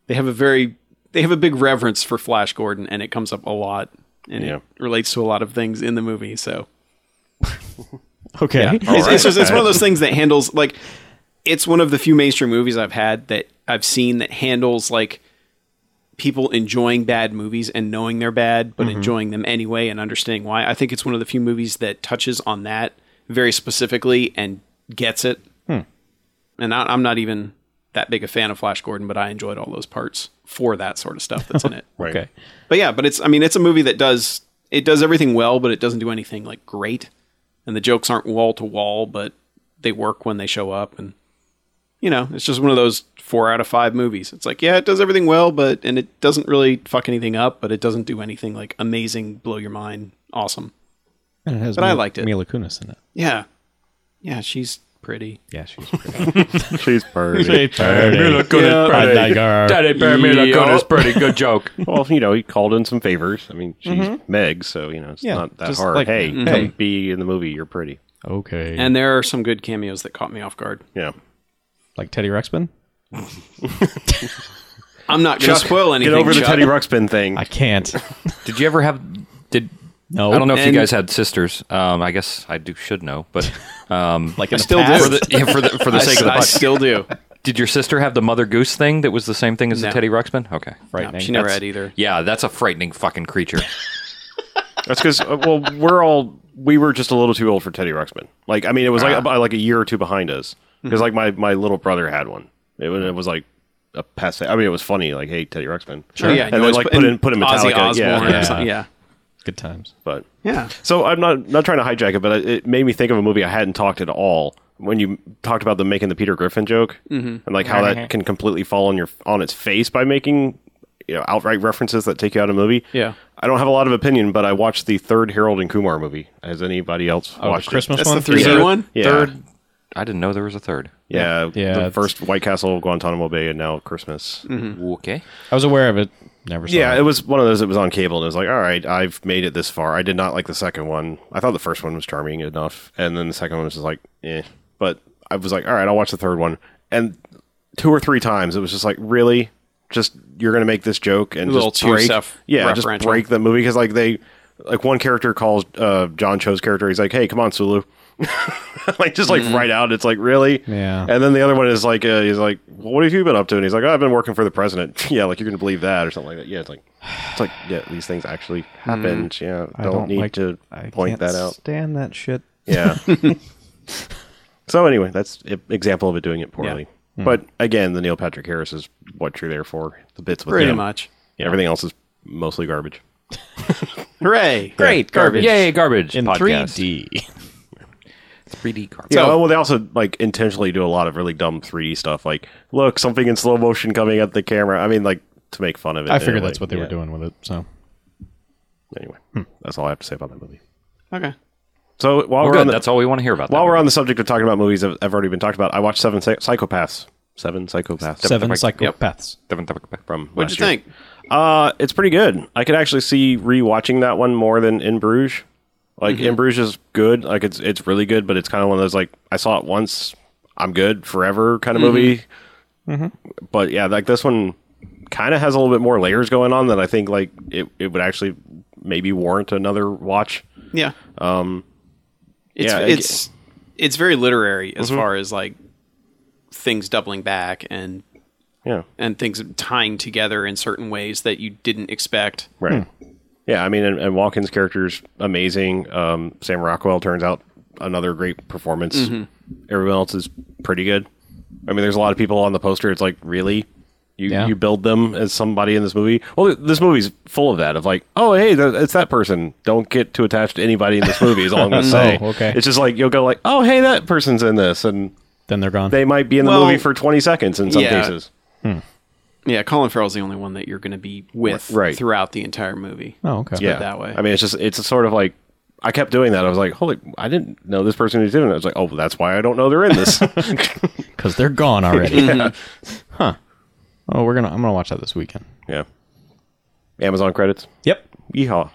[SPEAKER 4] They have a very they have a big reverence for Flash Gordon, and it comes up a lot, and
[SPEAKER 2] Yeah.
[SPEAKER 4] it relates to a lot of things in the movie. So
[SPEAKER 5] okay.
[SPEAKER 4] it's, it's just it's one of those things that handles like it's one of the few mainstream movies I've had that I've seen that handles like people enjoying bad movies and knowing they're bad, but enjoying them anyway and understanding why. I think it's one of the few movies that touches on that very specifically and gets it. And I, I'm not even that big a fan of Flash Gordon, but I enjoyed all those parts for that sort of stuff that's in it.
[SPEAKER 2] Right.
[SPEAKER 5] Okay.
[SPEAKER 4] But yeah, but it's I mean it's a movie that does it does everything well, but it doesn't do anything like great. And the jokes aren't wall to wall, but they work when they show up and you know, it's just one of those four out of five movies. It's like, yeah, it does everything well, but and it doesn't really fuck anything up, but it doesn't do anything like amazing, blow your mind, awesome.
[SPEAKER 5] And it has
[SPEAKER 4] But I
[SPEAKER 5] Mila-
[SPEAKER 4] liked it.
[SPEAKER 5] Mila Kunis in it.
[SPEAKER 4] Yeah. Yeah, she's pretty.
[SPEAKER 5] Yeah, she's
[SPEAKER 2] She's perfect.
[SPEAKER 5] pretty. pretty.
[SPEAKER 3] Daddy Bear
[SPEAKER 4] made a good-
[SPEAKER 3] that's pretty good joke.
[SPEAKER 2] well, you know, he called in some favors. I mean, she's Meg, so you know it's
[SPEAKER 5] Mm-hmm. Yeah,
[SPEAKER 2] not that
[SPEAKER 5] just
[SPEAKER 2] hard.
[SPEAKER 5] like,
[SPEAKER 2] hey,
[SPEAKER 5] mm, hey.
[SPEAKER 2] come be in the movie. You're pretty.
[SPEAKER 5] Okay.
[SPEAKER 4] And there are some good cameos that caught me off guard.
[SPEAKER 2] Yeah.
[SPEAKER 5] like Teddy Ruxpin?
[SPEAKER 4] I'm not gonna spoil anything.
[SPEAKER 2] Get over the
[SPEAKER 4] Chuck.
[SPEAKER 2] Teddy Ruxpin thing.
[SPEAKER 5] I can't.
[SPEAKER 3] Did you ever have? Did
[SPEAKER 5] No.
[SPEAKER 3] I don't know if you
[SPEAKER 4] And-
[SPEAKER 3] guys had sisters. Um, I guess I do should know, but um,
[SPEAKER 5] Like in the
[SPEAKER 4] still do.
[SPEAKER 5] past?
[SPEAKER 3] for the yeah, for the for the
[SPEAKER 4] I,
[SPEAKER 3] sake of the
[SPEAKER 4] I
[SPEAKER 3] podcast,
[SPEAKER 4] still do.
[SPEAKER 3] did your sister have the Mother Goose thing that was the same thing as
[SPEAKER 4] No.
[SPEAKER 3] the Teddy Ruxpin? Okay,
[SPEAKER 5] Frightening.
[SPEAKER 4] she never
[SPEAKER 5] That's-
[SPEAKER 4] had either.
[SPEAKER 3] Yeah, that's a frightening fucking creature.
[SPEAKER 2] That's because uh, well, we're all we were just a little too old for Teddy Ruxpin. Like, I mean, it was like about, like a year or two behind us because like
[SPEAKER 4] Mm-hmm.
[SPEAKER 2] my my little brother had one. It was, it was like a pass. I mean, it was funny. Like, hey, Teddy Ruxpin.
[SPEAKER 4] Sure. Yeah,
[SPEAKER 2] and
[SPEAKER 4] you
[SPEAKER 2] then
[SPEAKER 4] always
[SPEAKER 2] like put in put in Metallica.
[SPEAKER 4] Ozzy
[SPEAKER 2] yeah,
[SPEAKER 4] Osbourne or
[SPEAKER 2] yeah.
[SPEAKER 4] something. yeah.
[SPEAKER 5] Good times.
[SPEAKER 2] But
[SPEAKER 4] Yeah.
[SPEAKER 2] So I'm not not trying to hijack it, but it made me think of a movie I hadn't talked at all when you talked about them making the Peter Griffin joke
[SPEAKER 4] Mm-hmm.
[SPEAKER 2] and like how that can completely fall on your on its face by making you know outright references that take you out of a movie.
[SPEAKER 4] Yeah.
[SPEAKER 2] I don't have a lot of opinion, but I watched the third Harold and Kumar movie. Has anybody else watched it?
[SPEAKER 5] Christmas
[SPEAKER 4] That's
[SPEAKER 5] one?
[SPEAKER 4] the 3D
[SPEAKER 2] Yeah.
[SPEAKER 4] one?
[SPEAKER 2] Yeah.
[SPEAKER 3] Third, I didn't know there was a third.
[SPEAKER 2] Yeah,
[SPEAKER 5] Yeah,
[SPEAKER 2] the
[SPEAKER 5] it's-
[SPEAKER 2] first White Castle, Guantanamo Bay, and now Christmas.
[SPEAKER 3] Okay,
[SPEAKER 5] I was aware of it. Never saw
[SPEAKER 2] Yeah,
[SPEAKER 5] it.
[SPEAKER 2] it was one of those. It was on cable, and it was like, all right, I've made it this far. I did not like the second one. I thought the first one was charming enough, and then the second one was just like, eh. But I was like, all right, I'll watch the third one, and two or three times it was just like, really, just you're gonna make this joke and
[SPEAKER 4] A little
[SPEAKER 2] just
[SPEAKER 4] to
[SPEAKER 2] break,
[SPEAKER 4] yourself
[SPEAKER 2] yeah, just
[SPEAKER 4] referential.
[SPEAKER 2] break the movie because like they, like one character calls uh, John Cho's character, he's like, hey, come on, Sulu. like just like right out, it's like really,
[SPEAKER 5] Mm-hmm. Yeah.
[SPEAKER 2] And then the other one is like, uh, he's like, well, "What have you been up to?" And he's like, oh, "I've been working for the president." yeah, like you're gonna believe that or something like that. Yeah, it's like, it's like, yeah, these things actually happened. Yeah, don't,
[SPEAKER 5] Mm-hmm. I don't,
[SPEAKER 2] need
[SPEAKER 5] like,
[SPEAKER 2] to
[SPEAKER 5] I
[SPEAKER 2] point
[SPEAKER 5] can't
[SPEAKER 2] that out.
[SPEAKER 5] Stand that shit.
[SPEAKER 2] Yeah. so anyway, that's an example of it doing it poorly.
[SPEAKER 5] Mm-hmm.
[SPEAKER 2] But again, the Neil Patrick Harris is what you're there for. The bits with
[SPEAKER 4] Pretty
[SPEAKER 2] him.
[SPEAKER 4] much.
[SPEAKER 2] Everything else is mostly garbage.
[SPEAKER 4] Hooray.
[SPEAKER 5] Great garbage.
[SPEAKER 3] yay, garbage
[SPEAKER 5] In
[SPEAKER 3] podcast.
[SPEAKER 5] 3D.
[SPEAKER 3] 3D garbage.
[SPEAKER 2] Yeah,
[SPEAKER 4] So-
[SPEAKER 2] well, they also like intentionally do a lot of really dumb 3D stuff. Like, look, something in slow motion coming at the camera. I mean, like to make fun of it.
[SPEAKER 5] I
[SPEAKER 2] in a
[SPEAKER 5] figured
[SPEAKER 2] way.
[SPEAKER 5] that's what they
[SPEAKER 2] Yeah.
[SPEAKER 5] were doing Hmm. with it. So
[SPEAKER 2] Anyway, that's all I have to say about that movie.
[SPEAKER 4] Okay.
[SPEAKER 2] So while
[SPEAKER 3] All
[SPEAKER 2] we're,
[SPEAKER 3] right,
[SPEAKER 2] on the,
[SPEAKER 3] that's all we want to hear about.
[SPEAKER 2] while
[SPEAKER 3] that
[SPEAKER 2] we're
[SPEAKER 3] movie.
[SPEAKER 2] on the subject of talking about movies that have already been talked about, I watched Seven Psy- Psychopaths. Seven Psychopaths.
[SPEAKER 5] seven
[SPEAKER 3] Yep.
[SPEAKER 5] psychopaths.
[SPEAKER 2] From
[SPEAKER 4] What'd
[SPEAKER 2] last
[SPEAKER 4] you
[SPEAKER 2] year.
[SPEAKER 4] think?
[SPEAKER 2] Uh, it's pretty good. I could actually see rewatching that one more than In Bruges. Like In Bruges is good. Like it's it's really good, but it's kind of one of those like I saw it once, I'm good forever kind of movie. But yeah, like this one kind of has a little bit more layers going on that I think like it, it would actually maybe warrant another watch.
[SPEAKER 4] Yeah. Um, it's
[SPEAKER 2] yeah, I Mm-hmm.
[SPEAKER 4] it's it's very literary as far as like things doubling back and
[SPEAKER 2] Yeah.
[SPEAKER 4] and things tying together in certain ways that you didn't expect.
[SPEAKER 2] Right. Yeah, I mean, and, and Walken's character's amazing. Um, Sam Rockwell turns out another great performance. Everyone else is pretty good. I mean, there's a lot of people on the poster. It's like, really? You,
[SPEAKER 5] Yeah.
[SPEAKER 2] you build them as somebody in this movie? Well, th- this movie's full of that. Of like, oh, hey, th- it's that person. Don't get too attached to anybody in this movie. Is all I'm gonna say.
[SPEAKER 5] okay.
[SPEAKER 2] It's just like you'll go like, oh, hey, that person's in this, and
[SPEAKER 5] Then they're gone.
[SPEAKER 2] they might be in the
[SPEAKER 4] Well,
[SPEAKER 2] movie for 20 seconds in some
[SPEAKER 4] yeah.
[SPEAKER 2] cases.
[SPEAKER 4] Yeah, Colin Farrell's the only one that you're going to be with
[SPEAKER 2] Right.
[SPEAKER 4] throughout the entire movie.
[SPEAKER 5] oh, okay.
[SPEAKER 2] yeah.
[SPEAKER 4] that way.
[SPEAKER 2] I mean, it's just it's a sort of like I kept doing that. I was like, holy, I didn't know this person was doing it. I was like, oh, that's why I don't know they're in this.
[SPEAKER 5] Because they're gone already. Huh. Oh, we're gonna. I'm gonna watch that this weekend.
[SPEAKER 2] yeah. Amazon credits.
[SPEAKER 5] Yep.
[SPEAKER 2] Yeehaw.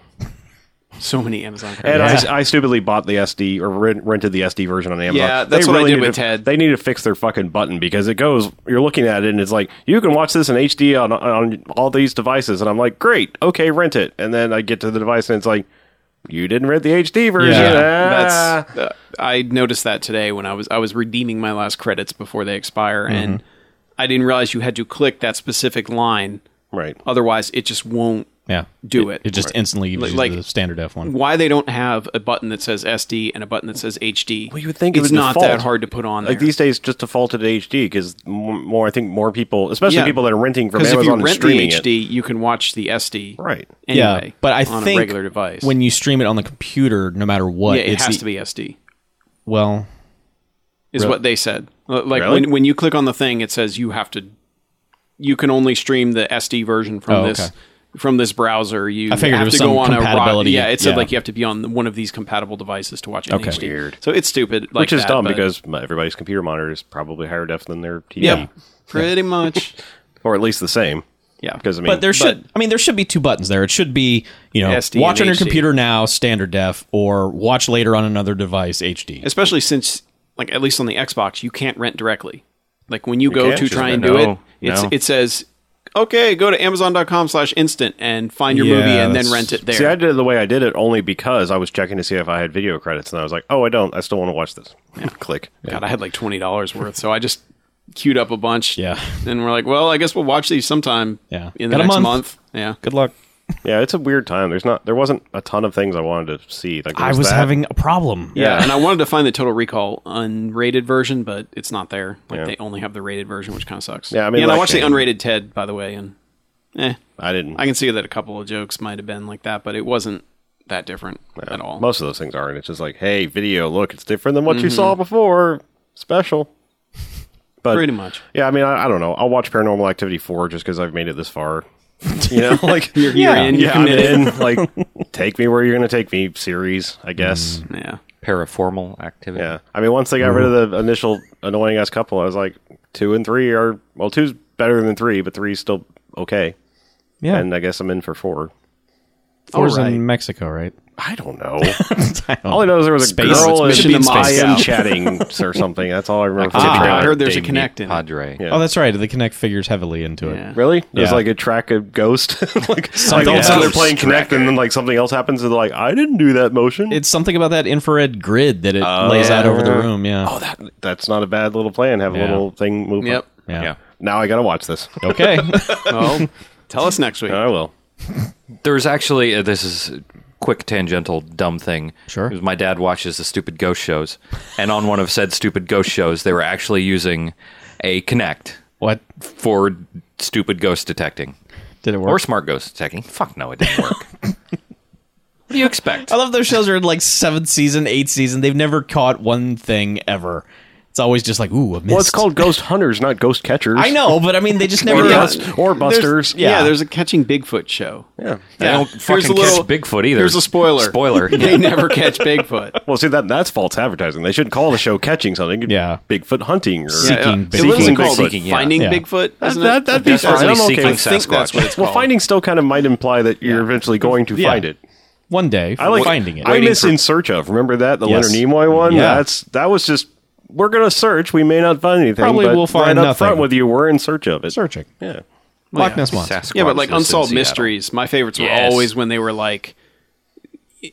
[SPEAKER 4] So many Amazon.
[SPEAKER 2] And
[SPEAKER 4] credits.
[SPEAKER 2] I, I stupidly bought the SD or rent, rented the SD version on Amazon.
[SPEAKER 4] Yeah, that's what I did
[SPEAKER 2] need
[SPEAKER 4] with
[SPEAKER 2] to,
[SPEAKER 4] Ted.
[SPEAKER 2] They need to fix their fucking button because it goes. You're looking at it and it's like you can watch this in HD on on all these devices, and I'm like, great, okay, rent it. And then I get to the device and it's like, you didn't read the HD version.
[SPEAKER 5] Yeah,
[SPEAKER 2] Ah.
[SPEAKER 4] That's uh, I noticed that today when I was I was redeeming my last credits before they expire, and
[SPEAKER 2] Mm-hmm.
[SPEAKER 4] I didn't realize you had to click that specific line.
[SPEAKER 2] right.
[SPEAKER 4] Otherwise, it just won't
[SPEAKER 5] Yeah.
[SPEAKER 4] do it.
[SPEAKER 5] It just instantly gives
[SPEAKER 4] Like-
[SPEAKER 5] you
[SPEAKER 4] like-
[SPEAKER 5] the standard F one.
[SPEAKER 4] why they don't have a button that says SD and a button that says HD. Well,
[SPEAKER 2] you would think it
[SPEAKER 4] it's
[SPEAKER 2] would
[SPEAKER 4] not that
[SPEAKER 2] default.
[SPEAKER 4] hard to put on there.
[SPEAKER 2] Like these days, just defaulted to HD because more, I think more people, especially
[SPEAKER 4] Yeah.
[SPEAKER 2] people that are renting from
[SPEAKER 4] because
[SPEAKER 2] Amazon
[SPEAKER 4] if you
[SPEAKER 2] and
[SPEAKER 4] rent the
[SPEAKER 2] streaming it.
[SPEAKER 4] HD, you can watch the SD.
[SPEAKER 2] Right.
[SPEAKER 4] Anyway,
[SPEAKER 5] yeah, but I
[SPEAKER 4] on
[SPEAKER 5] think
[SPEAKER 4] a regular device.
[SPEAKER 5] when you stream it on the computer, no matter what,
[SPEAKER 4] yeah, it
[SPEAKER 5] it's
[SPEAKER 4] has
[SPEAKER 5] the-
[SPEAKER 4] to be SD.
[SPEAKER 5] Well,
[SPEAKER 4] Is what they said. L- Like
[SPEAKER 2] Really?
[SPEAKER 4] when when you click on the thing, it says you have to. You can only stream the SD version from
[SPEAKER 5] Oh,
[SPEAKER 4] this.
[SPEAKER 5] okay.
[SPEAKER 4] From this browser, you
[SPEAKER 5] I figured it
[SPEAKER 4] have
[SPEAKER 5] was
[SPEAKER 4] to
[SPEAKER 5] some
[SPEAKER 4] go on a
[SPEAKER 5] compatibility-
[SPEAKER 4] Yeah, it said
[SPEAKER 5] yeah.
[SPEAKER 4] like you have to be on one of these compatible devices to watch it
[SPEAKER 5] Okay.
[SPEAKER 4] in HD.
[SPEAKER 2] Weird.
[SPEAKER 4] So it's stupid, like
[SPEAKER 2] Which is
[SPEAKER 4] that,
[SPEAKER 2] dumb
[SPEAKER 4] but-
[SPEAKER 2] because my- everybody's computer monitor is probably higher def than their TV,
[SPEAKER 4] yeah, pretty much.
[SPEAKER 2] or at least the same.
[SPEAKER 4] Yeah.
[SPEAKER 2] Because I mean,
[SPEAKER 5] but there should I mean there should be two buttons there. It should be you know
[SPEAKER 4] SD
[SPEAKER 5] watch
[SPEAKER 4] and
[SPEAKER 5] on your
[SPEAKER 4] HD.
[SPEAKER 5] computer now standard def or watch later on another device HD.
[SPEAKER 4] especially since like at least on the Xbox you can't rent directly. Like when you go
[SPEAKER 2] can't
[SPEAKER 4] to
[SPEAKER 2] just
[SPEAKER 4] try and
[SPEAKER 3] rent.
[SPEAKER 4] do it,
[SPEAKER 3] No,
[SPEAKER 4] it's
[SPEAKER 3] no.
[SPEAKER 4] it says okay, go to amazon.com/instant and find your
[SPEAKER 5] Yeah,
[SPEAKER 4] movie and then
[SPEAKER 5] that's-
[SPEAKER 4] rent it there.
[SPEAKER 2] see, I did it the way I did it only because I was checking to see if I had video credits, and I was like, oh, I don't. I still want to watch this. Click.
[SPEAKER 4] God, I had like $20 worth, so I just queued up a bunch.
[SPEAKER 5] Yeah.
[SPEAKER 4] And we're like, well, I guess we'll watch these sometime
[SPEAKER 5] Yeah.
[SPEAKER 4] in the
[SPEAKER 5] Got a
[SPEAKER 4] next month.
[SPEAKER 5] month.
[SPEAKER 4] Yeah.
[SPEAKER 5] Good luck.
[SPEAKER 2] Yeah, it's a weird time. There's not. There wasn't a ton of things I wanted to see. Like there
[SPEAKER 5] I was
[SPEAKER 2] that.
[SPEAKER 5] having a problem.
[SPEAKER 4] Yeah, and I wanted to find the Total Recall unrated version, but it's not there. Like they only have the rated version, which kind of sucks.
[SPEAKER 2] Yeah, I mean,
[SPEAKER 4] and I
[SPEAKER 2] like-
[SPEAKER 4] watched the unrated Ted, by the way, and eh,
[SPEAKER 2] I didn't.
[SPEAKER 4] I can see that a couple of jokes might have been like that, but it wasn't that different at all.
[SPEAKER 2] most of those things aren't. It's just like, hey, video, look, it's different than what you
[SPEAKER 4] Mm-hmm.
[SPEAKER 2] saw before. Special. But
[SPEAKER 4] Pretty much.
[SPEAKER 2] Yeah, I mean, I, I don't know. I'll watch Paranormal Activity four just because I've made it this far. You know, like you're,
[SPEAKER 4] you're in, you're
[SPEAKER 2] yeah, I'm in. Like, take me where you're gonna take me. Series, I guess.
[SPEAKER 4] Yeah.
[SPEAKER 3] Paraformal activity.
[SPEAKER 2] Yeah, I mean, once they got rid of the initial annoying ass couple, I was like, two and three are well, two's better than three, but three's still okay.
[SPEAKER 5] Yeah.
[SPEAKER 2] and I guess I'm in for four.
[SPEAKER 5] Four's
[SPEAKER 4] Alright.
[SPEAKER 5] in Mexico, right? Oh,
[SPEAKER 2] I don't know. all I know is there was a
[SPEAKER 5] Space.
[SPEAKER 2] girl
[SPEAKER 4] It's
[SPEAKER 2] in
[SPEAKER 4] mission to
[SPEAKER 2] I am
[SPEAKER 4] Moscow.
[SPEAKER 2] chatting or something. That's all I remember. from the
[SPEAKER 4] Ah,
[SPEAKER 2] trailer.
[SPEAKER 4] I heard there's a
[SPEAKER 2] Dave
[SPEAKER 4] connect in. it.
[SPEAKER 3] Padre.
[SPEAKER 2] Yeah.
[SPEAKER 5] Oh, that's right. The Connect figures heavily into it.
[SPEAKER 4] Yeah.
[SPEAKER 2] Meat. Really? There's
[SPEAKER 5] Yeah.
[SPEAKER 2] like a track of ghost. like, like
[SPEAKER 5] Something
[SPEAKER 2] also
[SPEAKER 5] else.
[SPEAKER 2] they're playing Connect, and then like something else happens, and they're like, "I didn't do that motion."
[SPEAKER 5] It's something about that infrared grid that it
[SPEAKER 2] Oh,
[SPEAKER 5] lays out over the room. Yeah. Oh, that.
[SPEAKER 2] That's not a bad little plan. Have a
[SPEAKER 5] Yeah.
[SPEAKER 2] little thing move.
[SPEAKER 4] Yep.
[SPEAKER 2] Up.
[SPEAKER 5] Yeah.
[SPEAKER 3] Yeah.
[SPEAKER 2] Now I gotta watch this.
[SPEAKER 5] Okay.
[SPEAKER 4] Well, tell us next week.
[SPEAKER 2] I will.
[SPEAKER 3] There's actually uh, this is a quick tangential dumb thing.
[SPEAKER 5] Sure.
[SPEAKER 3] Because My dad watches the stupid ghost shows, and on one of said stupid ghost shows, they were actually using a Connect
[SPEAKER 5] what
[SPEAKER 3] for stupid ghost detecting
[SPEAKER 5] did it work?
[SPEAKER 3] or smart ghost detecting. Fuck no, it didn't work. what do you expect?
[SPEAKER 5] I love those shows are in like seventh season, eighth season. They've never caught one thing ever. It's always just like, ooh, a missed.
[SPEAKER 2] Well, it's called Ghost Hunters, not Ghost Catchers.
[SPEAKER 5] I know, but I mean, they just
[SPEAKER 2] Or,
[SPEAKER 5] never.
[SPEAKER 2] Bust- or Busters.
[SPEAKER 4] Yeah. there's a catching Bigfoot show.
[SPEAKER 2] yeah.
[SPEAKER 3] They don't
[SPEAKER 4] Here's
[SPEAKER 3] fucking
[SPEAKER 4] a little-
[SPEAKER 3] catch Bigfoot either.
[SPEAKER 4] here's a spoiler.
[SPEAKER 3] Spoiler.
[SPEAKER 4] They never catch Bigfoot.
[SPEAKER 2] Well, see that that's false advertising. They should call the show "Catching Something."
[SPEAKER 5] Yeah.
[SPEAKER 2] Bigfoot hunting. Or,
[SPEAKER 5] Seeking
[SPEAKER 4] Yeah, uh,
[SPEAKER 5] Bigfoot.
[SPEAKER 4] It was
[SPEAKER 2] Seeking
[SPEAKER 4] called
[SPEAKER 2] Bigfoot.
[SPEAKER 3] Seeking, yeah.
[SPEAKER 4] Finding
[SPEAKER 5] Yeah.
[SPEAKER 4] Bigfoot. Isn't
[SPEAKER 2] that,
[SPEAKER 4] it?
[SPEAKER 2] that'd be
[SPEAKER 3] That's
[SPEAKER 2] fine.
[SPEAKER 3] what
[SPEAKER 2] I'm
[SPEAKER 3] he's
[SPEAKER 2] okay
[SPEAKER 3] seeking
[SPEAKER 2] with
[SPEAKER 4] I think that's what
[SPEAKER 3] Sasquatch.
[SPEAKER 4] it's
[SPEAKER 2] Well,
[SPEAKER 4] called.
[SPEAKER 2] finding still kind of might imply that you're eventually going to
[SPEAKER 5] Yeah.
[SPEAKER 2] find it.
[SPEAKER 5] one day.
[SPEAKER 2] I like
[SPEAKER 5] finding it.
[SPEAKER 2] I
[SPEAKER 4] Waiting
[SPEAKER 2] miss
[SPEAKER 4] for-
[SPEAKER 2] in search of. Remember that the
[SPEAKER 5] Yes.
[SPEAKER 2] Leonard Nimoy one?
[SPEAKER 5] Yeah.
[SPEAKER 2] That's that was just we're gonna search. We may not find anything.
[SPEAKER 5] Probably
[SPEAKER 2] but
[SPEAKER 5] we'll find
[SPEAKER 2] right up
[SPEAKER 5] nothing.
[SPEAKER 2] front with you. We're in search of it.
[SPEAKER 5] Searching.
[SPEAKER 2] Yeah.
[SPEAKER 5] Loch Ness
[SPEAKER 3] Yeah.
[SPEAKER 5] Monster.
[SPEAKER 3] Sasquatch
[SPEAKER 4] yeah, but like
[SPEAKER 3] lives in
[SPEAKER 4] unsolved
[SPEAKER 3] Seattle.
[SPEAKER 4] mysteries. My favorites were
[SPEAKER 3] Yes.
[SPEAKER 4] always when they were like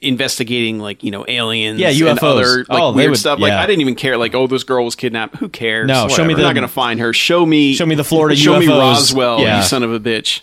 [SPEAKER 4] investigating like you know aliens
[SPEAKER 5] Yeah,
[SPEAKER 4] and
[SPEAKER 5] UFOs.
[SPEAKER 4] other like
[SPEAKER 5] Oh, they
[SPEAKER 4] weird
[SPEAKER 5] would-
[SPEAKER 4] stuff like
[SPEAKER 5] yeah.
[SPEAKER 4] i didn't even care like oh this girl was kidnapped who cares
[SPEAKER 5] No, show me
[SPEAKER 4] We're
[SPEAKER 5] the-
[SPEAKER 4] not gonna find her show me
[SPEAKER 5] Show me the Florida
[SPEAKER 4] show me
[SPEAKER 5] UFOs.
[SPEAKER 4] roswell
[SPEAKER 5] Yeah.
[SPEAKER 4] you son of a bitch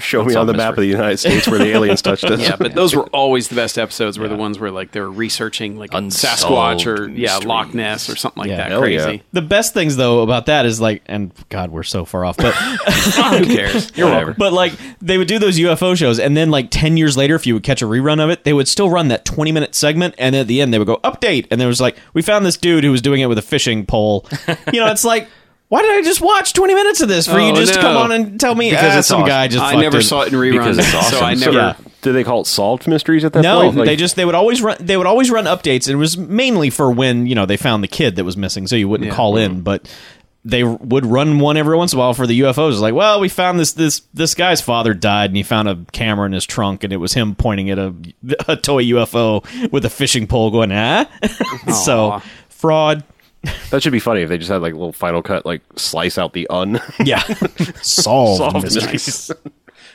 [SPEAKER 2] Show me on the map of the United States where the aliens touched us.
[SPEAKER 4] yeah but those were always the best episodes were the ones where like they were researching like
[SPEAKER 3] Unsolved
[SPEAKER 4] sasquatch or yeah
[SPEAKER 3] mysteries.
[SPEAKER 4] loch ness or something like
[SPEAKER 5] Yeah.
[SPEAKER 4] that
[SPEAKER 2] Hell yeah.
[SPEAKER 4] crazy
[SPEAKER 5] The best things though about that is like, and God, we're so far off, but
[SPEAKER 4] who cares
[SPEAKER 2] You're
[SPEAKER 4] Whatever.
[SPEAKER 2] welcome.
[SPEAKER 5] but like they would do those UFO shows, and then like ten years later, if you would catch a rerun of it, they would still run that twenty minute segment, and at the end they would go update, and there was like, we found this dude who was doing it with a fishing pole. you know, it's like. Why did I just watch 20 minutes of this for you
[SPEAKER 4] Oh,
[SPEAKER 5] just
[SPEAKER 4] no.
[SPEAKER 5] come on and tell me
[SPEAKER 3] Because
[SPEAKER 5] ah,
[SPEAKER 3] it's
[SPEAKER 5] some
[SPEAKER 3] awesome.
[SPEAKER 5] guy just
[SPEAKER 4] i
[SPEAKER 5] fucked
[SPEAKER 4] never
[SPEAKER 5] it.
[SPEAKER 4] saw it in reruns
[SPEAKER 3] Because it's
[SPEAKER 4] so
[SPEAKER 3] awesome.
[SPEAKER 4] i
[SPEAKER 3] So
[SPEAKER 4] never
[SPEAKER 5] yeah.
[SPEAKER 2] Did they call it solved mysteries at that
[SPEAKER 5] No,
[SPEAKER 2] point? Like-
[SPEAKER 5] they just they would always run they would always run updates. It was mainly for when you know they found the kid that was missing, so you wouldn't call in, but they would run one every once in a while for the UFOs. Like, well, we found this this this guy's father died, and he found a camera in his trunk, and it was him pointing at a a toy UFO with a fishing pole, going ah, so fraud.
[SPEAKER 2] that should be funny if they just had like a little final cut, like slice out the un.
[SPEAKER 5] Yeah, solved.
[SPEAKER 2] Solved
[SPEAKER 5] mystery.
[SPEAKER 2] mysteries.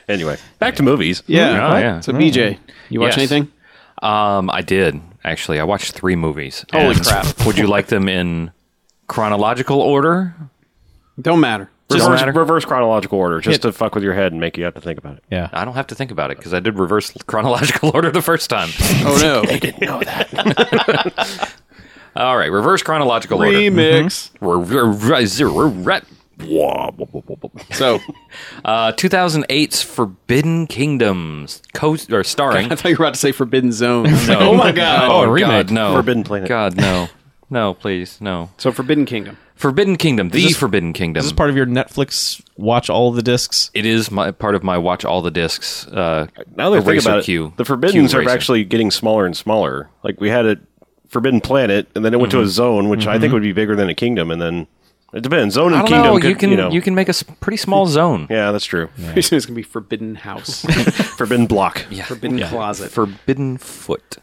[SPEAKER 2] anyway, back to movies.
[SPEAKER 4] yeah
[SPEAKER 3] Oh, yeah.
[SPEAKER 4] so bj you watch
[SPEAKER 3] Yes.
[SPEAKER 4] anything
[SPEAKER 3] Um, I did actually. I watched three movies.
[SPEAKER 4] Holy
[SPEAKER 3] And
[SPEAKER 4] crap.
[SPEAKER 3] Would you like them in chronological order?
[SPEAKER 4] Don't matter.
[SPEAKER 3] Doesn't
[SPEAKER 2] Reverse,
[SPEAKER 3] matter.
[SPEAKER 2] reverse chronological order, just to fuck with your head and make you have to think about it.
[SPEAKER 5] Yeah.
[SPEAKER 3] I don't have to think about it because I did reverse chronological order the first time.
[SPEAKER 4] Oh no.
[SPEAKER 3] All right, reverse chronological order.
[SPEAKER 4] Remix.
[SPEAKER 3] Mm-hmm.
[SPEAKER 4] So
[SPEAKER 3] Uh, 2008's Forbidden Kingdoms, co- or starring.
[SPEAKER 4] I thought you were about to say Forbidden Zone. oh my god.
[SPEAKER 3] oh,
[SPEAKER 5] remake.
[SPEAKER 3] God, no.
[SPEAKER 2] Forbidden Planet.
[SPEAKER 3] God, no. No, please, no.
[SPEAKER 4] So Forbidden Kingdom.
[SPEAKER 3] Forbidden Kingdom, the Forbidden Kingdom.
[SPEAKER 5] Is this part of your Netflix watch all the discs?
[SPEAKER 3] it is my part of my watch all the discs. Uh,
[SPEAKER 2] Now that I think
[SPEAKER 3] eraser
[SPEAKER 2] about it,
[SPEAKER 3] queue-
[SPEAKER 2] the Forbiddens
[SPEAKER 3] queue
[SPEAKER 2] are
[SPEAKER 3] eraser.
[SPEAKER 2] actually getting smaller and smaller. Like we had a Forbidden Planet, and then it went
[SPEAKER 3] Mm-hmm.
[SPEAKER 2] to a zone, which I think would be bigger than a kingdom, and then it depends. Zone
[SPEAKER 3] I
[SPEAKER 2] and
[SPEAKER 3] don't
[SPEAKER 2] kingdom,
[SPEAKER 3] know.
[SPEAKER 2] could,
[SPEAKER 3] you can you,
[SPEAKER 2] you know,
[SPEAKER 3] can make a s- pretty small zone.
[SPEAKER 2] yeah, that's true.
[SPEAKER 4] It's going to be Forbidden House.
[SPEAKER 2] Forbidden Block.
[SPEAKER 4] forbidden Closet.
[SPEAKER 3] Forbidden foot.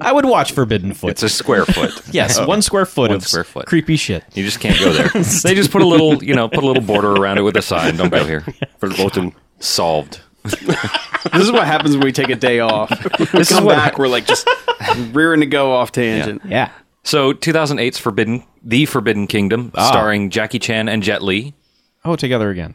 [SPEAKER 5] I would watch Forbidden Foot.
[SPEAKER 3] It's a square foot.
[SPEAKER 5] yes, one square foot
[SPEAKER 3] One
[SPEAKER 5] of
[SPEAKER 3] square foot.
[SPEAKER 5] creepy shit.
[SPEAKER 3] You just can't go there. they just put a little, you know, put a little border around it with a sign. Don't go here.
[SPEAKER 2] Verboten.
[SPEAKER 3] Solved.
[SPEAKER 4] this is what happens when we take a day off. We come
[SPEAKER 3] what
[SPEAKER 4] back, we're like just rearing to go off tangent.
[SPEAKER 5] Yeah.
[SPEAKER 3] So 2008's Forbidden, The Forbidden Kingdom, starring Jackie Chan and Jet Li
[SPEAKER 5] Oh, together again.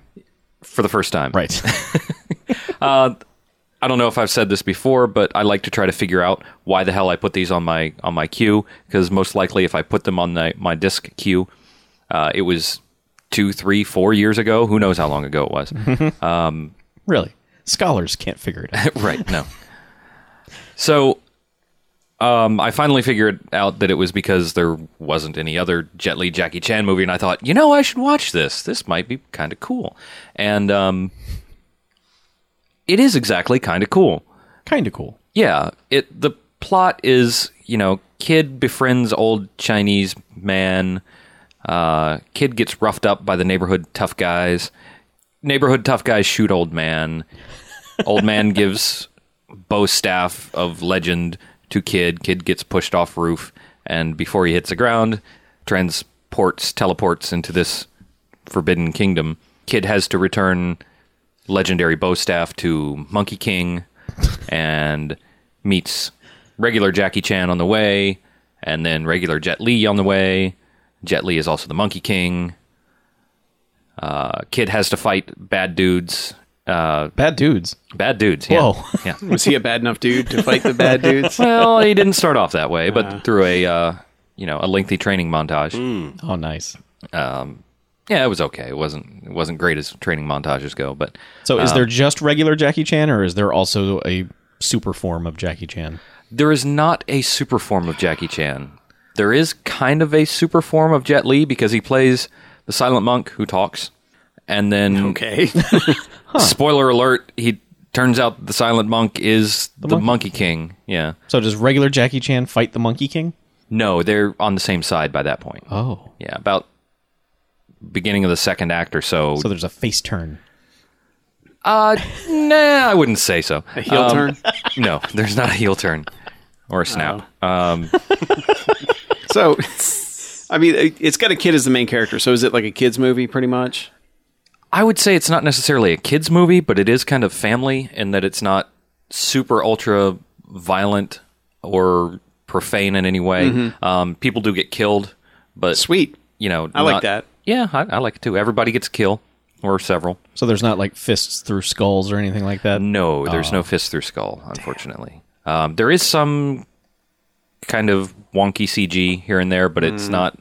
[SPEAKER 3] for the first time.
[SPEAKER 5] Right.
[SPEAKER 3] I don't know if I've said this before, but I like to try to figure out why the hell I put these on my on my queue because most likely if I put them on my my disc queue, uh, it was two, three, four years ago. Who knows how long ago it was?
[SPEAKER 5] really. Scholars can't figure it out.
[SPEAKER 3] right. No. So, um, I finally figured out that it was because there wasn't any other Jet Li Jackie Chan movie, and I thought, you know, I should watch this. This might be kind of cool, and um, it is exactly kind of cool.
[SPEAKER 5] kind of cool.
[SPEAKER 3] Yeah, it the plot is you know kid befriends old Chinese man. Uh, kid gets roughed up by the neighborhood tough guys. Neighborhood tough guys shoot old man. Old man gives bow staff of legend to kid. Kid gets pushed off roof, and before he hits the ground, transports teleports into this forbidden kingdom. Kid has to return legendary bow staff to Monkey King, and meets regular Jackie Chan on the way, and then regular Jet Li on the way. Jet Li is also the Monkey King. Uh, kid has to fight bad dudes. Uh,
[SPEAKER 5] Bad dudes.
[SPEAKER 3] bad dudes. Yeah.
[SPEAKER 5] Whoa.
[SPEAKER 3] Yeah.
[SPEAKER 4] Was he a bad enough dude to fight the bad dudes?
[SPEAKER 3] well, he didn't start off that way, but through a uh, you know a lengthy training montage.
[SPEAKER 5] Oh, nice.
[SPEAKER 3] Yeah, it was okay. It wasn't it wasn't great as training montages go, but
[SPEAKER 5] So, is there
[SPEAKER 3] Um,
[SPEAKER 5] just regular Jackie Chan, or is there also a super form of Jackie Chan?
[SPEAKER 3] there is not a super form of Jackie Chan. There is kind of a super form of Jet Li because he plays the silent monk who talks, and then
[SPEAKER 4] Okay.
[SPEAKER 3] spoiler alert, he turns out the silent monk is the, Monkey King. Yeah,
[SPEAKER 5] So, does regular Jackie Chan fight the Monkey King?
[SPEAKER 3] no, they're on the same side by that point.
[SPEAKER 5] Oh,
[SPEAKER 3] Yeah, about beginning of the second act or so.
[SPEAKER 5] so there's a face turn.
[SPEAKER 3] uh, nah, I wouldn't say so.
[SPEAKER 4] A heel turn.
[SPEAKER 3] no, there's not a heel turn or a snap. Um,
[SPEAKER 4] So, I mean, it- it's got a kid as the main character. So is it like a kids movie, pretty much?
[SPEAKER 3] I would say it's not necessarily a kids movie, but it is kind of family in that it's not super ultra violent or profane in any way. Um, people do get killed, but
[SPEAKER 4] Mm-hmm. Sweet.
[SPEAKER 3] you know,
[SPEAKER 4] I like
[SPEAKER 3] not-
[SPEAKER 4] that.
[SPEAKER 3] Yeah, I, I like it too. Everybody gets a kill or several.
[SPEAKER 5] So there's not like fists through skulls or anything like that.
[SPEAKER 3] No, there's no fist through skull, unfortunately. Um, there is some kind of wonky CG here and there, but
[SPEAKER 4] Mm.
[SPEAKER 3] it's not.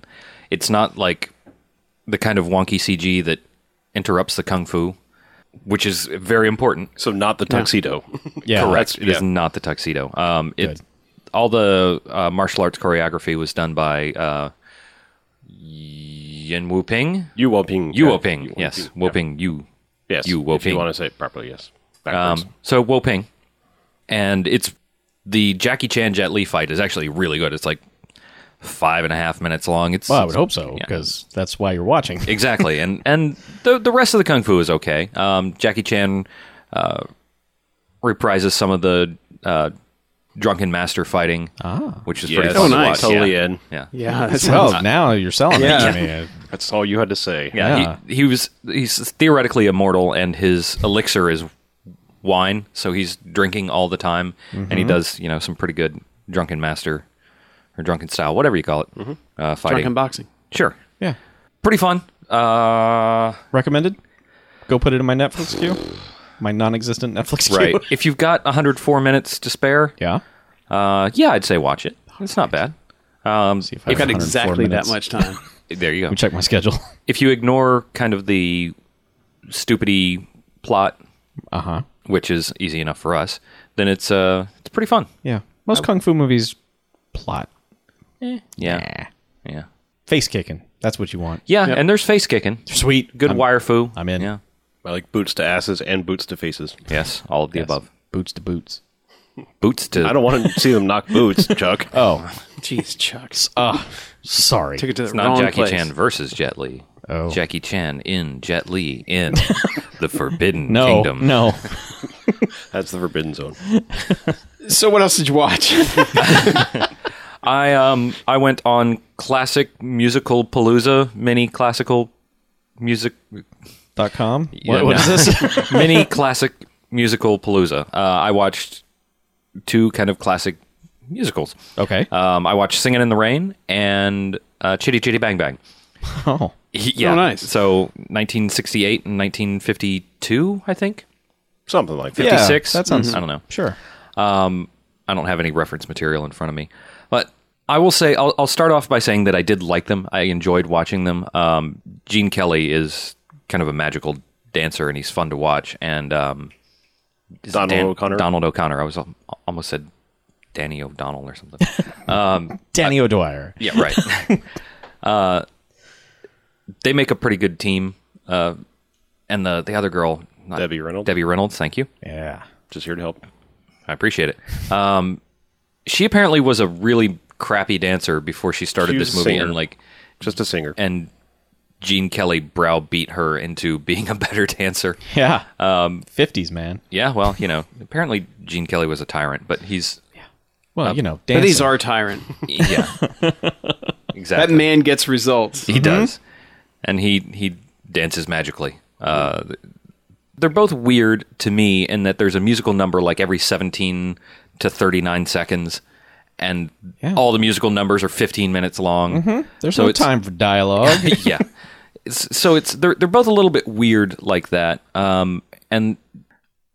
[SPEAKER 3] It's not like the kind of wonky CG that interrupts the kung fu, which is very important.
[SPEAKER 2] So not the tuxedo.
[SPEAKER 5] Yeah,
[SPEAKER 3] Correct. It is
[SPEAKER 2] yeah.
[SPEAKER 3] not the tuxedo. Um, it, all the uh, martial arts choreography was done by uh, Yin Wu Ping.
[SPEAKER 2] you Woping.
[SPEAKER 3] Yu Wu Ping. Yes, Wu Ping. Yu.
[SPEAKER 2] Yes.
[SPEAKER 3] Yu Woping.
[SPEAKER 2] If you want to say it properly, yes. Backwards.
[SPEAKER 3] Um, so Wu Ping, and it's the Jackie Chan Jet Li fight is actually really good. It's like five and a half minutes long. It's
[SPEAKER 5] Well, I would hope so
[SPEAKER 3] Yeah.
[SPEAKER 5] because that's why you're watching.
[SPEAKER 3] exactly, and and the the rest of the kung fu is okay. Um, Jackie Chan uh, reprises some of the uh, drunken master fighting, which is pretty
[SPEAKER 2] Yes.
[SPEAKER 3] fun
[SPEAKER 4] Oh,
[SPEAKER 3] to
[SPEAKER 4] nice.
[SPEAKER 3] watch.
[SPEAKER 2] Totally
[SPEAKER 3] yeah.
[SPEAKER 2] in.
[SPEAKER 3] Yeah.
[SPEAKER 4] Yeah. That sounds,
[SPEAKER 5] well, Oh, now you're selling it to me.
[SPEAKER 2] That's all you had to say.
[SPEAKER 3] Yeah, He, he was he's theoretically immortal, and his elixir is wine, so he's drinking all the time, and he does you know some pretty good drunken master or drunken style, whatever you call it, uh, fighting.
[SPEAKER 4] Drunken boxing.
[SPEAKER 3] sure,
[SPEAKER 5] Yeah.
[SPEAKER 3] pretty fun. Uh,
[SPEAKER 5] Recommended? Go put it in my Netflix queue. My non-existent Netflix queue.
[SPEAKER 3] right. if you've got 104 minutes to spare,
[SPEAKER 5] Yeah.
[SPEAKER 3] uh, yeah, I'd say watch it. It's not bad. Um,
[SPEAKER 5] See if
[SPEAKER 4] You've
[SPEAKER 5] have
[SPEAKER 4] got
[SPEAKER 5] 104
[SPEAKER 4] exactly that
[SPEAKER 5] minutes.
[SPEAKER 4] much time.
[SPEAKER 3] there you go.
[SPEAKER 5] Check my schedule.
[SPEAKER 3] if you ignore kind of the stupidy plot,
[SPEAKER 5] Uh huh.
[SPEAKER 3] which is easy enough for us, then it's uh it's pretty fun.
[SPEAKER 5] Yeah. Most kung fu movies plot
[SPEAKER 3] Yeah, yeah,
[SPEAKER 5] face kicking. That's what you want.
[SPEAKER 3] yeah. And there's face kicking,
[SPEAKER 5] Sweet.
[SPEAKER 3] good
[SPEAKER 5] I'm-
[SPEAKER 3] wire foo.
[SPEAKER 5] I'm in.
[SPEAKER 3] Yeah,
[SPEAKER 2] I like boots to asses and boots to faces.
[SPEAKER 3] yes, all of the above.
[SPEAKER 5] Boots to boots.
[SPEAKER 3] Boots to
[SPEAKER 2] I don't want to see them knock boots, Chuck.
[SPEAKER 5] Oh.
[SPEAKER 4] Jeez, Chuck.
[SPEAKER 5] Sorry.
[SPEAKER 4] Took it to the
[SPEAKER 3] It's not
[SPEAKER 4] wrong
[SPEAKER 3] Jackie
[SPEAKER 4] place.
[SPEAKER 3] Chan versus Jet Li.
[SPEAKER 5] Oh.
[SPEAKER 3] Jackie Chan in Jet Li in the Forbidden
[SPEAKER 5] no.
[SPEAKER 3] Kingdom.
[SPEAKER 5] No.
[SPEAKER 2] That's the forbidden zone.
[SPEAKER 4] So what else did you watch?
[SPEAKER 3] I um I went on classic musical palooza, mini classical music
[SPEAKER 5] Dot com.
[SPEAKER 3] Yeah,
[SPEAKER 5] what
[SPEAKER 3] no.
[SPEAKER 5] is this?
[SPEAKER 3] mini classic musical palooza. Uh, I watched two kind of classic musicals.
[SPEAKER 5] Okay.
[SPEAKER 3] Um, I watched Singing in the Rain and uh, Chitty Chitty Bang Bang.
[SPEAKER 5] oh.
[SPEAKER 3] He- yeah.
[SPEAKER 4] nice.
[SPEAKER 3] So 1968 and 1952, I think.
[SPEAKER 2] Something like that.
[SPEAKER 5] Yeah,
[SPEAKER 3] 56?
[SPEAKER 5] that sounds-
[SPEAKER 3] I don't know.
[SPEAKER 5] Sure.
[SPEAKER 3] Um, I don't have any reference material in front of me, but I will say I'll, I'll start off by saying that I did like them. I enjoyed watching them. Um, Gene Kelly is kind of a magical dancer, and he's fun to watch. And um, is it
[SPEAKER 2] Donald O'Connor?
[SPEAKER 3] Donald O'Connor. I was al- almost said Danny O'Donnell or something.
[SPEAKER 5] Danny O'Dwyer.
[SPEAKER 3] yeah, right. uh, they make a pretty good team. Uh, and the the other girl, not-
[SPEAKER 2] Debbie Reynolds.
[SPEAKER 3] Debbie Reynolds. Thank you.
[SPEAKER 5] Yeah.
[SPEAKER 2] Just here to help.
[SPEAKER 3] I appreciate it. Um, she apparently was a really crappy dancer before she started
[SPEAKER 2] She was
[SPEAKER 3] this
[SPEAKER 2] a
[SPEAKER 3] movie,
[SPEAKER 2] singer.
[SPEAKER 3] and like,
[SPEAKER 2] Just a singer.
[SPEAKER 3] and Gene Kelly browbeat her into being a better dancer.
[SPEAKER 5] Yeah. Um, 50s, man.
[SPEAKER 3] Yeah, well, you know, apparently Gene Kelly was a tyrant, but he's
[SPEAKER 5] Well, you know,
[SPEAKER 4] But he's
[SPEAKER 5] dancing.
[SPEAKER 4] our tyrant.
[SPEAKER 3] yeah,
[SPEAKER 4] That
[SPEAKER 3] exactly.
[SPEAKER 4] man gets results.
[SPEAKER 3] he does, and he he dances magically. Uh, they're both weird to me in that there's a musical number like every 17 to 39 seconds, and
[SPEAKER 5] Yeah.
[SPEAKER 3] all the musical numbers are 15 minutes long.
[SPEAKER 5] There's
[SPEAKER 3] so
[SPEAKER 5] no
[SPEAKER 3] it's-
[SPEAKER 5] time for dialogue.
[SPEAKER 3] yeah. It's, so it's they're they're both a little bit weird like that, um, and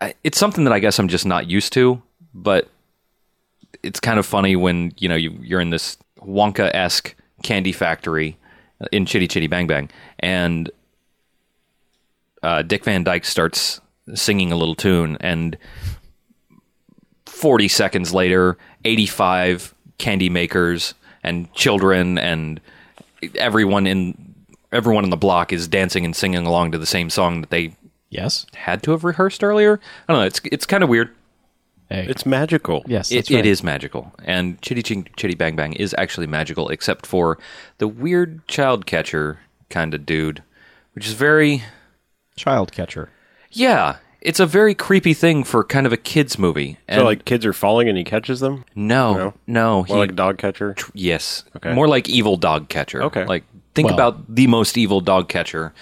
[SPEAKER 3] I- it's something that I guess I'm just not used to. But it's kind of funny when you know you, you're in this Wonka esque candy factory in Chitty Chitty Bang Bang, and uh, Dick Van Dyke starts singing a little tune, and 40 seconds later, 85 candy makers and children and everyone in everyone in the block is dancing and singing along to the same song that they
[SPEAKER 5] yes.
[SPEAKER 3] had to have rehearsed earlier. I don't know, it's it's kind of weird.
[SPEAKER 5] Hey.
[SPEAKER 2] it's magical.
[SPEAKER 5] yes.
[SPEAKER 3] It,
[SPEAKER 5] that's right.
[SPEAKER 3] it is magical. And Chitty Ching Chitty Bang Bang is actually magical except for the weird child catcher kind of dude, which is very
[SPEAKER 5] Child catcher.
[SPEAKER 3] yeah, it's a very creepy thing for kind of a kids movie. And
[SPEAKER 2] So like kids are falling and he catches them?
[SPEAKER 3] no, no,
[SPEAKER 2] No?
[SPEAKER 3] he-
[SPEAKER 2] Or like a dog catcher?
[SPEAKER 3] Yes.
[SPEAKER 2] Okay.
[SPEAKER 3] More like evil dog catcher.
[SPEAKER 2] Okay.
[SPEAKER 3] Like think
[SPEAKER 5] Well-
[SPEAKER 3] about the most evil dog catcher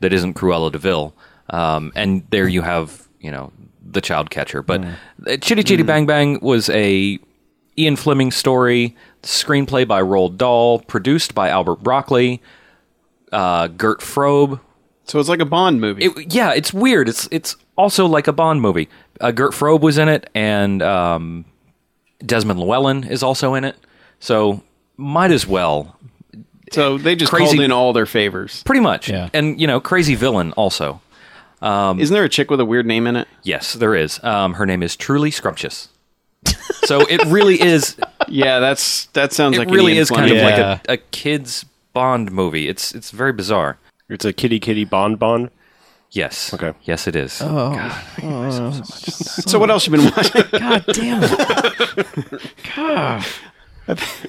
[SPEAKER 3] that isn't Cruella Deville. Um, and there you have, you know, the child catcher. But
[SPEAKER 2] Hmm.
[SPEAKER 3] uh, Chitty Chitty Bang Bang was a Ian Fleming story, screenplay by Roald Dahl, produced by Albert Broccoli, uh, Gert Frobe.
[SPEAKER 4] So it's like a Bond movie.
[SPEAKER 3] It, yeah, it's weird. It's it's also like a Bond movie. Uh, Gert Frobe was in it, and um, Desmond Llewellyn is also in it. So might as well
[SPEAKER 4] so they just
[SPEAKER 3] Crazy-
[SPEAKER 4] called in all their favors.
[SPEAKER 3] Pretty much.
[SPEAKER 5] Yeah.
[SPEAKER 3] And, you know, crazy villain also.
[SPEAKER 4] Isn't there a chick with a weird name in it?
[SPEAKER 3] Yes, there is. Um, her name is Truly Scrumptious. so it really is,
[SPEAKER 4] Yeah, that's that sounds
[SPEAKER 3] it
[SPEAKER 4] like an
[SPEAKER 3] really
[SPEAKER 4] Ian
[SPEAKER 3] is kind
[SPEAKER 4] Fleming.
[SPEAKER 3] of like
[SPEAKER 5] Yeah.
[SPEAKER 3] a, a kid's Bond movie. It's, it's very bizarre.
[SPEAKER 2] It's a kitty kitty bond bond.
[SPEAKER 3] Yes.
[SPEAKER 2] Okay.
[SPEAKER 3] Yes, it is.
[SPEAKER 4] So what else you been watching?
[SPEAKER 5] Oh. God damn it.
[SPEAKER 4] I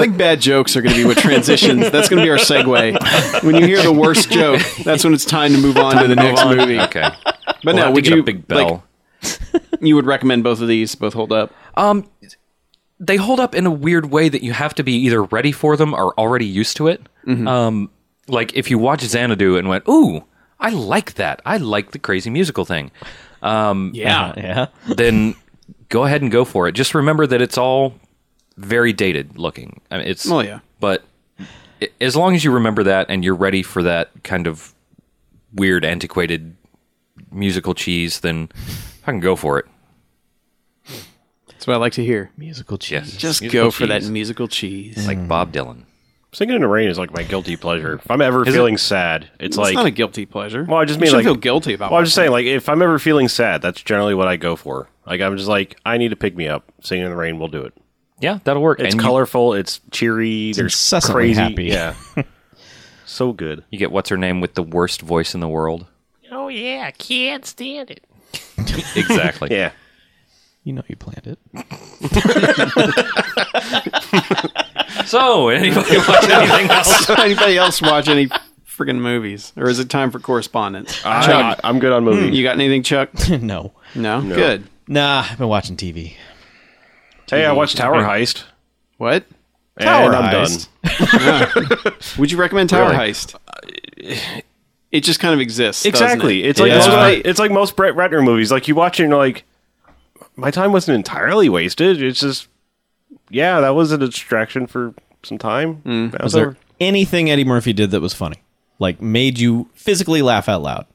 [SPEAKER 4] think bad jokes are going to be what transitions. That's going to be our segue. When you hear the worst joke, that's when it's time to move on to the next movie.
[SPEAKER 3] Okay.
[SPEAKER 4] But
[SPEAKER 3] We'll
[SPEAKER 4] now,
[SPEAKER 3] have
[SPEAKER 4] would
[SPEAKER 3] to get
[SPEAKER 4] you
[SPEAKER 3] a big bell.
[SPEAKER 4] like, you would recommend both of these? Both hold up.
[SPEAKER 3] um, they hold up in a weird way that you have to be either
[SPEAKER 4] Mm-hmm.
[SPEAKER 3] ready for them or already used to it. Um, like if you watch Xanadu and went, "Ooh, I like that. I like the crazy musical thing. Um,
[SPEAKER 4] Yeah.
[SPEAKER 6] Yeah.
[SPEAKER 3] then go ahead and go for it. Just remember that it's all very dated looking. I mean, it's
[SPEAKER 4] Well, yeah.
[SPEAKER 3] but i- as long as you remember that and you're ready for that kind of weird, antiquated musical cheese, then I can go for it.
[SPEAKER 4] That's what I like to hear.
[SPEAKER 6] Musical cheese.
[SPEAKER 3] Yes,
[SPEAKER 4] Just
[SPEAKER 6] Musical
[SPEAKER 4] go for that
[SPEAKER 6] cheese.
[SPEAKER 4] musical cheese.
[SPEAKER 3] like Bob Dylan.
[SPEAKER 2] Singing in the rain is like my guilty pleasure. If I'm ever
[SPEAKER 3] it?
[SPEAKER 2] feeling sad, it's,
[SPEAKER 4] it's
[SPEAKER 2] like.
[SPEAKER 4] not a guilty pleasure.
[SPEAKER 2] well, I just
[SPEAKER 4] You
[SPEAKER 2] mean
[SPEAKER 4] shouldn't
[SPEAKER 2] like
[SPEAKER 4] feel guilty about.
[SPEAKER 2] Well, I'm just saying, like, if I'm ever feeling sad, that's generally what I go for. Like, I'm just like, I need to pick me up. Singing in the rain will do it.
[SPEAKER 3] Yeah, that'll work.
[SPEAKER 2] It's
[SPEAKER 3] And you-
[SPEAKER 2] colorful. It's cheery. It's there's
[SPEAKER 5] incessantly
[SPEAKER 2] crazy.
[SPEAKER 5] happy.
[SPEAKER 2] Yeah. so good.
[SPEAKER 3] You, get what's her name with the worst voice in the world.
[SPEAKER 1] Oh, yeah, can't stand it.
[SPEAKER 3] Exactly.
[SPEAKER 2] Yeah.
[SPEAKER 6] You know you planned it.
[SPEAKER 3] So anybody watch anything else?
[SPEAKER 4] Does anybody else watch any friggin' movies, or is it time for correspondence?
[SPEAKER 2] I, am good on movies.
[SPEAKER 4] you got anything, Chuck?
[SPEAKER 5] no.
[SPEAKER 4] No? Good.
[SPEAKER 5] Nah, I've been watching TV.
[SPEAKER 2] Hey, I watched Tower Heist.
[SPEAKER 4] What?
[SPEAKER 2] and I'm
[SPEAKER 5] Heist.
[SPEAKER 2] done.
[SPEAKER 4] Would you recommend Tower
[SPEAKER 2] Really?
[SPEAKER 4] Heist? Uh, It just kind of exists. doesn't
[SPEAKER 2] Exactly.
[SPEAKER 4] it?
[SPEAKER 2] It's like
[SPEAKER 4] Yeah.
[SPEAKER 2] most,
[SPEAKER 4] Right.
[SPEAKER 2] it's like most Brett Ratner movies. Like you watch it and you're like, my time wasn't entirely wasted. It's just, yeah, that was a distraction for some time. That
[SPEAKER 5] Was
[SPEAKER 2] was
[SPEAKER 5] there
[SPEAKER 2] over.
[SPEAKER 5] anything Eddie Murphy did that was funny? Like made you physically laugh out loud?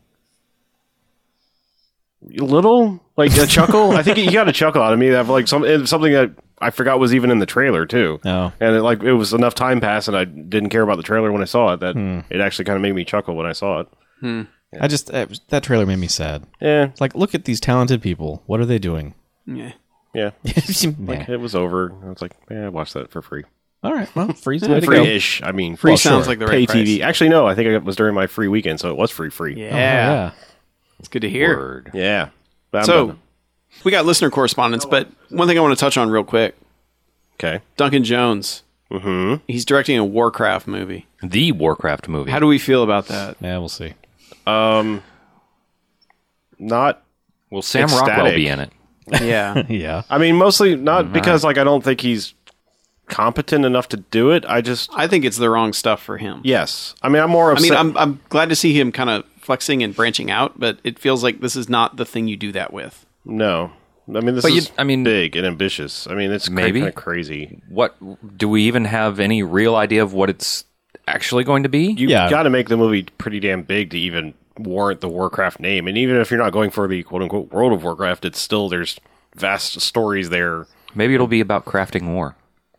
[SPEAKER 2] a little like a chuckle. I think you got a chuckle out of me. That like some it's something that I forgot was even in the trailer too.
[SPEAKER 5] Oh.
[SPEAKER 2] and it, like it was enough time passed, and I didn't care about the trailer when I saw it that it actually kind of made me chuckle when I saw it.
[SPEAKER 5] I just uh, that trailer made me sad.
[SPEAKER 2] Yeah,
[SPEAKER 5] It's like, look at these talented people. What are they doing?
[SPEAKER 4] Yeah.
[SPEAKER 2] yeah.
[SPEAKER 5] Nah.
[SPEAKER 2] It was over. I was like, yeah, I watched that for free.
[SPEAKER 5] All right, well, freeze way to go.
[SPEAKER 2] Free-ish. I mean,
[SPEAKER 4] Free sounds like the right
[SPEAKER 2] pay
[SPEAKER 4] price.
[SPEAKER 2] TV. Actually, no. I think it was during my free weekend, so it was free. Free.
[SPEAKER 4] Yeah.
[SPEAKER 5] Oh, yeah.
[SPEAKER 4] It's good to hear.
[SPEAKER 2] Yeah. But I'm
[SPEAKER 4] So
[SPEAKER 2] done.
[SPEAKER 4] we got listener correspondence, but one thing I want to touch on real quick:
[SPEAKER 2] okay.
[SPEAKER 4] Duncan Jones. Mm-hmm. He's directing a Warcraft movie.
[SPEAKER 3] The Warcraft movie.
[SPEAKER 4] How do we feel about that?
[SPEAKER 5] Yeah, we'll see.
[SPEAKER 2] Not.
[SPEAKER 3] Will Sam
[SPEAKER 2] Ecstatic.
[SPEAKER 3] Rockwell be in it?
[SPEAKER 4] Yeah.
[SPEAKER 5] Yeah.
[SPEAKER 2] I mean, mostly not because like I don't think he's competent enough to do it. I just
[SPEAKER 4] I think it's the wrong stuff for him.
[SPEAKER 2] yes. I mean, I'm more.
[SPEAKER 4] I mean,
[SPEAKER 2] Upset.
[SPEAKER 4] I'm I'm glad to see him kind of flexing and branching out, but it feels like this is not the thing you do that with.
[SPEAKER 2] no. I mean, this
[SPEAKER 3] But you-
[SPEAKER 2] is
[SPEAKER 3] I mean-
[SPEAKER 2] big and ambitious. I mean, it's
[SPEAKER 3] Maybe.
[SPEAKER 2] kind of crazy.
[SPEAKER 3] What do we even have any real idea of what it's actually going to be?
[SPEAKER 2] You
[SPEAKER 5] Yeah.
[SPEAKER 2] got to make the movie pretty damn big to even warrant the Warcraft name. And even if you're not going for the quote unquote World of Warcraft, it's still there's vast stories there.
[SPEAKER 3] Maybe it'll be about crafting war.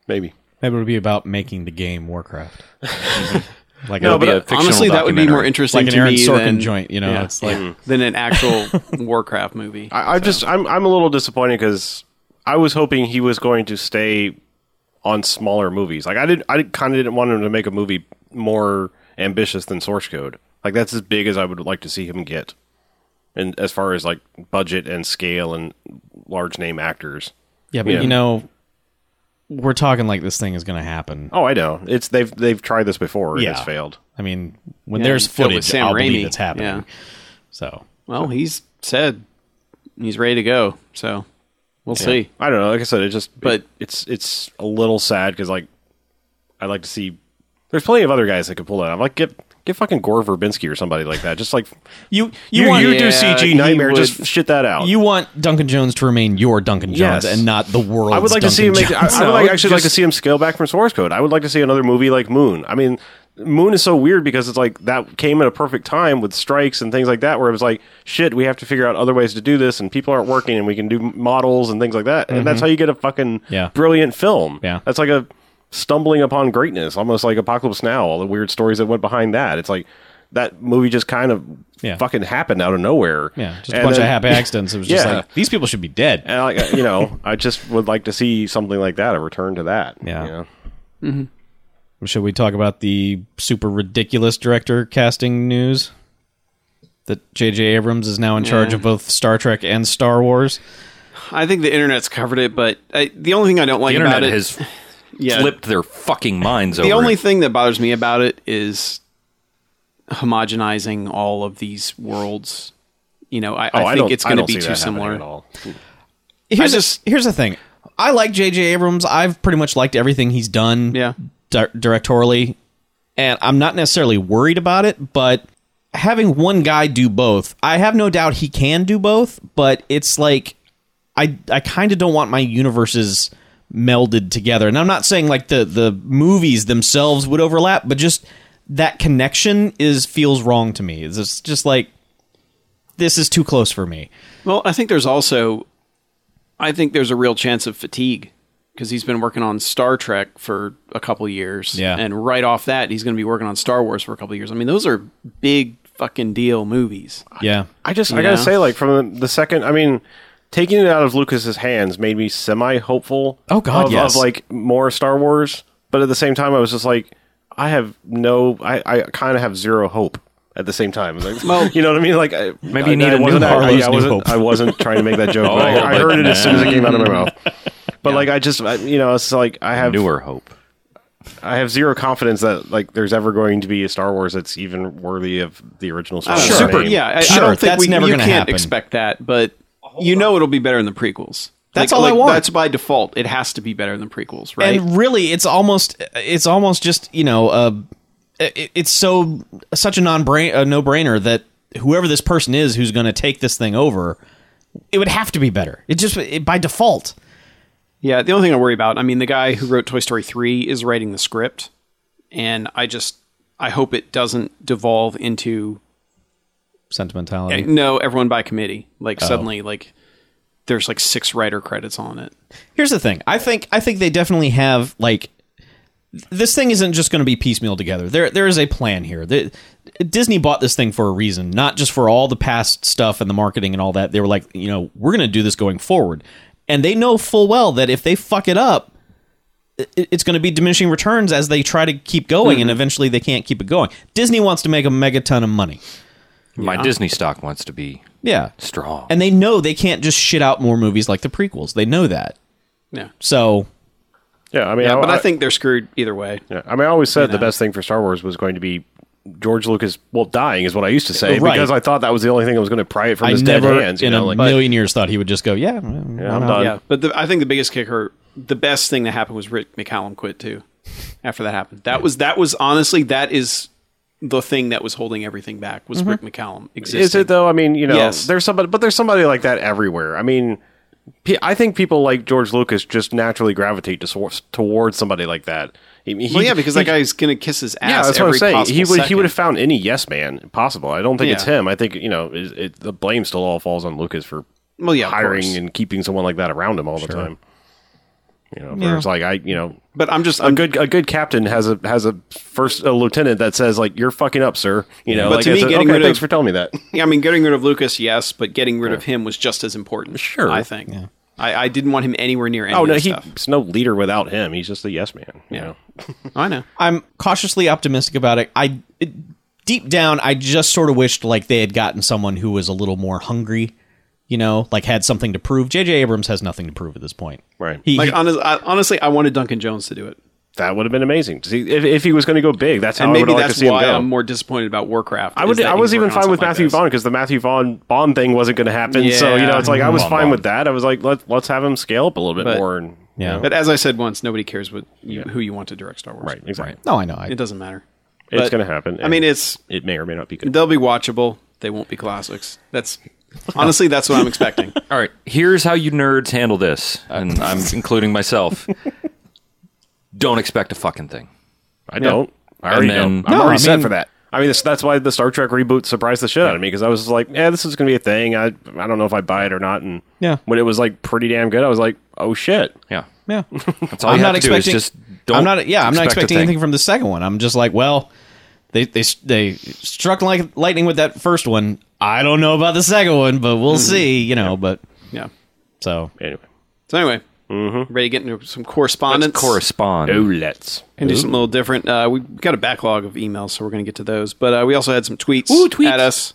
[SPEAKER 2] Maybe.
[SPEAKER 5] Maybe it would be about making the game Warcraft. like
[SPEAKER 2] No,
[SPEAKER 5] it'll be
[SPEAKER 2] but
[SPEAKER 5] a-
[SPEAKER 2] A
[SPEAKER 3] fictional
[SPEAKER 4] Honestly, that would be more
[SPEAKER 3] documentary.
[SPEAKER 4] interesting
[SPEAKER 5] like an
[SPEAKER 4] to
[SPEAKER 5] Aaron
[SPEAKER 4] me
[SPEAKER 5] Sorkin
[SPEAKER 4] than,
[SPEAKER 5] joint, you know.
[SPEAKER 4] yeah,
[SPEAKER 5] It's like
[SPEAKER 4] than an actual Warcraft movie.
[SPEAKER 2] I, I just I'm I'm a little disappointed because I was hoping he was going to stay on smaller movies. Like I did I kind of didn't want him to make a movie more ambitious than Source Code. Like that's as big as I would like to see him get, and as far as like budget and scale and large name actors.
[SPEAKER 5] Yeah, but
[SPEAKER 2] Yeah.
[SPEAKER 5] you know we're talking like this thing is going to happen.
[SPEAKER 2] Oh, I know. It's they've they've tried this before and
[SPEAKER 5] Yeah.
[SPEAKER 2] it's failed.
[SPEAKER 5] I mean, when
[SPEAKER 4] Yeah,
[SPEAKER 5] there's
[SPEAKER 4] and filled with
[SPEAKER 5] footage,
[SPEAKER 4] Sam
[SPEAKER 5] I'll
[SPEAKER 4] Raimi.
[SPEAKER 5] believe it's happening.
[SPEAKER 4] Yeah.
[SPEAKER 5] So,
[SPEAKER 4] Well, he's said he's ready to go, so we'll see.
[SPEAKER 2] I don't know. Like I said, it just
[SPEAKER 4] But-
[SPEAKER 2] it- it's it's a little sad because like I'd like to see. There's plenty of other guys that could pull that. off. like get get fucking Gore Verbinski or somebody like that. Just like you you
[SPEAKER 5] want-
[SPEAKER 2] you do
[SPEAKER 4] Yeah,
[SPEAKER 2] CG
[SPEAKER 4] he
[SPEAKER 2] nightmare.
[SPEAKER 4] would-
[SPEAKER 2] Just shit that out.
[SPEAKER 5] you want Duncan Jones to remain your Duncan Jones
[SPEAKER 2] Oh. Yes.
[SPEAKER 5] and not the world's
[SPEAKER 2] I would like to see him
[SPEAKER 5] Duncan
[SPEAKER 2] make. I,
[SPEAKER 5] Jones.
[SPEAKER 2] I would like,
[SPEAKER 3] No,
[SPEAKER 2] actually like to
[SPEAKER 3] just-
[SPEAKER 2] see him scale back from Source Code. I would like to see another movie like Moon. I mean, Moon is so weird because it's like that came at a perfect time with strikes and things like that, where it was like, shit, we have to figure out other ways to do this, and people aren't working, and we can do models and things like that, and that's how you get a fucking
[SPEAKER 5] Mm-hmm. Yeah.
[SPEAKER 2] brilliant film.
[SPEAKER 5] Yeah.
[SPEAKER 2] that's like a stumbling upon greatness, almost like Apocalypse Now. All the weird stories that went behind that. It's like that movie just kind of
[SPEAKER 5] Yeah.
[SPEAKER 2] fucking happened out of nowhere.
[SPEAKER 5] Yeah, just a
[SPEAKER 2] And
[SPEAKER 5] bunch
[SPEAKER 2] then-
[SPEAKER 5] of happy accidents. It was just
[SPEAKER 2] Yeah.
[SPEAKER 5] like these people should be dead.
[SPEAKER 2] and like you know, I just would like to see something like that, a return to that.
[SPEAKER 5] Yeah.
[SPEAKER 2] you know?
[SPEAKER 5] Should we talk about the super ridiculous director casting news? That J.J. Abrams is now in charge
[SPEAKER 4] Yeah.
[SPEAKER 5] of both Star Trek and Star Wars.
[SPEAKER 4] I think the internet's covered it, but I, the only thing I don't like
[SPEAKER 3] The
[SPEAKER 4] about
[SPEAKER 3] internet
[SPEAKER 4] it
[SPEAKER 3] has
[SPEAKER 4] yeah,
[SPEAKER 3] flipped their fucking minds over.
[SPEAKER 4] the only
[SPEAKER 3] it.
[SPEAKER 4] thing that bothers me about it is homogenizing all of these worlds. You know,
[SPEAKER 3] Oh,
[SPEAKER 4] I,
[SPEAKER 2] Oh,
[SPEAKER 4] I think it's going to be too similar.
[SPEAKER 2] all.
[SPEAKER 5] Here's
[SPEAKER 4] I just-
[SPEAKER 5] the, here's the thing. I like J.J. Abrams. I've pretty much liked everything he's done
[SPEAKER 4] Yeah.
[SPEAKER 5] di- directorially, and I'm not necessarily worried about it. But having one guy do both, I have no doubt he can do both, but it's like I I kind of don't want my universes melded together. And I'm not saying like the the movies themselves would overlap, but just that connection is feels wrong to me. It's just, just like this is too close for me.
[SPEAKER 4] Well, I think there's also, I think there's a real chance of fatigue because he's been working on Star Trek for a couple years,
[SPEAKER 5] Yeah.
[SPEAKER 4] and right off that he's going to be working on Star Wars for a couple years. I mean, those are big fucking deal movies.
[SPEAKER 5] Yeah.
[SPEAKER 2] I just, I gotta
[SPEAKER 4] Yeah.
[SPEAKER 2] say, like from the second, I mean, taking it out of Lucas's hands made me semi hopeful.
[SPEAKER 5] Oh, God,
[SPEAKER 2] of,
[SPEAKER 5] yes.
[SPEAKER 2] of like more Star Wars, but at the same time, I was just like, I have no, I, I kind of have zero hope. At the same time, Like, you know what I mean? Like, I,
[SPEAKER 3] Maybe
[SPEAKER 2] I-
[SPEAKER 3] you need
[SPEAKER 2] I
[SPEAKER 3] a new
[SPEAKER 2] wasn't- I-
[SPEAKER 5] Harlow's
[SPEAKER 2] I,
[SPEAKER 5] new
[SPEAKER 2] wasn't,
[SPEAKER 5] hope.
[SPEAKER 2] I wasn't trying to make that joke. but
[SPEAKER 3] Oh,
[SPEAKER 2] I, I
[SPEAKER 3] but
[SPEAKER 2] heard it as soon as it came out of my mouth. But like, I just, I, you know, it's like I have
[SPEAKER 3] newer hope.
[SPEAKER 2] I have zero confidence that like there's ever going to be a Star Wars that's even worthy of the original Star Wars.
[SPEAKER 4] Super.
[SPEAKER 2] name.
[SPEAKER 4] Yeah, I, I
[SPEAKER 5] Sure,
[SPEAKER 4] don't think
[SPEAKER 5] that's
[SPEAKER 4] we
[SPEAKER 5] never
[SPEAKER 4] you
[SPEAKER 5] gonna
[SPEAKER 4] can't
[SPEAKER 5] happen.
[SPEAKER 4] expect that, but you know it'll be better than the prequels. Like-
[SPEAKER 5] That's all I
[SPEAKER 4] like,
[SPEAKER 5] want.
[SPEAKER 4] That's by default. It has to be better than prequels, right?
[SPEAKER 5] and really it's almost it's almost just you know uh it, it's so such a non-brain a no-brainer that whoever this person is who's going to take this thing over it would have to be better it just it, by default
[SPEAKER 4] Yeah, the only thing I worry about, I mean, the guy who wrote Toy Story 3 is writing the script, and I just I hope it doesn't devolve into
[SPEAKER 5] sentimentality
[SPEAKER 4] no, everyone by committee. Like
[SPEAKER 5] Oh.
[SPEAKER 4] suddenly like there's like six writer credits on it.
[SPEAKER 5] here's the thing i think i think they definitely have like this thing isn't just going to be piecemeal together there there is a plan here The- disney bought this thing for a reason not just for all the past stuff and the marketing and all that they were like you know we're going to do this going forward and they know full well that if they fuck it up i- it's going to be diminishing returns as they try to keep going and eventually they can't keep it going disney wants to make a megaton of money
[SPEAKER 3] My Disney stock wants to be
[SPEAKER 5] yeah
[SPEAKER 3] strong.
[SPEAKER 5] and they know they can't just shit out more movies like the prequels they know that
[SPEAKER 4] Yeah.
[SPEAKER 5] so
[SPEAKER 2] yeah. I mean,
[SPEAKER 4] Yeah, but I think they're screwed either way.
[SPEAKER 2] yeah, I mean, I always said the best thing for Star Wars was going to be George Lucas. Well, dying is what I used to say
[SPEAKER 5] Right.
[SPEAKER 2] because I thought that was the only thing that was going to pry it from
[SPEAKER 5] I
[SPEAKER 2] his
[SPEAKER 5] never
[SPEAKER 2] dead hands. You
[SPEAKER 5] in
[SPEAKER 2] know,
[SPEAKER 5] a
[SPEAKER 2] like,
[SPEAKER 5] million years thought he would just go, yeah, mm,
[SPEAKER 2] yeah, I'm done.
[SPEAKER 4] Yeah, but the, I think the biggest kicker, the best thing that happened was Rick McCallum quit too. After that happened, that was that was honestly that is the thing that was holding everything back was Rick McCallum existing.
[SPEAKER 2] Mm-hmm. Is it though? I mean, you know,
[SPEAKER 4] Yes.
[SPEAKER 2] there's somebody, but there's somebody like that everywhere. I mean, pe- I think people like George Lucas just naturally gravitate to, sor- towards somebody like that. I mean, he-
[SPEAKER 4] Well, yeah, because
[SPEAKER 2] he-
[SPEAKER 4] that guy's gonna kiss his ass.
[SPEAKER 2] Yeah, that's
[SPEAKER 4] every
[SPEAKER 2] what I'm saying.
[SPEAKER 4] possible
[SPEAKER 2] He would he
[SPEAKER 4] second.
[SPEAKER 2] would have found any yes man possible. I don't think it's
[SPEAKER 4] Yeah.
[SPEAKER 2] him. I think you know it, it, the blame still all falls on Lucas for
[SPEAKER 4] Well, Oh, yeah, of course.
[SPEAKER 2] hiring and keeping someone like that around him all the time. You know, where it's like I you know
[SPEAKER 4] But I'm just
[SPEAKER 2] a
[SPEAKER 4] I'm
[SPEAKER 2] good a good captain has a has a first a lieutenant that says like you're fucking up, sir. You know,
[SPEAKER 4] But
[SPEAKER 2] like
[SPEAKER 4] to me,
[SPEAKER 2] it's a-
[SPEAKER 4] getting
[SPEAKER 2] okay,
[SPEAKER 4] rid
[SPEAKER 2] thanks
[SPEAKER 4] of-
[SPEAKER 2] for telling me that.
[SPEAKER 4] Yeah, I mean, getting rid of Lucas, yes, but getting rid of him was just as important. Sure, I think. I, I didn't want him anywhere near any
[SPEAKER 2] Oh
[SPEAKER 4] of
[SPEAKER 2] no,
[SPEAKER 4] this
[SPEAKER 2] he,
[SPEAKER 4] stuff.
[SPEAKER 2] he's no leader without him. He's just a yes man. You
[SPEAKER 4] Yeah.
[SPEAKER 2] know?
[SPEAKER 4] I know.
[SPEAKER 5] I'm cautiously optimistic about it. I it, deep down, I just sort of wished like they had gotten someone who was a little more hungry, you know, like had something to prove. J.J. Abrams has nothing to prove at this point.
[SPEAKER 2] Right.
[SPEAKER 5] He,
[SPEAKER 4] Like
[SPEAKER 5] he-
[SPEAKER 4] honest, I, honestly, I wanted Duncan Jones to do it,
[SPEAKER 2] That would have been amazing. See, if, if he was going to go big, that's how
[SPEAKER 4] and
[SPEAKER 2] I would
[SPEAKER 4] maybe
[SPEAKER 2] like to
[SPEAKER 4] that's
[SPEAKER 2] see him
[SPEAKER 4] why
[SPEAKER 2] go.
[SPEAKER 4] I'm more disappointed about Warcraft.
[SPEAKER 2] I
[SPEAKER 4] is
[SPEAKER 2] would.
[SPEAKER 4] that
[SPEAKER 2] I
[SPEAKER 4] he's
[SPEAKER 2] was even
[SPEAKER 4] working on
[SPEAKER 2] fine with
[SPEAKER 4] something like
[SPEAKER 2] Matthew
[SPEAKER 4] this.
[SPEAKER 2] Vaughn because the Matthew Vaughn Bond thing wasn't going to happen. So you know, it's like I was fine with that. I was like, let's let's have him scale up a little bit
[SPEAKER 4] But-
[SPEAKER 2] more. And,
[SPEAKER 5] yeah.
[SPEAKER 4] But as I said once, nobody cares what you, who you want to direct Star Wars.
[SPEAKER 2] right, exactly.
[SPEAKER 5] no, I know. I,
[SPEAKER 4] It doesn't matter.
[SPEAKER 2] It's
[SPEAKER 4] But,
[SPEAKER 2] going to happen.
[SPEAKER 4] I mean,
[SPEAKER 2] and
[SPEAKER 4] it's
[SPEAKER 2] it may or may not be good.
[SPEAKER 4] they'll be watchable. They won't be classics. That's honestly that's what I'm expecting.
[SPEAKER 3] All right, here's how you nerds handle this, and I'm including myself. Don't expect a fucking thing.
[SPEAKER 2] I don't. I already
[SPEAKER 3] And then-
[SPEAKER 2] know. I'm
[SPEAKER 5] No,
[SPEAKER 2] already
[SPEAKER 5] I
[SPEAKER 2] set
[SPEAKER 5] mean-
[SPEAKER 2] for that. I mean, this, that's why the Star Trek reboot surprised the shit out of me because I was just like, "Yeah, this is going to be a thing. I I don't know if I buy it or not." And
[SPEAKER 5] Yeah.
[SPEAKER 2] when it was like pretty damn good, I was like, "Oh shit!"
[SPEAKER 3] Yeah,
[SPEAKER 5] yeah.
[SPEAKER 3] that's all you have to do is just don't.
[SPEAKER 5] I'm not. Yeah, I'm not
[SPEAKER 3] expect a
[SPEAKER 5] expecting
[SPEAKER 3] thing.
[SPEAKER 5] anything from the second one. I'm just like, well, they they they struck like lightning with that first one. I don't know about the second one, but we'll
[SPEAKER 3] Mm-hmm.
[SPEAKER 5] see. You know, but
[SPEAKER 4] Yeah.
[SPEAKER 5] so
[SPEAKER 2] Anyway,
[SPEAKER 4] So anyway,
[SPEAKER 2] Mm-hmm.
[SPEAKER 4] ready to get into some correspondence.
[SPEAKER 3] Let's correspond.
[SPEAKER 2] oh let's.
[SPEAKER 4] and do something a little different. Uh, we've got a backlog of emails, so we're going to get to those. But uh, we also had some tweets, at us.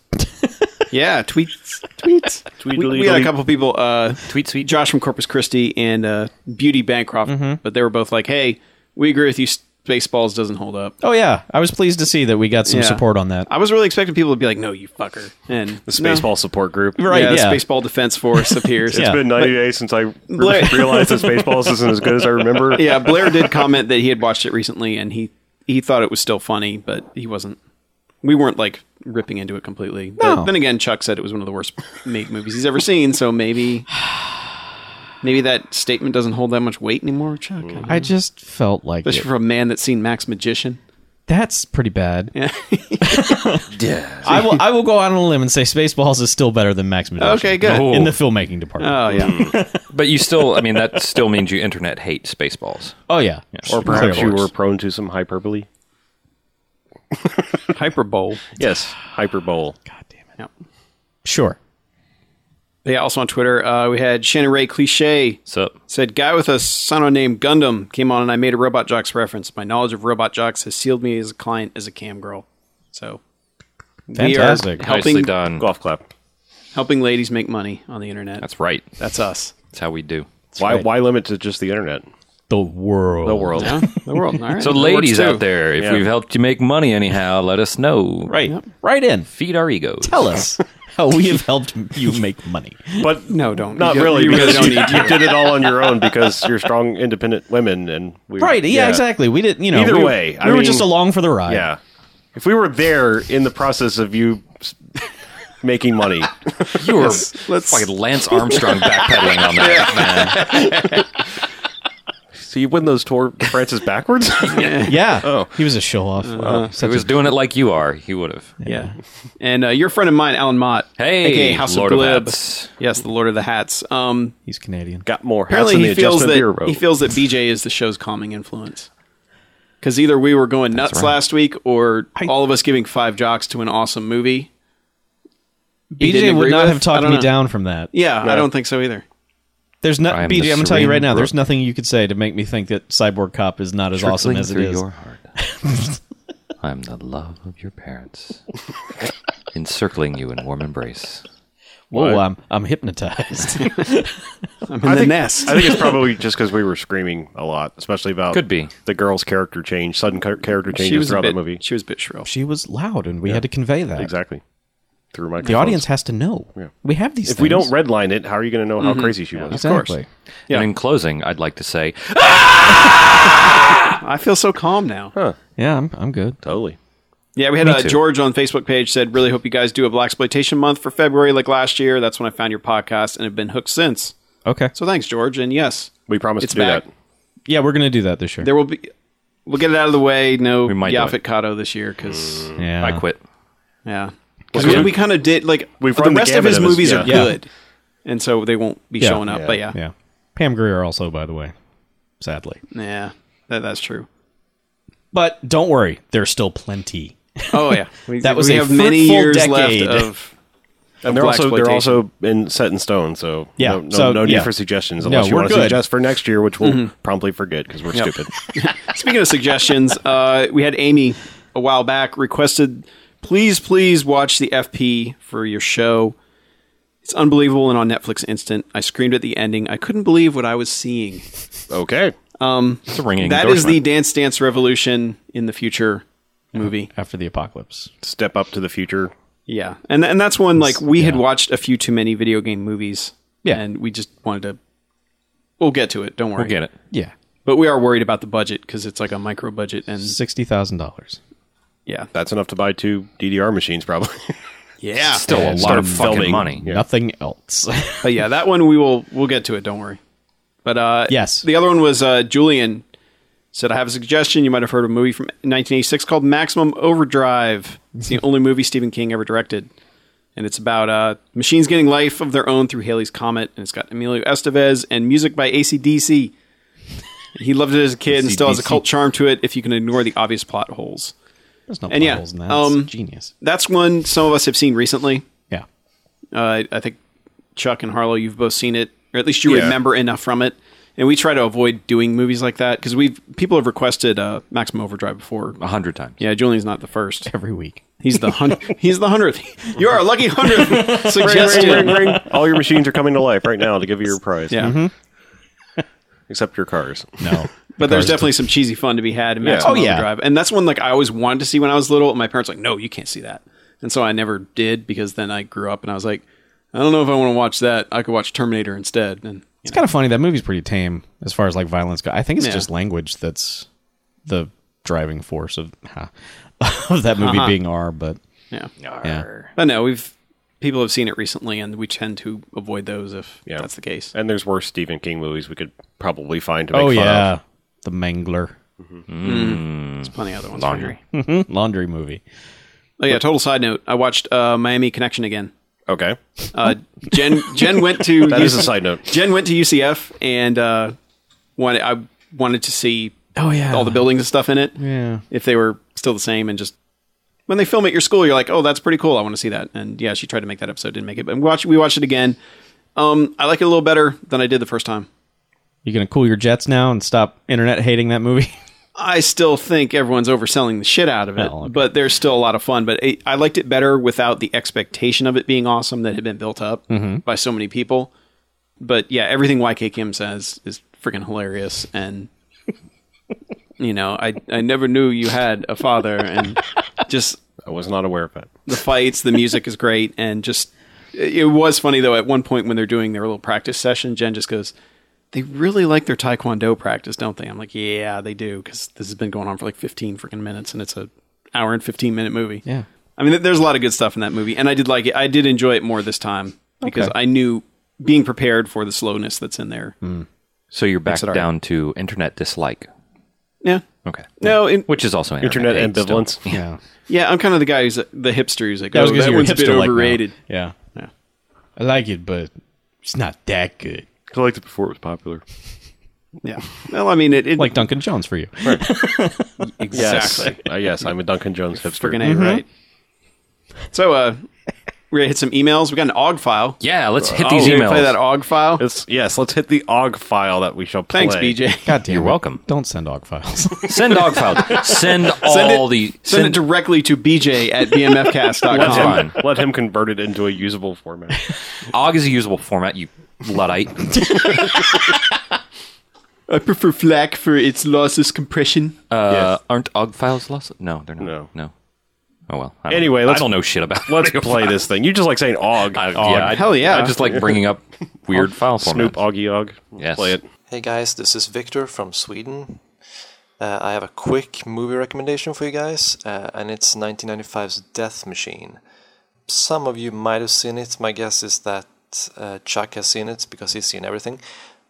[SPEAKER 4] yeah, tweets, tweets.
[SPEAKER 2] Tweet,
[SPEAKER 4] We, we had a couple people, uh, tweet, tweet. Josh from Corpus Christi and uh, Beauty Bancroft, but they were both like, "Hey, we agree with you. Spaceballs doesn't hold up."
[SPEAKER 5] oh yeah, I was pleased to see that we got some
[SPEAKER 4] Yeah.
[SPEAKER 5] support on that.
[SPEAKER 4] I was really expecting people to be like, "No, you fucker," and
[SPEAKER 2] the Spaceball support group.
[SPEAKER 5] Right,
[SPEAKER 4] yeah, the
[SPEAKER 5] yeah.
[SPEAKER 4] Spaceball Defense Force appears.
[SPEAKER 5] Yeah.
[SPEAKER 2] It's been 90 days since I re-
[SPEAKER 4] Blair-
[SPEAKER 2] realized that Spaceballs isn't as good as I remember.
[SPEAKER 4] yeah, Blair did comment that he had watched it recently and he he thought it was still funny, but he wasn't we weren't like ripping into it completely. But then again, Chuck said it was one of the worst made movies he's ever seen, so maybe maybe that statement doesn't hold that much weight anymore, Chuck.
[SPEAKER 6] I just felt like it.
[SPEAKER 4] Especially for a man that's seen Max Magician.
[SPEAKER 6] that's pretty bad.
[SPEAKER 5] I will. I will go out on a limb and say Spaceballs is still better than Max Magician.
[SPEAKER 4] Okay, good.
[SPEAKER 5] In the filmmaking department.
[SPEAKER 4] Oh yeah.
[SPEAKER 3] But you still, I mean, that still means you internet hate Spaceballs.
[SPEAKER 5] oh yeah.
[SPEAKER 2] Or perhaps you were prone to some hyperbole.
[SPEAKER 4] Hyperbole.
[SPEAKER 2] Yes, hyperbole.
[SPEAKER 4] Yeah.
[SPEAKER 5] Sure.
[SPEAKER 4] Yeah, also on Twitter, uh, we had Shannon Ray Cliche
[SPEAKER 3] So
[SPEAKER 4] said, Guy with a sono named Gundam came on and I made a Robot Jocks reference. My knowledge of Robot Jocks has sealed me as a client as a cam girl. So
[SPEAKER 5] Fantastic.
[SPEAKER 4] we are helping,
[SPEAKER 3] nicely done.
[SPEAKER 2] Golf clap.
[SPEAKER 4] helping ladies make money on the internet. That's,
[SPEAKER 3] That's right.
[SPEAKER 4] us.
[SPEAKER 3] That's how we do.
[SPEAKER 2] Why? Why limit to just the internet?
[SPEAKER 5] The world.
[SPEAKER 2] The world.
[SPEAKER 4] Yeah, the world. All right.
[SPEAKER 3] So,
[SPEAKER 4] That works
[SPEAKER 3] ladies
[SPEAKER 4] too.
[SPEAKER 3] out there, if
[SPEAKER 2] Yeah.
[SPEAKER 3] we've helped you make money anyhow, let us know.
[SPEAKER 5] Right. Right in.
[SPEAKER 3] Feed our egos.
[SPEAKER 5] Tell us how we have helped you make money.
[SPEAKER 2] But
[SPEAKER 4] No, don't.
[SPEAKER 2] Not
[SPEAKER 4] You-
[SPEAKER 2] really.
[SPEAKER 4] You really
[SPEAKER 2] because
[SPEAKER 4] don't
[SPEAKER 2] you,
[SPEAKER 4] need to.
[SPEAKER 2] you did it all on your own because you're strong, independent women, and we
[SPEAKER 5] Right. Yeah, Exactly. We didn't. You know.
[SPEAKER 2] Either
[SPEAKER 5] we,
[SPEAKER 2] way,
[SPEAKER 5] we
[SPEAKER 2] I
[SPEAKER 5] were
[SPEAKER 2] mean-
[SPEAKER 5] just along for the ride.
[SPEAKER 2] Yeah. If we were there in the process of you s- making money,
[SPEAKER 3] You were
[SPEAKER 4] let's-
[SPEAKER 3] fucking Lance Armstrong backpedaling on that.
[SPEAKER 2] so you win those tour Francis backwards.
[SPEAKER 5] Yeah. Oh. He was a show off.
[SPEAKER 3] Man. If he was doing it like you are, he would have.
[SPEAKER 4] Yeah. And uh, your friend of mine, Alan Mott.
[SPEAKER 3] Hey,
[SPEAKER 4] aka House
[SPEAKER 3] Lord
[SPEAKER 4] of
[SPEAKER 3] of
[SPEAKER 4] Glib.
[SPEAKER 3] Hats.
[SPEAKER 4] yes, the Lord of the Hats. Um,
[SPEAKER 6] He's Canadian.
[SPEAKER 2] Got more hats than the
[SPEAKER 4] apparently he feels
[SPEAKER 2] Adjustment
[SPEAKER 4] that
[SPEAKER 2] Bureau.
[SPEAKER 4] he feels that BJ is the show's calming influence. Because either we were going nuts last week, or all of us giving five jocks to an awesome movie. He
[SPEAKER 5] BJ
[SPEAKER 4] didn't
[SPEAKER 5] would
[SPEAKER 4] agree
[SPEAKER 5] not
[SPEAKER 4] with?
[SPEAKER 5] have talked
[SPEAKER 4] I don't
[SPEAKER 5] me
[SPEAKER 4] know.
[SPEAKER 5] down from that.
[SPEAKER 4] Yeah, I don't think so either.
[SPEAKER 5] There's
[SPEAKER 3] I
[SPEAKER 5] not
[SPEAKER 3] am
[SPEAKER 5] BJ.
[SPEAKER 3] the
[SPEAKER 5] I'm gonna tell you right
[SPEAKER 3] serene
[SPEAKER 5] now.
[SPEAKER 3] brook.
[SPEAKER 5] There's nothing you could say to make me think that Cyborg Cop is not as awesome
[SPEAKER 3] Trickling
[SPEAKER 5] as it
[SPEAKER 3] through
[SPEAKER 5] is.
[SPEAKER 3] your heart. I'm the love of your parents, encircling you in warm embrace.
[SPEAKER 5] Whoa, I'm I'm hypnotized.
[SPEAKER 4] I'm in the nest.
[SPEAKER 2] I think it's probably just because we were screaming a lot, especially about
[SPEAKER 3] Could be.
[SPEAKER 2] the girl's character change, sudden char- character
[SPEAKER 4] she
[SPEAKER 2] changes
[SPEAKER 4] was a
[SPEAKER 2] throughout
[SPEAKER 4] bit.
[SPEAKER 2] the movie.
[SPEAKER 4] She was a bit shrill.
[SPEAKER 5] she was loud, and we had to convey that.
[SPEAKER 2] Exactly. Through my
[SPEAKER 5] The audience has to know. We have these.
[SPEAKER 2] If we don't redline it, how are you going to know how crazy she was?
[SPEAKER 5] exactly.
[SPEAKER 4] Mm-hmm. Yeah.
[SPEAKER 3] And in closing, I'd like to say,
[SPEAKER 4] I feel so calm now.
[SPEAKER 6] Yeah, I'm, I'm good.
[SPEAKER 2] Totally.
[SPEAKER 4] Yeah, we had uh,
[SPEAKER 3] too.
[SPEAKER 4] George on Facebook page said, "Really hope you guys do a black exploitation month for February like last year. That's when I found your podcast and have been hooked since.
[SPEAKER 5] Okay.
[SPEAKER 4] So thanks, George. And yes,
[SPEAKER 2] We promised
[SPEAKER 4] It's
[SPEAKER 2] to do
[SPEAKER 4] back.
[SPEAKER 2] that.
[SPEAKER 5] Yeah, we're gonna do that this year.
[SPEAKER 4] there will be. We'll get it out of the way. No
[SPEAKER 3] might do
[SPEAKER 4] Yaphet
[SPEAKER 3] it.
[SPEAKER 4] Kato this year because
[SPEAKER 5] yeah.
[SPEAKER 3] I quit.
[SPEAKER 4] yeah, because we, we kind of did like
[SPEAKER 2] We've
[SPEAKER 4] the
[SPEAKER 2] run the
[SPEAKER 4] rest of
[SPEAKER 2] gamut
[SPEAKER 4] his
[SPEAKER 2] of his-
[SPEAKER 4] movies
[SPEAKER 2] yeah.
[SPEAKER 4] are
[SPEAKER 5] Yeah.
[SPEAKER 4] good, and so they won't be
[SPEAKER 5] Yeah.
[SPEAKER 4] showing up. But yeah, yeah,
[SPEAKER 5] Yeah. Pam Grier also, by the way, sadly.
[SPEAKER 4] that, that's true.
[SPEAKER 5] But don't worry, there's still plenty.
[SPEAKER 4] Oh yeah, we,
[SPEAKER 5] That was
[SPEAKER 4] we
[SPEAKER 5] a
[SPEAKER 4] have many
[SPEAKER 5] fruitful
[SPEAKER 4] years
[SPEAKER 5] decade.
[SPEAKER 4] left of.
[SPEAKER 2] And they're
[SPEAKER 4] black
[SPEAKER 2] also they're
[SPEAKER 4] exploitation.
[SPEAKER 2] also in set in stone, so
[SPEAKER 5] Yeah,
[SPEAKER 2] no, no,
[SPEAKER 5] so,
[SPEAKER 2] no need
[SPEAKER 5] yeah.
[SPEAKER 2] for suggestions
[SPEAKER 5] No,
[SPEAKER 2] unless you
[SPEAKER 5] we're
[SPEAKER 2] want to
[SPEAKER 5] good.
[SPEAKER 2] suggest for next year, which we'll promptly forget because we're stupid.
[SPEAKER 4] Speaking of suggestions, uh, we had Amy a while back requested, please, please watch the FP for your show. It's unbelievable and on Netflix instant. I screamed at the ending. I couldn't believe what I was seeing.
[SPEAKER 2] okay,
[SPEAKER 3] It's a ringing
[SPEAKER 4] That is the
[SPEAKER 3] endorsement.
[SPEAKER 4] Dance Dance Revolution in the future movie.
[SPEAKER 5] After the apocalypse.
[SPEAKER 2] step up to the future.
[SPEAKER 4] Yeah, and and that's one like we had watched a few too many video game movies.
[SPEAKER 5] Yeah.
[SPEAKER 4] and we just wanted to. We'll get to it. Don't worry.
[SPEAKER 3] We'll get it.
[SPEAKER 5] Yeah.
[SPEAKER 4] But we are worried about the budget because it's like a micro budget, and
[SPEAKER 5] Sixty thousand dollars.
[SPEAKER 4] yeah,
[SPEAKER 2] That's enough to buy two DDR machines, probably.
[SPEAKER 4] yeah,
[SPEAKER 3] Still a lot
[SPEAKER 2] start
[SPEAKER 3] of fucking
[SPEAKER 2] filming.
[SPEAKER 3] money.
[SPEAKER 2] Yeah.
[SPEAKER 5] Nothing else.
[SPEAKER 4] But yeah, that one we will we'll get to it. Don't worry. But uh,
[SPEAKER 5] Yes.
[SPEAKER 4] the other one was uh, Julian said I have a suggestion. You might have heard of a movie from 1986 called Maximum Overdrive. It's the only movie Stephen King ever directed, and it's about uh, machines getting life of their own through Haley's comet, and it's got Emilio Estevez and music by AC/DC. He loved it as a kid and still has a cult charm to it if you can ignore the obvious plot holes.
[SPEAKER 5] There's no
[SPEAKER 4] And yeah,
[SPEAKER 5] potholes in that.
[SPEAKER 4] um,
[SPEAKER 5] It's genius.
[SPEAKER 4] That's one some of us have seen recently.
[SPEAKER 5] Yeah.
[SPEAKER 4] Uh, I- I think Chuck and Harlow, you've both seen it, or at least you
[SPEAKER 2] Yeah.
[SPEAKER 4] remember enough from it. And we try to avoid doing movies like that because we've people have requested uh, Maximum Overdrive before.
[SPEAKER 3] A hundred times.
[SPEAKER 4] Yeah, Julian's not the first.
[SPEAKER 5] Every week.
[SPEAKER 4] He's the hun- he's the hundredth. You're our lucky hundredth
[SPEAKER 2] Ring, ring,
[SPEAKER 4] suggestion.
[SPEAKER 2] ring. All your machines are coming to life right now to give you your prize.
[SPEAKER 4] Yeah,
[SPEAKER 2] except your cars.
[SPEAKER 5] No.
[SPEAKER 4] but there's definitely some cheesy fun to be had in Maximum
[SPEAKER 5] Oh, yeah.
[SPEAKER 4] Overdrive, and that's one like I always wanted to see when I was little. And my parents were like, no, you can't see that, and so I never did because then I grew up and I was like, I don't know if I want to watch that. I could watch Terminator instead. And
[SPEAKER 5] It's kind of funny. That movie's pretty tame as far as like violence go. I think it's
[SPEAKER 4] Yeah.
[SPEAKER 5] just language that's the driving force of of that movie being R, but
[SPEAKER 4] Uh-huh. Yeah.
[SPEAKER 5] yeah.
[SPEAKER 4] But no, we've people have seen it recently, and we tend to avoid those if
[SPEAKER 2] Yeah.
[SPEAKER 4] that's the case.
[SPEAKER 2] And there's worse Stephen King movies we could probably find to make
[SPEAKER 5] Oh
[SPEAKER 2] fun
[SPEAKER 5] yeah,
[SPEAKER 2] of.
[SPEAKER 5] the Mangler
[SPEAKER 4] There's plenty of other ones.
[SPEAKER 3] Laundry.
[SPEAKER 5] laundry movie.
[SPEAKER 4] Oh yeah. Total side note. I watched uh, Miami Connection again.
[SPEAKER 2] Okay.
[SPEAKER 4] Uh, Jen Jen went to
[SPEAKER 2] That is a side note.
[SPEAKER 4] Jen went to UCF and uh, wanted I wanted to see
[SPEAKER 6] Oh yeah,
[SPEAKER 4] all the buildings and stuff in it.
[SPEAKER 6] Yeah.
[SPEAKER 4] If they were still the same and just when they film at your school, you're like, oh, that's pretty cool. I want to see that. And yeah, she tried to make that episode, didn't make it, but we watched we watched it again. Um, I like it a little better than I did the first time.
[SPEAKER 5] You gonna cool your jets now and stop internet hating that movie?
[SPEAKER 4] I still think everyone's overselling the shit out of it,
[SPEAKER 5] Oh, okay.
[SPEAKER 4] but there's still a lot of fun. But it, I liked it better without the expectation of it being awesome that had been built up by so many people. But yeah, everything YK Kim says is freaking hilarious, and you know, I I never knew you had a father, and just
[SPEAKER 2] I was not aware of that.
[SPEAKER 4] the fights, the music is great, and just it was funny though. At one point when they're doing their little practice session, Jen just goes, "They really like their taekwondo practice, don't they?" I'm like, "Yeah, they do," because this has been going on for like 15 freaking minutes, and it's a hour and 15 minute movie.
[SPEAKER 6] Yeah.
[SPEAKER 4] I mean, th- there's a lot of good stuff in that movie, and I did like it. I did enjoy it more this time because I knew being prepared for the slowness that's in there.
[SPEAKER 3] So you're back
[SPEAKER 4] it R.
[SPEAKER 3] down to internet dislike.
[SPEAKER 4] Yeah.
[SPEAKER 3] Okay.
[SPEAKER 4] No, in,
[SPEAKER 3] Which is also internet,
[SPEAKER 2] Internet
[SPEAKER 3] hate still.
[SPEAKER 2] ambivalence.
[SPEAKER 6] yeah.
[SPEAKER 4] yeah, I'm kind of the guy who's the hipster who's like,
[SPEAKER 5] I
[SPEAKER 4] "Oh,
[SPEAKER 5] was gonna say
[SPEAKER 4] that
[SPEAKER 5] you're
[SPEAKER 4] one's a bit
[SPEAKER 5] hipster-like now.
[SPEAKER 4] overrated."
[SPEAKER 5] Yeah.
[SPEAKER 4] Yeah.
[SPEAKER 5] I like it, but it's not that good.
[SPEAKER 2] I liked it before it was popular.
[SPEAKER 4] Yeah. Well, I mean, it, it
[SPEAKER 5] Like Duncan Jones for you.
[SPEAKER 4] exactly.
[SPEAKER 2] Yes, uh, yes I'm a Duncan Jones hipster.
[SPEAKER 4] Freaking A, right? So, uh, we're gonna hit some emails. We got an OG file.
[SPEAKER 3] Yeah, let's hit
[SPEAKER 4] Oh,
[SPEAKER 3] these
[SPEAKER 4] we
[SPEAKER 3] emails.
[SPEAKER 4] Play that OG file.
[SPEAKER 2] Let's- yes, let's hit the OGG file that we shall play.
[SPEAKER 4] Thanks, BJ.
[SPEAKER 5] God damn.
[SPEAKER 3] You're
[SPEAKER 5] it.
[SPEAKER 3] welcome.
[SPEAKER 5] Don't send dog files.
[SPEAKER 3] Send dog file. Send all
[SPEAKER 4] Send it,
[SPEAKER 3] the.
[SPEAKER 4] send, it directly to BJ at
[SPEAKER 2] Let
[SPEAKER 4] bmfcast.com.
[SPEAKER 2] him, let him convert it into a usable format.
[SPEAKER 3] Og is a usable format. You luddite.
[SPEAKER 4] I prefer FLAC for its lossless compression.
[SPEAKER 3] Uh, Aren't og files lost? No, they're not.
[SPEAKER 2] No.
[SPEAKER 3] no. Oh well. I don't-
[SPEAKER 2] Anyway, let's-
[SPEAKER 3] I don't know shit about.
[SPEAKER 2] Let's
[SPEAKER 3] audio
[SPEAKER 2] play
[SPEAKER 3] files.
[SPEAKER 2] this thing. You just like saying OGG.
[SPEAKER 3] I,
[SPEAKER 2] OGG.
[SPEAKER 3] yeah, I,
[SPEAKER 4] Hell yeah.
[SPEAKER 3] I just like bringing up weird file formats.
[SPEAKER 2] Snoop Augie Og.
[SPEAKER 3] Yes.
[SPEAKER 2] Play it.
[SPEAKER 7] Hey guys, this is Victor from Sweden. Uh, I have a quick movie recommendation for you guys, uh, and it's 1995's Death Machine. Some of you might have seen it. My guess is that uh, Chuck has seen it because he's seen everything.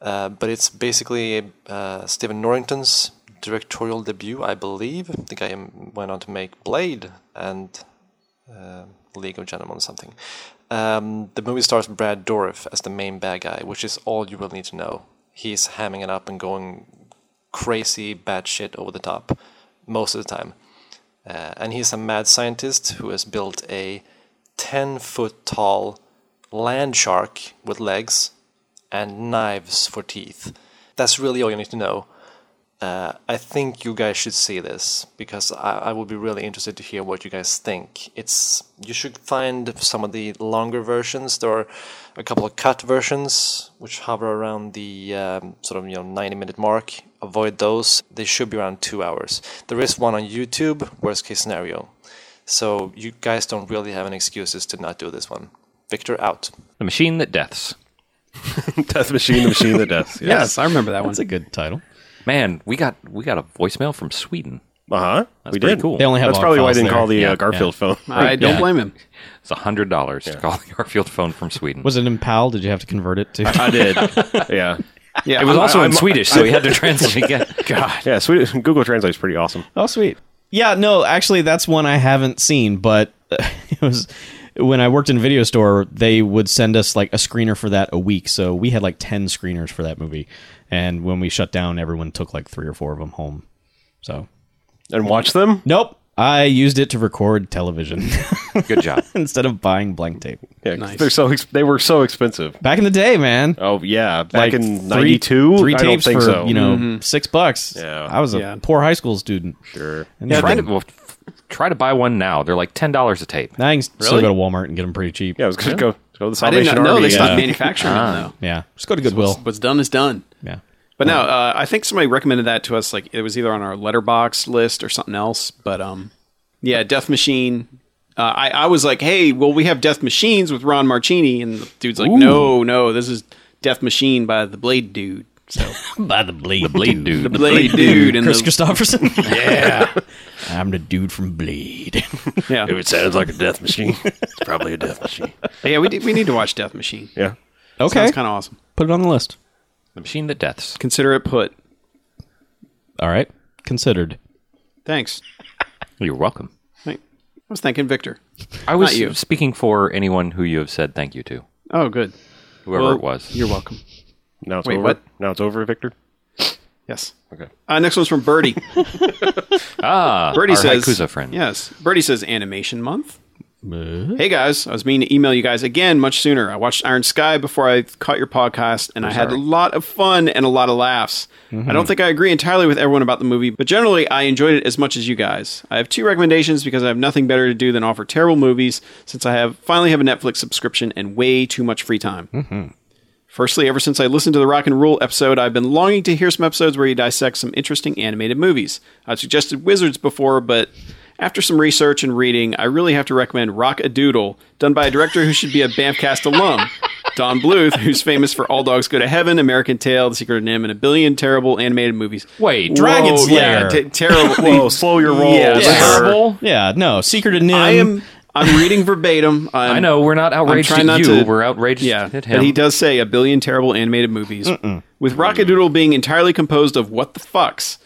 [SPEAKER 7] Uh, but it's basically uh, Stephen Norrington's directorial debut, I believe. The guy went on to make Blade and League of Gentlemen something. Um, the movie stars Brad Dourif as the main bad guy, which is all you will need to know. He's hamming it up and going crazy, bad shit over the top most of the time. Uh, and he's a mad scientist who has built a 10 foot tall land shark with legs and knives for teeth. That's really all you need to know. Uh, I think you guys should see this because I, I would be really interested to hear what you guys think. It's you should find some of the longer versions. There are a couple of cut versions which hover around the um, sort of you know 90 minute mark. Avoid those. They should be around two hours. There is one on YouTube. Worst case scenario. So you guys don't really have any excuses to not do this one. Victor out.
[SPEAKER 3] The machine that deaths.
[SPEAKER 2] Death Machine, the Machine that Death. Yes.
[SPEAKER 4] I remember that
[SPEAKER 5] That's a good title.
[SPEAKER 3] Man, we got we got a voicemail from Sweden.
[SPEAKER 2] Uh huh.
[SPEAKER 3] That's
[SPEAKER 2] We
[SPEAKER 3] pretty
[SPEAKER 2] did.
[SPEAKER 3] cool.
[SPEAKER 5] They only have
[SPEAKER 2] That's
[SPEAKER 5] OG
[SPEAKER 2] probably why I
[SPEAKER 5] files
[SPEAKER 2] didn't
[SPEAKER 5] there.
[SPEAKER 2] call the
[SPEAKER 5] Yeah,
[SPEAKER 2] uh, Garfield
[SPEAKER 5] yeah.
[SPEAKER 2] phone.
[SPEAKER 4] I don't blame him.
[SPEAKER 3] It's hundred dollars to call the Garfield phone from Sweden.
[SPEAKER 5] Was it in PAL? Did you have to convert it to?
[SPEAKER 2] I did. yeah.
[SPEAKER 4] Yeah,
[SPEAKER 3] it was
[SPEAKER 4] I'm-
[SPEAKER 3] also in
[SPEAKER 4] I'm-
[SPEAKER 3] Swedish, so we had to translate. Yeah. God,
[SPEAKER 2] Yeah. Sweet. Google Translate's pretty awesome.
[SPEAKER 5] Oh, sweet. Yeah, no, actually, that's one I haven't seen, but it was when I worked in a video store, they would send us like a screener for that a week. So we had like 10 screeners for that movie. And when we shut down, everyone took like three or four of them home. So,
[SPEAKER 2] And watch them.
[SPEAKER 5] nope. I used it to record television
[SPEAKER 3] good job.
[SPEAKER 5] instead of buying blank tape.
[SPEAKER 2] Yeah, 'cause They're so ex- they were so expensive.
[SPEAKER 5] Back in the day, man.
[SPEAKER 2] Oh yeah, back
[SPEAKER 5] Like
[SPEAKER 2] in
[SPEAKER 5] three-
[SPEAKER 2] '92.
[SPEAKER 5] three
[SPEAKER 2] I
[SPEAKER 5] tapes
[SPEAKER 2] don't think
[SPEAKER 5] for
[SPEAKER 2] so.
[SPEAKER 5] you know six bucks.
[SPEAKER 2] Yeah.
[SPEAKER 5] I was a
[SPEAKER 4] Yeah.
[SPEAKER 5] poor high school student.
[SPEAKER 2] Mm-hmm.
[SPEAKER 5] Sure, and yeah,
[SPEAKER 3] Try to, well, f- try to buy one now. They're like ten dollars a tape.
[SPEAKER 5] I can still go to Walmart and get them pretty cheap.
[SPEAKER 2] yeah, I was gonna go go to the
[SPEAKER 4] I did not
[SPEAKER 2] Salvation
[SPEAKER 4] know
[SPEAKER 2] Army.
[SPEAKER 4] they stopped
[SPEAKER 2] yeah.
[SPEAKER 4] manufacturing them,
[SPEAKER 5] yeah. Just go to
[SPEAKER 4] though.
[SPEAKER 5] Goodwill.
[SPEAKER 4] What's done is done.
[SPEAKER 5] Yeah,
[SPEAKER 4] But no, uh, I think somebody recommended that to us. Like it was either on our letterbox list or something else. But um, yeah, Death Machine. Uh, I I was like, hey, well, we have Death Machines with Ron Marchini, and the dude's like, no, no, this is Death Machine by the Blade Dude.
[SPEAKER 5] So by the bleed, the
[SPEAKER 3] Bleed dude.
[SPEAKER 4] The Blade Dude and
[SPEAKER 5] Chris
[SPEAKER 4] the,
[SPEAKER 5] Christopherson. yeah, I'm the dude from Bleed.
[SPEAKER 4] yeah.
[SPEAKER 2] If it sounds like a death machine, it's probably a death machine.
[SPEAKER 4] yeah, we, did, we need to watch Death Machine.
[SPEAKER 2] Yeah.
[SPEAKER 6] Okay,
[SPEAKER 4] Sounds kind of awesome.
[SPEAKER 6] put it on the list.
[SPEAKER 3] The machine that deaths.
[SPEAKER 4] Consider it put.
[SPEAKER 6] All right, considered.
[SPEAKER 4] Thanks.
[SPEAKER 3] You're welcome.
[SPEAKER 4] Thank- I was thanking Victor.
[SPEAKER 3] I was
[SPEAKER 4] you.
[SPEAKER 3] speaking for anyone who you have said thank you to,
[SPEAKER 4] Oh, good.
[SPEAKER 3] whoever
[SPEAKER 4] Well,
[SPEAKER 3] it was.
[SPEAKER 4] You're welcome.
[SPEAKER 2] Now it's
[SPEAKER 4] Wait,
[SPEAKER 2] over.
[SPEAKER 4] what?
[SPEAKER 2] Now it's over, Victor.
[SPEAKER 4] Yes.
[SPEAKER 2] Okay.
[SPEAKER 4] Uh, next one's from Birdie.
[SPEAKER 3] ah,
[SPEAKER 4] Birdie
[SPEAKER 3] our
[SPEAKER 4] says,
[SPEAKER 3] Haikuza friend.
[SPEAKER 4] Yes. Birdie says, animation month. Hey guys, I was meaning to email you guys again much sooner. I watched Iron Sky before I caught your podcast, and I had a lot of fun and a lot of laughs. I don't think I agree entirely with everyone about the movie, but generally I enjoyed it as much as you guys. I have two recommendations because I have nothing better to do than offer terrible movies since I have finally have a Netflix subscription and way too much free time. Firstly, ever since I listened to the Rock and Roll episode, I've been longing to hear some episodes where you dissect some interesting animated movies. I've suggested Wizards before, but after some research and reading, I really have to recommend Rock a Doodle, done by a director who should be a Bamcast alum, Don Bluth, who's famous for All Dogs Go to Heaven, American Tail, The Secret of Nim, and a billion terrible animated movies.
[SPEAKER 3] Wait,
[SPEAKER 5] Dragon
[SPEAKER 4] Whoa,
[SPEAKER 5] Slayer.
[SPEAKER 4] yeah, t- terrible.
[SPEAKER 2] Whoa, slow your roll.
[SPEAKER 4] Yeah,
[SPEAKER 2] sir.
[SPEAKER 3] terrible.
[SPEAKER 5] yeah, no, Secret of Nim.
[SPEAKER 4] I am. I'm reading verbatim. I'm,
[SPEAKER 3] I know we're not outraged
[SPEAKER 4] trying
[SPEAKER 3] at
[SPEAKER 4] not
[SPEAKER 3] you.
[SPEAKER 4] to-
[SPEAKER 3] we're outraged
[SPEAKER 4] Yeah,
[SPEAKER 3] at him.
[SPEAKER 4] but he does say a billion terrible animated movies. With Rockadoodle being entirely composed of what the fucks.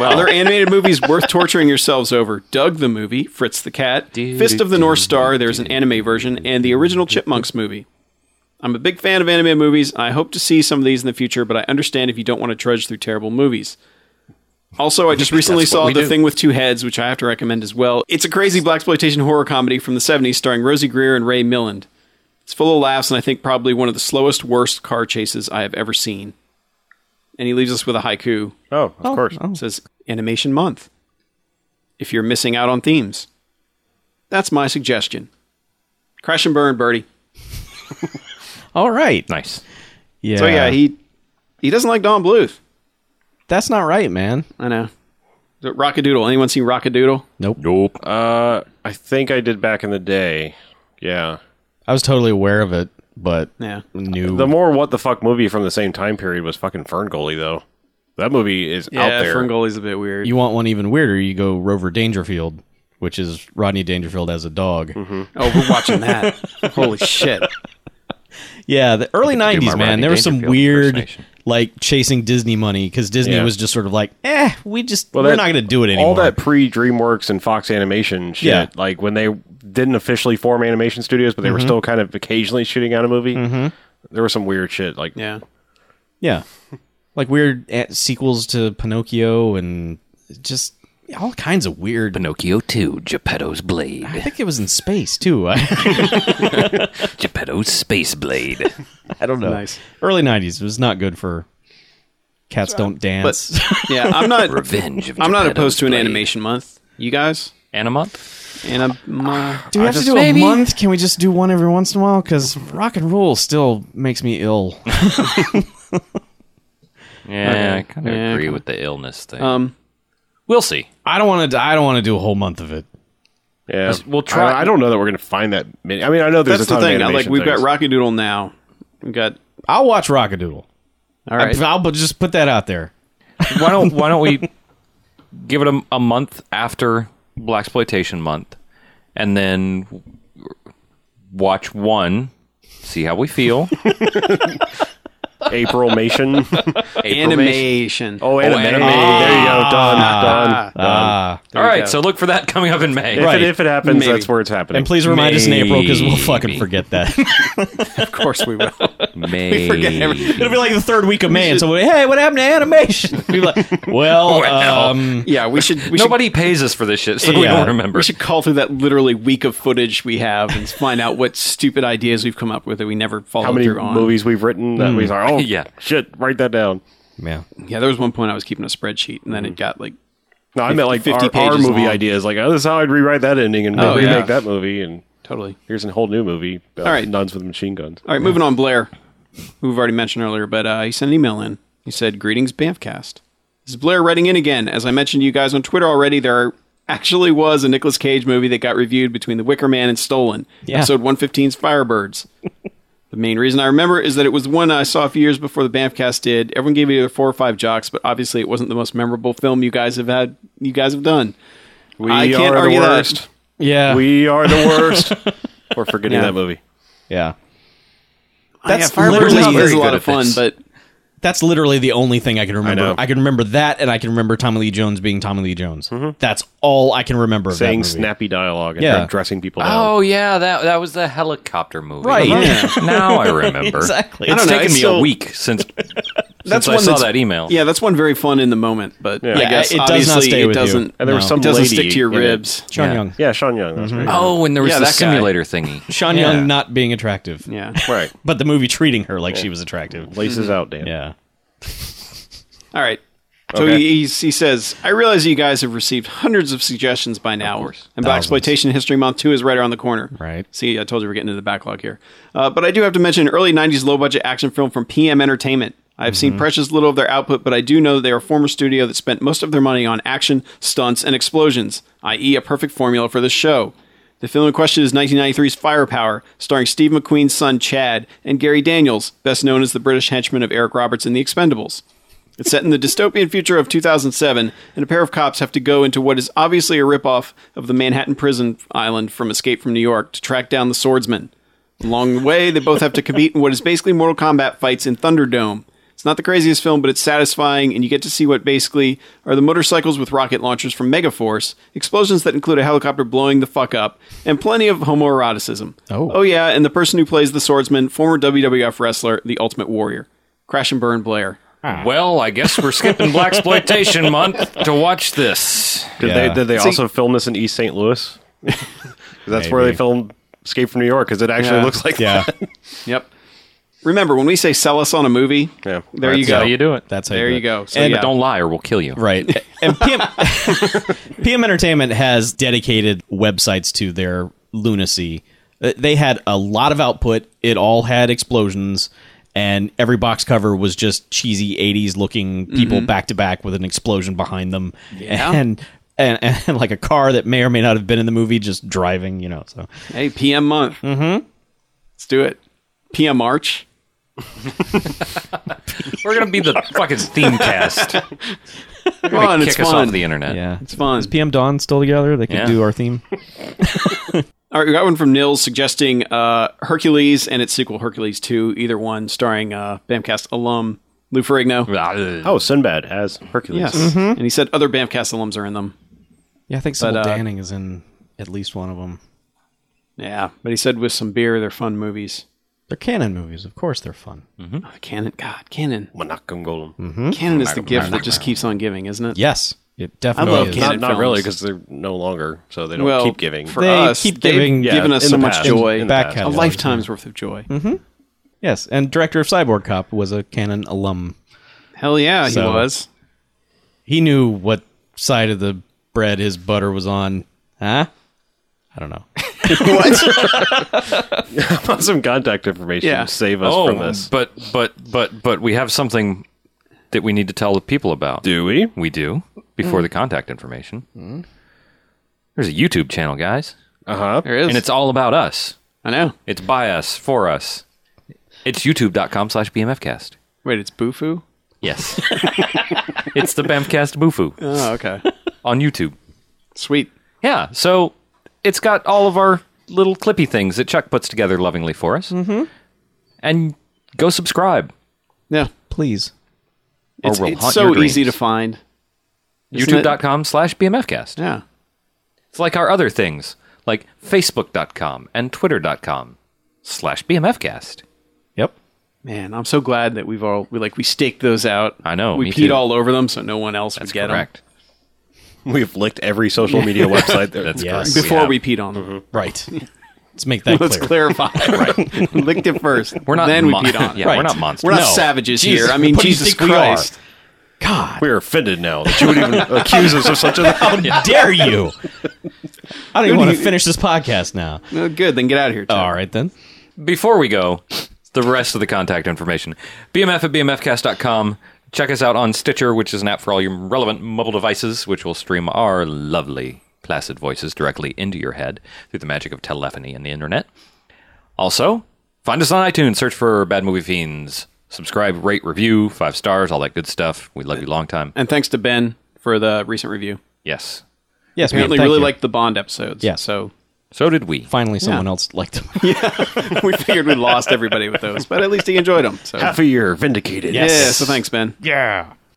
[SPEAKER 4] Other animated movies worth torturing yourselves over: Doug the movie, Fritz the cat, Fist of the North Star. There's an anime version and the original Chipmunks movie. I'm a big fan of anime movies. I hope to see some of these in the future, but I understand if you don't want to trudge through terrible movies. Also, I just recently saw
[SPEAKER 3] we
[SPEAKER 4] The
[SPEAKER 3] do.
[SPEAKER 4] Thing with Two Heads, which I have to recommend as well. It's a crazy black exploitation horror comedy from the 70s starring Rosie Greer and Ray Milland. It's full of laughs and I think probably one of the slowest, worst car chases I have ever seen. And he leaves us with a haiku.
[SPEAKER 2] Oh, of course.
[SPEAKER 4] It says, Animation Month. If you're missing out on themes, that's my suggestion. Crash and burn, Birdie.
[SPEAKER 5] All right.
[SPEAKER 3] nice.
[SPEAKER 5] Yeah.
[SPEAKER 4] So yeah, he he doesn't like Don Bluth.
[SPEAKER 5] That's not right, man.
[SPEAKER 4] I know. Rockadoodle. Anyone seen Rockadoodle?
[SPEAKER 3] Nope.
[SPEAKER 2] Uh, I think I did back in the day. Yeah.
[SPEAKER 5] I was totally aware of it, but
[SPEAKER 4] Yeah.
[SPEAKER 5] knew
[SPEAKER 2] The more what the fuck movie from the same time period was fucking Ferngully though. That movie is out there.
[SPEAKER 4] Ferngully's a bit weird.
[SPEAKER 5] you want one even weirder. You go Rover Dangerfield, which is Rodney Dangerfield as a dog.
[SPEAKER 4] Oh, we're watching that. Holy shit.
[SPEAKER 5] Yeah, the early
[SPEAKER 3] could do my
[SPEAKER 5] '90s, man.
[SPEAKER 3] Rodney
[SPEAKER 5] There was some
[SPEAKER 3] Dangerfield
[SPEAKER 5] weird,
[SPEAKER 3] impersonation.
[SPEAKER 5] like chasing Disney money because Disney
[SPEAKER 2] Yeah.
[SPEAKER 5] was just sort of like, eh, we just
[SPEAKER 2] Well,
[SPEAKER 5] we're
[SPEAKER 2] that-
[SPEAKER 5] not going to do it anymore.
[SPEAKER 2] All that pre DreamWorks and Fox Animation shit,
[SPEAKER 5] Yeah.
[SPEAKER 2] like when they didn't officially form animation studios, but they were still kind of occasionally shooting out a movie. There was some weird shit, like
[SPEAKER 4] Yeah.
[SPEAKER 5] yeah, like weird eh, sequels to Pinocchio and just all kinds of weird.
[SPEAKER 3] Pinocchio 2, Geppetto's
[SPEAKER 5] I
[SPEAKER 3] Blade.
[SPEAKER 5] think it was in space too. I,
[SPEAKER 3] Geppetto's Space Blade.
[SPEAKER 5] I don't know.
[SPEAKER 4] Nice.
[SPEAKER 5] Early '90s was not good for cats. Don't dance.
[SPEAKER 4] But yeah, I'm not
[SPEAKER 3] Revenge of
[SPEAKER 4] I'm not opposed
[SPEAKER 3] Geppetto's
[SPEAKER 4] to an
[SPEAKER 3] Blade.
[SPEAKER 4] animation month. You guys?
[SPEAKER 3] Anamont?
[SPEAKER 4] And I'm uh,
[SPEAKER 5] Do we have to do a month? Can we just do one every once in a while? Because rock and roll still makes me ill.
[SPEAKER 3] Yeah, I kind of
[SPEAKER 4] Yeah,
[SPEAKER 3] agree
[SPEAKER 4] kinda.
[SPEAKER 3] with the illness thing.
[SPEAKER 4] um
[SPEAKER 3] we'll see.
[SPEAKER 5] I don't want to. I don't want to do a whole month of it.
[SPEAKER 2] yeah.
[SPEAKER 3] We'll try-
[SPEAKER 2] I, I don't know that we're gonna find that many. I mean, I know there's
[SPEAKER 4] that's
[SPEAKER 2] a
[SPEAKER 4] the
[SPEAKER 2] ton
[SPEAKER 4] thing.
[SPEAKER 2] of
[SPEAKER 4] I-
[SPEAKER 2] animation.
[SPEAKER 4] Like we've
[SPEAKER 2] things.
[SPEAKER 4] got Rockadoodle now. We've got
[SPEAKER 5] I'll watch Rockadoodle.
[SPEAKER 4] all right.
[SPEAKER 5] I'll but just put that out there.
[SPEAKER 3] Why don't Why don't we give it a, a month after Black Exploitation Month, and then watch one, see how we feel.
[SPEAKER 2] April Mation.
[SPEAKER 4] animation.
[SPEAKER 2] oh, anime. There you
[SPEAKER 3] anime.
[SPEAKER 2] go. Done. done.
[SPEAKER 5] Ah,
[SPEAKER 3] All right, so look for that coming up in May.
[SPEAKER 2] If,
[SPEAKER 5] right.
[SPEAKER 2] it, if it happens,
[SPEAKER 4] Maybe.
[SPEAKER 2] that's where it's happening.
[SPEAKER 5] and please remind us in April because we'll fucking
[SPEAKER 3] Maybe.
[SPEAKER 5] forget that.
[SPEAKER 4] of course we will.
[SPEAKER 3] May.
[SPEAKER 4] forget everything.
[SPEAKER 5] It'll be like the third week of May, and someone, hey, what happened to animation? We'll be like, well,
[SPEAKER 3] Well.
[SPEAKER 5] um,
[SPEAKER 4] Yeah, we should we should
[SPEAKER 3] Nobody pays us for this shit, so we
[SPEAKER 5] Yeah.
[SPEAKER 3] don't remember.
[SPEAKER 4] We should call through that literally week of footage we have and find out what stupid ideas we've come up with that we never followed
[SPEAKER 2] How many
[SPEAKER 4] through on.
[SPEAKER 2] movies we've written
[SPEAKER 5] Hmm.
[SPEAKER 2] that we are? Oh, yeah.
[SPEAKER 3] Yeah.
[SPEAKER 2] Shit, write that down.
[SPEAKER 5] yeah,
[SPEAKER 4] Yeah, there was one point I was keeping a spreadsheet and then
[SPEAKER 2] Mm-hmm.
[SPEAKER 4] it got like
[SPEAKER 2] No, I meant like
[SPEAKER 4] 50
[SPEAKER 2] 50 our, our
[SPEAKER 4] pages
[SPEAKER 2] movie
[SPEAKER 4] long.
[SPEAKER 2] ideas. Like, oh, this is how I'd rewrite that ending and
[SPEAKER 4] Oh,
[SPEAKER 2] remake
[SPEAKER 4] yeah.
[SPEAKER 2] that movie. And
[SPEAKER 4] totally.
[SPEAKER 2] here's a whole new movie. About
[SPEAKER 4] All right.
[SPEAKER 2] nuns with machine guns.
[SPEAKER 4] All right, moving on, Blair, who we've already mentioned earlier, but uh, he sent an email in. He said, Greetings, Bamfcast. This is Blair writing in again. As I mentioned to you guys on Twitter already, there actually was a Nicolas Cage movie that got reviewed between The Wicker Man and Stolen, episode 115's Firebirds. The main reason I remember is that it was one I saw a few years before the Banffcast did. Everyone gave it either four or five jocks, but obviously it wasn't the most memorable film you guys have had. You guys have done.
[SPEAKER 2] We
[SPEAKER 4] I can't
[SPEAKER 2] are
[SPEAKER 4] argue
[SPEAKER 2] the
[SPEAKER 4] that. Uh.
[SPEAKER 2] worst.
[SPEAKER 5] Yeah.
[SPEAKER 2] We are the worst. We're forgetting
[SPEAKER 4] Yeah.
[SPEAKER 2] that movie.
[SPEAKER 5] yeah.
[SPEAKER 4] That's
[SPEAKER 5] That's literally-
[SPEAKER 4] Oh, is a lot
[SPEAKER 3] good
[SPEAKER 4] of
[SPEAKER 3] at
[SPEAKER 4] fun,
[SPEAKER 3] this.
[SPEAKER 4] but
[SPEAKER 5] That's literally the only thing I can remember.
[SPEAKER 2] know.
[SPEAKER 5] I, can remember that, and I can remember Tommy Lee Jones being Tommy Lee Jones. That's all I can remember. Of
[SPEAKER 2] Saying
[SPEAKER 5] that movie.
[SPEAKER 2] snappy dialogue and
[SPEAKER 5] Yeah.
[SPEAKER 2] dr- dressing people down.
[SPEAKER 3] Oh yeah, that that was the helicopter movie.
[SPEAKER 5] Right.
[SPEAKER 3] now I remember.
[SPEAKER 5] Exactly.
[SPEAKER 3] It's
[SPEAKER 4] don't know,
[SPEAKER 3] taken
[SPEAKER 4] it's
[SPEAKER 3] me
[SPEAKER 4] so-
[SPEAKER 3] a week since,
[SPEAKER 4] that's
[SPEAKER 3] since I
[SPEAKER 4] one
[SPEAKER 3] saw
[SPEAKER 4] that's-
[SPEAKER 3] that email.
[SPEAKER 4] Yeah, that's one very fun in the moment, but I
[SPEAKER 2] Yeah,
[SPEAKER 4] guess
[SPEAKER 5] it does not
[SPEAKER 4] obviously
[SPEAKER 5] stay
[SPEAKER 4] it
[SPEAKER 5] with you.
[SPEAKER 4] doesn't.
[SPEAKER 2] and there was
[SPEAKER 5] No.
[SPEAKER 2] some
[SPEAKER 4] It doesn't
[SPEAKER 2] lady
[SPEAKER 4] stick to your
[SPEAKER 2] in it.
[SPEAKER 4] ribs.
[SPEAKER 5] Sean
[SPEAKER 3] Yeah.
[SPEAKER 5] Young.
[SPEAKER 2] Yeah, Sean Young. That's right.
[SPEAKER 5] Mm-hmm.
[SPEAKER 3] Oh, and there was
[SPEAKER 4] Yeah,
[SPEAKER 3] the
[SPEAKER 4] that guy.
[SPEAKER 3] simulator thingy.
[SPEAKER 5] Sean
[SPEAKER 4] Yeah.
[SPEAKER 5] Young not being attractive.
[SPEAKER 4] Yeah.
[SPEAKER 2] Right.
[SPEAKER 5] But the movie treating her like she was attractive.
[SPEAKER 2] Laces
[SPEAKER 4] Mm-hmm.
[SPEAKER 2] out, Dan.
[SPEAKER 5] Yeah.
[SPEAKER 4] All right. So
[SPEAKER 2] Okay.
[SPEAKER 4] he, he, he says, I realize you guys have received hundreds of suggestions by now. And Black Exploitation History Month 2 is right around the corner.
[SPEAKER 5] Right.
[SPEAKER 4] See, I told you we're getting into the backlog here. Uh, but I do have to mention an early 90s low budget action film from PM Entertainment. I've seen precious little of their output, but I do know they are a former studio that spent most of their money on action, stunts, and explosions, i.e., a perfect formula for this show. The film in question is 1993's Firepower, starring Steve McQueen's son Chad and Gary Daniels, best known as the British henchman of Eric Roberts in The Expendables. It's set in the dystopian future of 2007, and a pair of cops have to go into what is obviously a ripoff of the Manhattan prison island from Escape from New York to track down the swordsman. Along the way, they both have to compete in what is basically Mortal Kombat fights in Thunderdome. It's not the craziest film, but it's satisfying, and you get to see what basically are the motorcycles with rocket launchers from Megaforce, explosions that include a helicopter blowing the fuck up, and plenty of homoeroticism.
[SPEAKER 5] Oh.
[SPEAKER 4] oh yeah, and the person who plays the swordsman, former WWF wrestler, the Ultimate Warrior, Crash and Burn Blair.
[SPEAKER 3] Well, I guess we're skipping Black Exploitation Month to watch this.
[SPEAKER 2] Did they, did they also film this in East St. Louis? 'Cause that's where they
[SPEAKER 5] Maybe.
[SPEAKER 2] filmed Escape from New York because it actually
[SPEAKER 4] Yeah.
[SPEAKER 2] looks like
[SPEAKER 5] Yeah.
[SPEAKER 4] Yep. Remember when we say sell us on a movie?
[SPEAKER 2] Yeah.
[SPEAKER 4] There
[SPEAKER 2] That's
[SPEAKER 4] you
[SPEAKER 3] That's how
[SPEAKER 4] go.
[SPEAKER 3] you do it.
[SPEAKER 5] That's how
[SPEAKER 4] There
[SPEAKER 5] do
[SPEAKER 4] you
[SPEAKER 5] it.
[SPEAKER 4] go. So
[SPEAKER 5] And
[SPEAKER 4] yeah.
[SPEAKER 3] Don't lie or we'll kill you.
[SPEAKER 5] Right. And PM, PM Entertainment has dedicated websites to their lunacy. Uh, They had a lot of output. It all had explosions, and every box cover was just cheesy 80s looking people back to back with an explosion behind them.
[SPEAKER 4] Yeah.
[SPEAKER 5] And, and, and like a car that may or may not have been in the movie just driving, you know. So
[SPEAKER 4] Hey, PM month. Mm-hmm. Let's do it. PM March.
[SPEAKER 3] We're gonna be the fucking theme cast.
[SPEAKER 4] Come
[SPEAKER 3] We're gonna
[SPEAKER 4] on,
[SPEAKER 3] kick
[SPEAKER 4] it's
[SPEAKER 3] us
[SPEAKER 4] fun.
[SPEAKER 3] off the internet.
[SPEAKER 5] yeah,
[SPEAKER 4] It's fun.
[SPEAKER 5] PM Dawn still together. They could
[SPEAKER 3] Yeah.
[SPEAKER 5] do our theme.
[SPEAKER 4] All right, we got one from Nils suggesting uh, Hercules and its sequel, Hercules 2, either one, starring uh, Bamcast alum Lou Ferrigno.
[SPEAKER 2] Oh, Sinbad as Hercules.
[SPEAKER 4] Yes. Mm-hmm. And he said other Bamcast alums are in them.
[SPEAKER 5] Yeah, I think Sybil
[SPEAKER 4] uh,
[SPEAKER 5] Danning is in at least one of them.
[SPEAKER 4] Yeah. But he said with some beer, they're fun movies.
[SPEAKER 5] They're canon movies, of course. They're fun.
[SPEAKER 4] Oh, Canon. God, Canon.
[SPEAKER 2] Menachem Golem.
[SPEAKER 4] Canon is the gift that just keeps on giving, isn't it?
[SPEAKER 5] Yes, it definitely
[SPEAKER 4] love
[SPEAKER 5] is.
[SPEAKER 4] canon.
[SPEAKER 2] Not, Oh, not really because
[SPEAKER 4] films.
[SPEAKER 2] they're no longer, so they don't
[SPEAKER 4] Well,
[SPEAKER 2] keep giving.
[SPEAKER 4] for
[SPEAKER 5] They
[SPEAKER 4] us,
[SPEAKER 5] keep
[SPEAKER 4] they've
[SPEAKER 5] giving-
[SPEAKER 2] Yeah,
[SPEAKER 4] given us
[SPEAKER 2] in
[SPEAKER 4] so
[SPEAKER 2] the
[SPEAKER 4] much
[SPEAKER 2] past.
[SPEAKER 4] joy.
[SPEAKER 2] In the
[SPEAKER 5] Back
[SPEAKER 2] past.
[SPEAKER 4] a
[SPEAKER 5] catalog.
[SPEAKER 4] lifetime's worth of joy.
[SPEAKER 3] Mm-hmm.
[SPEAKER 5] Yes, and director of Cyborg Cop was a canon alum.
[SPEAKER 4] Hell yeah, he
[SPEAKER 5] So-
[SPEAKER 4] was.
[SPEAKER 5] He knew what side of the bread his butter was on. Huh? I don't know.
[SPEAKER 2] Some contact information
[SPEAKER 4] Yeah.
[SPEAKER 2] to save us
[SPEAKER 3] Oh,
[SPEAKER 2] from this.
[SPEAKER 3] but but but but we have something that we need to tell the people about.
[SPEAKER 2] Do we?
[SPEAKER 3] We do before the contact information. There's a YouTube channel, guys,
[SPEAKER 2] Uh huh.
[SPEAKER 4] There is.
[SPEAKER 3] oh, and it's all about us.
[SPEAKER 4] I know.
[SPEAKER 3] It's by us for us. It's youtube.com slash bmfcast.
[SPEAKER 4] Wait, it's Bufu?
[SPEAKER 3] Yes, it's the bamfcast boofoo
[SPEAKER 4] Oh, okay.
[SPEAKER 3] on YouTube.
[SPEAKER 4] Sweet.
[SPEAKER 3] Yeah, so it's got all of our little clippy things that Chuck puts together lovingly for us. Mm-hmm. And go subscribe.
[SPEAKER 4] Yeah.
[SPEAKER 5] Please.
[SPEAKER 3] Or
[SPEAKER 4] It's,
[SPEAKER 3] we'll
[SPEAKER 4] it's
[SPEAKER 3] haunt
[SPEAKER 4] so
[SPEAKER 3] your
[SPEAKER 4] easy to
[SPEAKER 3] dreams.
[SPEAKER 4] find. Isn't it-
[SPEAKER 3] YouTube.com slash BMFcast.
[SPEAKER 4] Yeah.
[SPEAKER 3] It's like our other things, like Facebook.com and Twitter.com slash BMFcast.
[SPEAKER 5] Yep.
[SPEAKER 4] Man, I'm so glad that we've all we like we staked those out.
[SPEAKER 3] I know,
[SPEAKER 4] We
[SPEAKER 3] me
[SPEAKER 4] peed
[SPEAKER 3] too.
[SPEAKER 4] all over them so no one else would get
[SPEAKER 3] correct.
[SPEAKER 2] We've licked every social media website. There.
[SPEAKER 3] That's
[SPEAKER 5] Yes.
[SPEAKER 4] them.
[SPEAKER 3] correct.
[SPEAKER 4] Before
[SPEAKER 3] have.
[SPEAKER 4] we, peed on them.
[SPEAKER 3] Mm-hmm.
[SPEAKER 5] Right. Let's make that
[SPEAKER 4] Let's
[SPEAKER 5] clear.
[SPEAKER 4] clarify. right. Licked it first.
[SPEAKER 3] We're not
[SPEAKER 4] then we
[SPEAKER 3] mon-
[SPEAKER 4] peed on it.
[SPEAKER 3] Yeah, we're
[SPEAKER 5] Right.
[SPEAKER 3] not monsters.
[SPEAKER 4] We're not
[SPEAKER 5] No.
[SPEAKER 4] savages
[SPEAKER 5] Jesus,
[SPEAKER 4] here. I mean
[SPEAKER 5] what do you
[SPEAKER 4] Jesus
[SPEAKER 5] think we are?
[SPEAKER 4] Christ.
[SPEAKER 5] God,
[SPEAKER 2] We're offended now that you would even accuse us of such a thing.
[SPEAKER 5] how dare you? I don't even want to finish this podcast now.
[SPEAKER 4] Well, good, then get out of here. Chuck.
[SPEAKER 5] All right, then.
[SPEAKER 3] before we go, the rest of the contact information. BMF at BMFcast.com. Check us out on Stitcher, which is an app for all your relevant mobile devices, which will stream our lovely, placid voices directly into your head through the magic of telephony and the internet. Also, Find us on iTunes. Search for Bad Movie Fiends. Subscribe, rate, review, five stars, all that good stuff. We love you long time.
[SPEAKER 4] And thanks to Ben for the recent review.
[SPEAKER 3] Yes.
[SPEAKER 5] Yes, man,
[SPEAKER 4] Apparently,
[SPEAKER 5] thank
[SPEAKER 4] really
[SPEAKER 5] you.
[SPEAKER 4] liked the Bond episodes.
[SPEAKER 5] Yeah.
[SPEAKER 4] So
[SPEAKER 3] So did we.
[SPEAKER 6] Finally, someone else liked them.
[SPEAKER 4] we figured we lost everybody with those, but at least he enjoyed them. So
[SPEAKER 2] Half a year vindicated.
[SPEAKER 4] yeah. So thanks, Ben.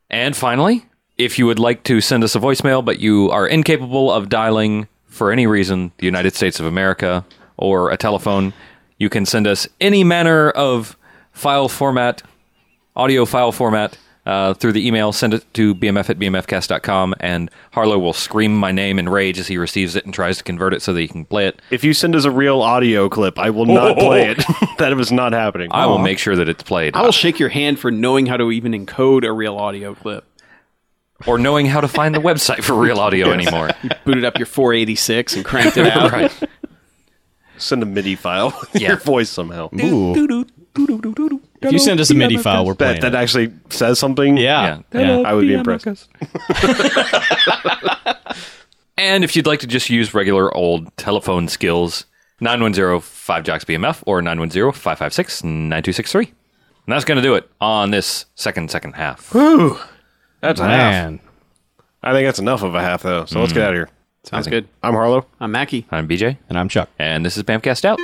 [SPEAKER 3] And finally, if you would like to send us a voicemail, but you are incapable of dialing for any reason the United States of America or a telephone, you can send us any manner of file format, audio file format, uh, through the email. Send it to bmf at bmfcast.com, and Harlow will scream my name in rage as he receives it and tries to convert it so that he can play it.
[SPEAKER 2] If you send us a real audio clip, I will not play it. that was not happening.
[SPEAKER 3] I will make sure that it's played,
[SPEAKER 4] I will shake your hand for knowing how to even encode a real audio clip.
[SPEAKER 3] or knowing how to find the website for real audio anymore.
[SPEAKER 4] Booted up your 486 and cranked it out.
[SPEAKER 3] Right.
[SPEAKER 2] send a MIDI file with
[SPEAKER 3] Yeah.
[SPEAKER 2] your voice somehow.
[SPEAKER 5] If you send us a MIDI file, we're playing.
[SPEAKER 2] That, that
[SPEAKER 5] it.
[SPEAKER 2] actually says something.
[SPEAKER 5] Yeah. yeah.
[SPEAKER 3] Yeah.
[SPEAKER 2] I would be impressed.
[SPEAKER 3] And if you'd like to just use regular old telephone skills, 910-5JOCKS-BMF or 910-556-9263. And that's going to do it on this second, second half.
[SPEAKER 2] That's a half.
[SPEAKER 5] Man.
[SPEAKER 2] I think that's enough of a half, Mm. though. So let's get out of here.
[SPEAKER 4] Sounds good.
[SPEAKER 2] I'm Harlow.
[SPEAKER 4] I'm Mackie.
[SPEAKER 3] I'm BJ,
[SPEAKER 5] And I'm Chuck.
[SPEAKER 3] and this is Bamcast Out.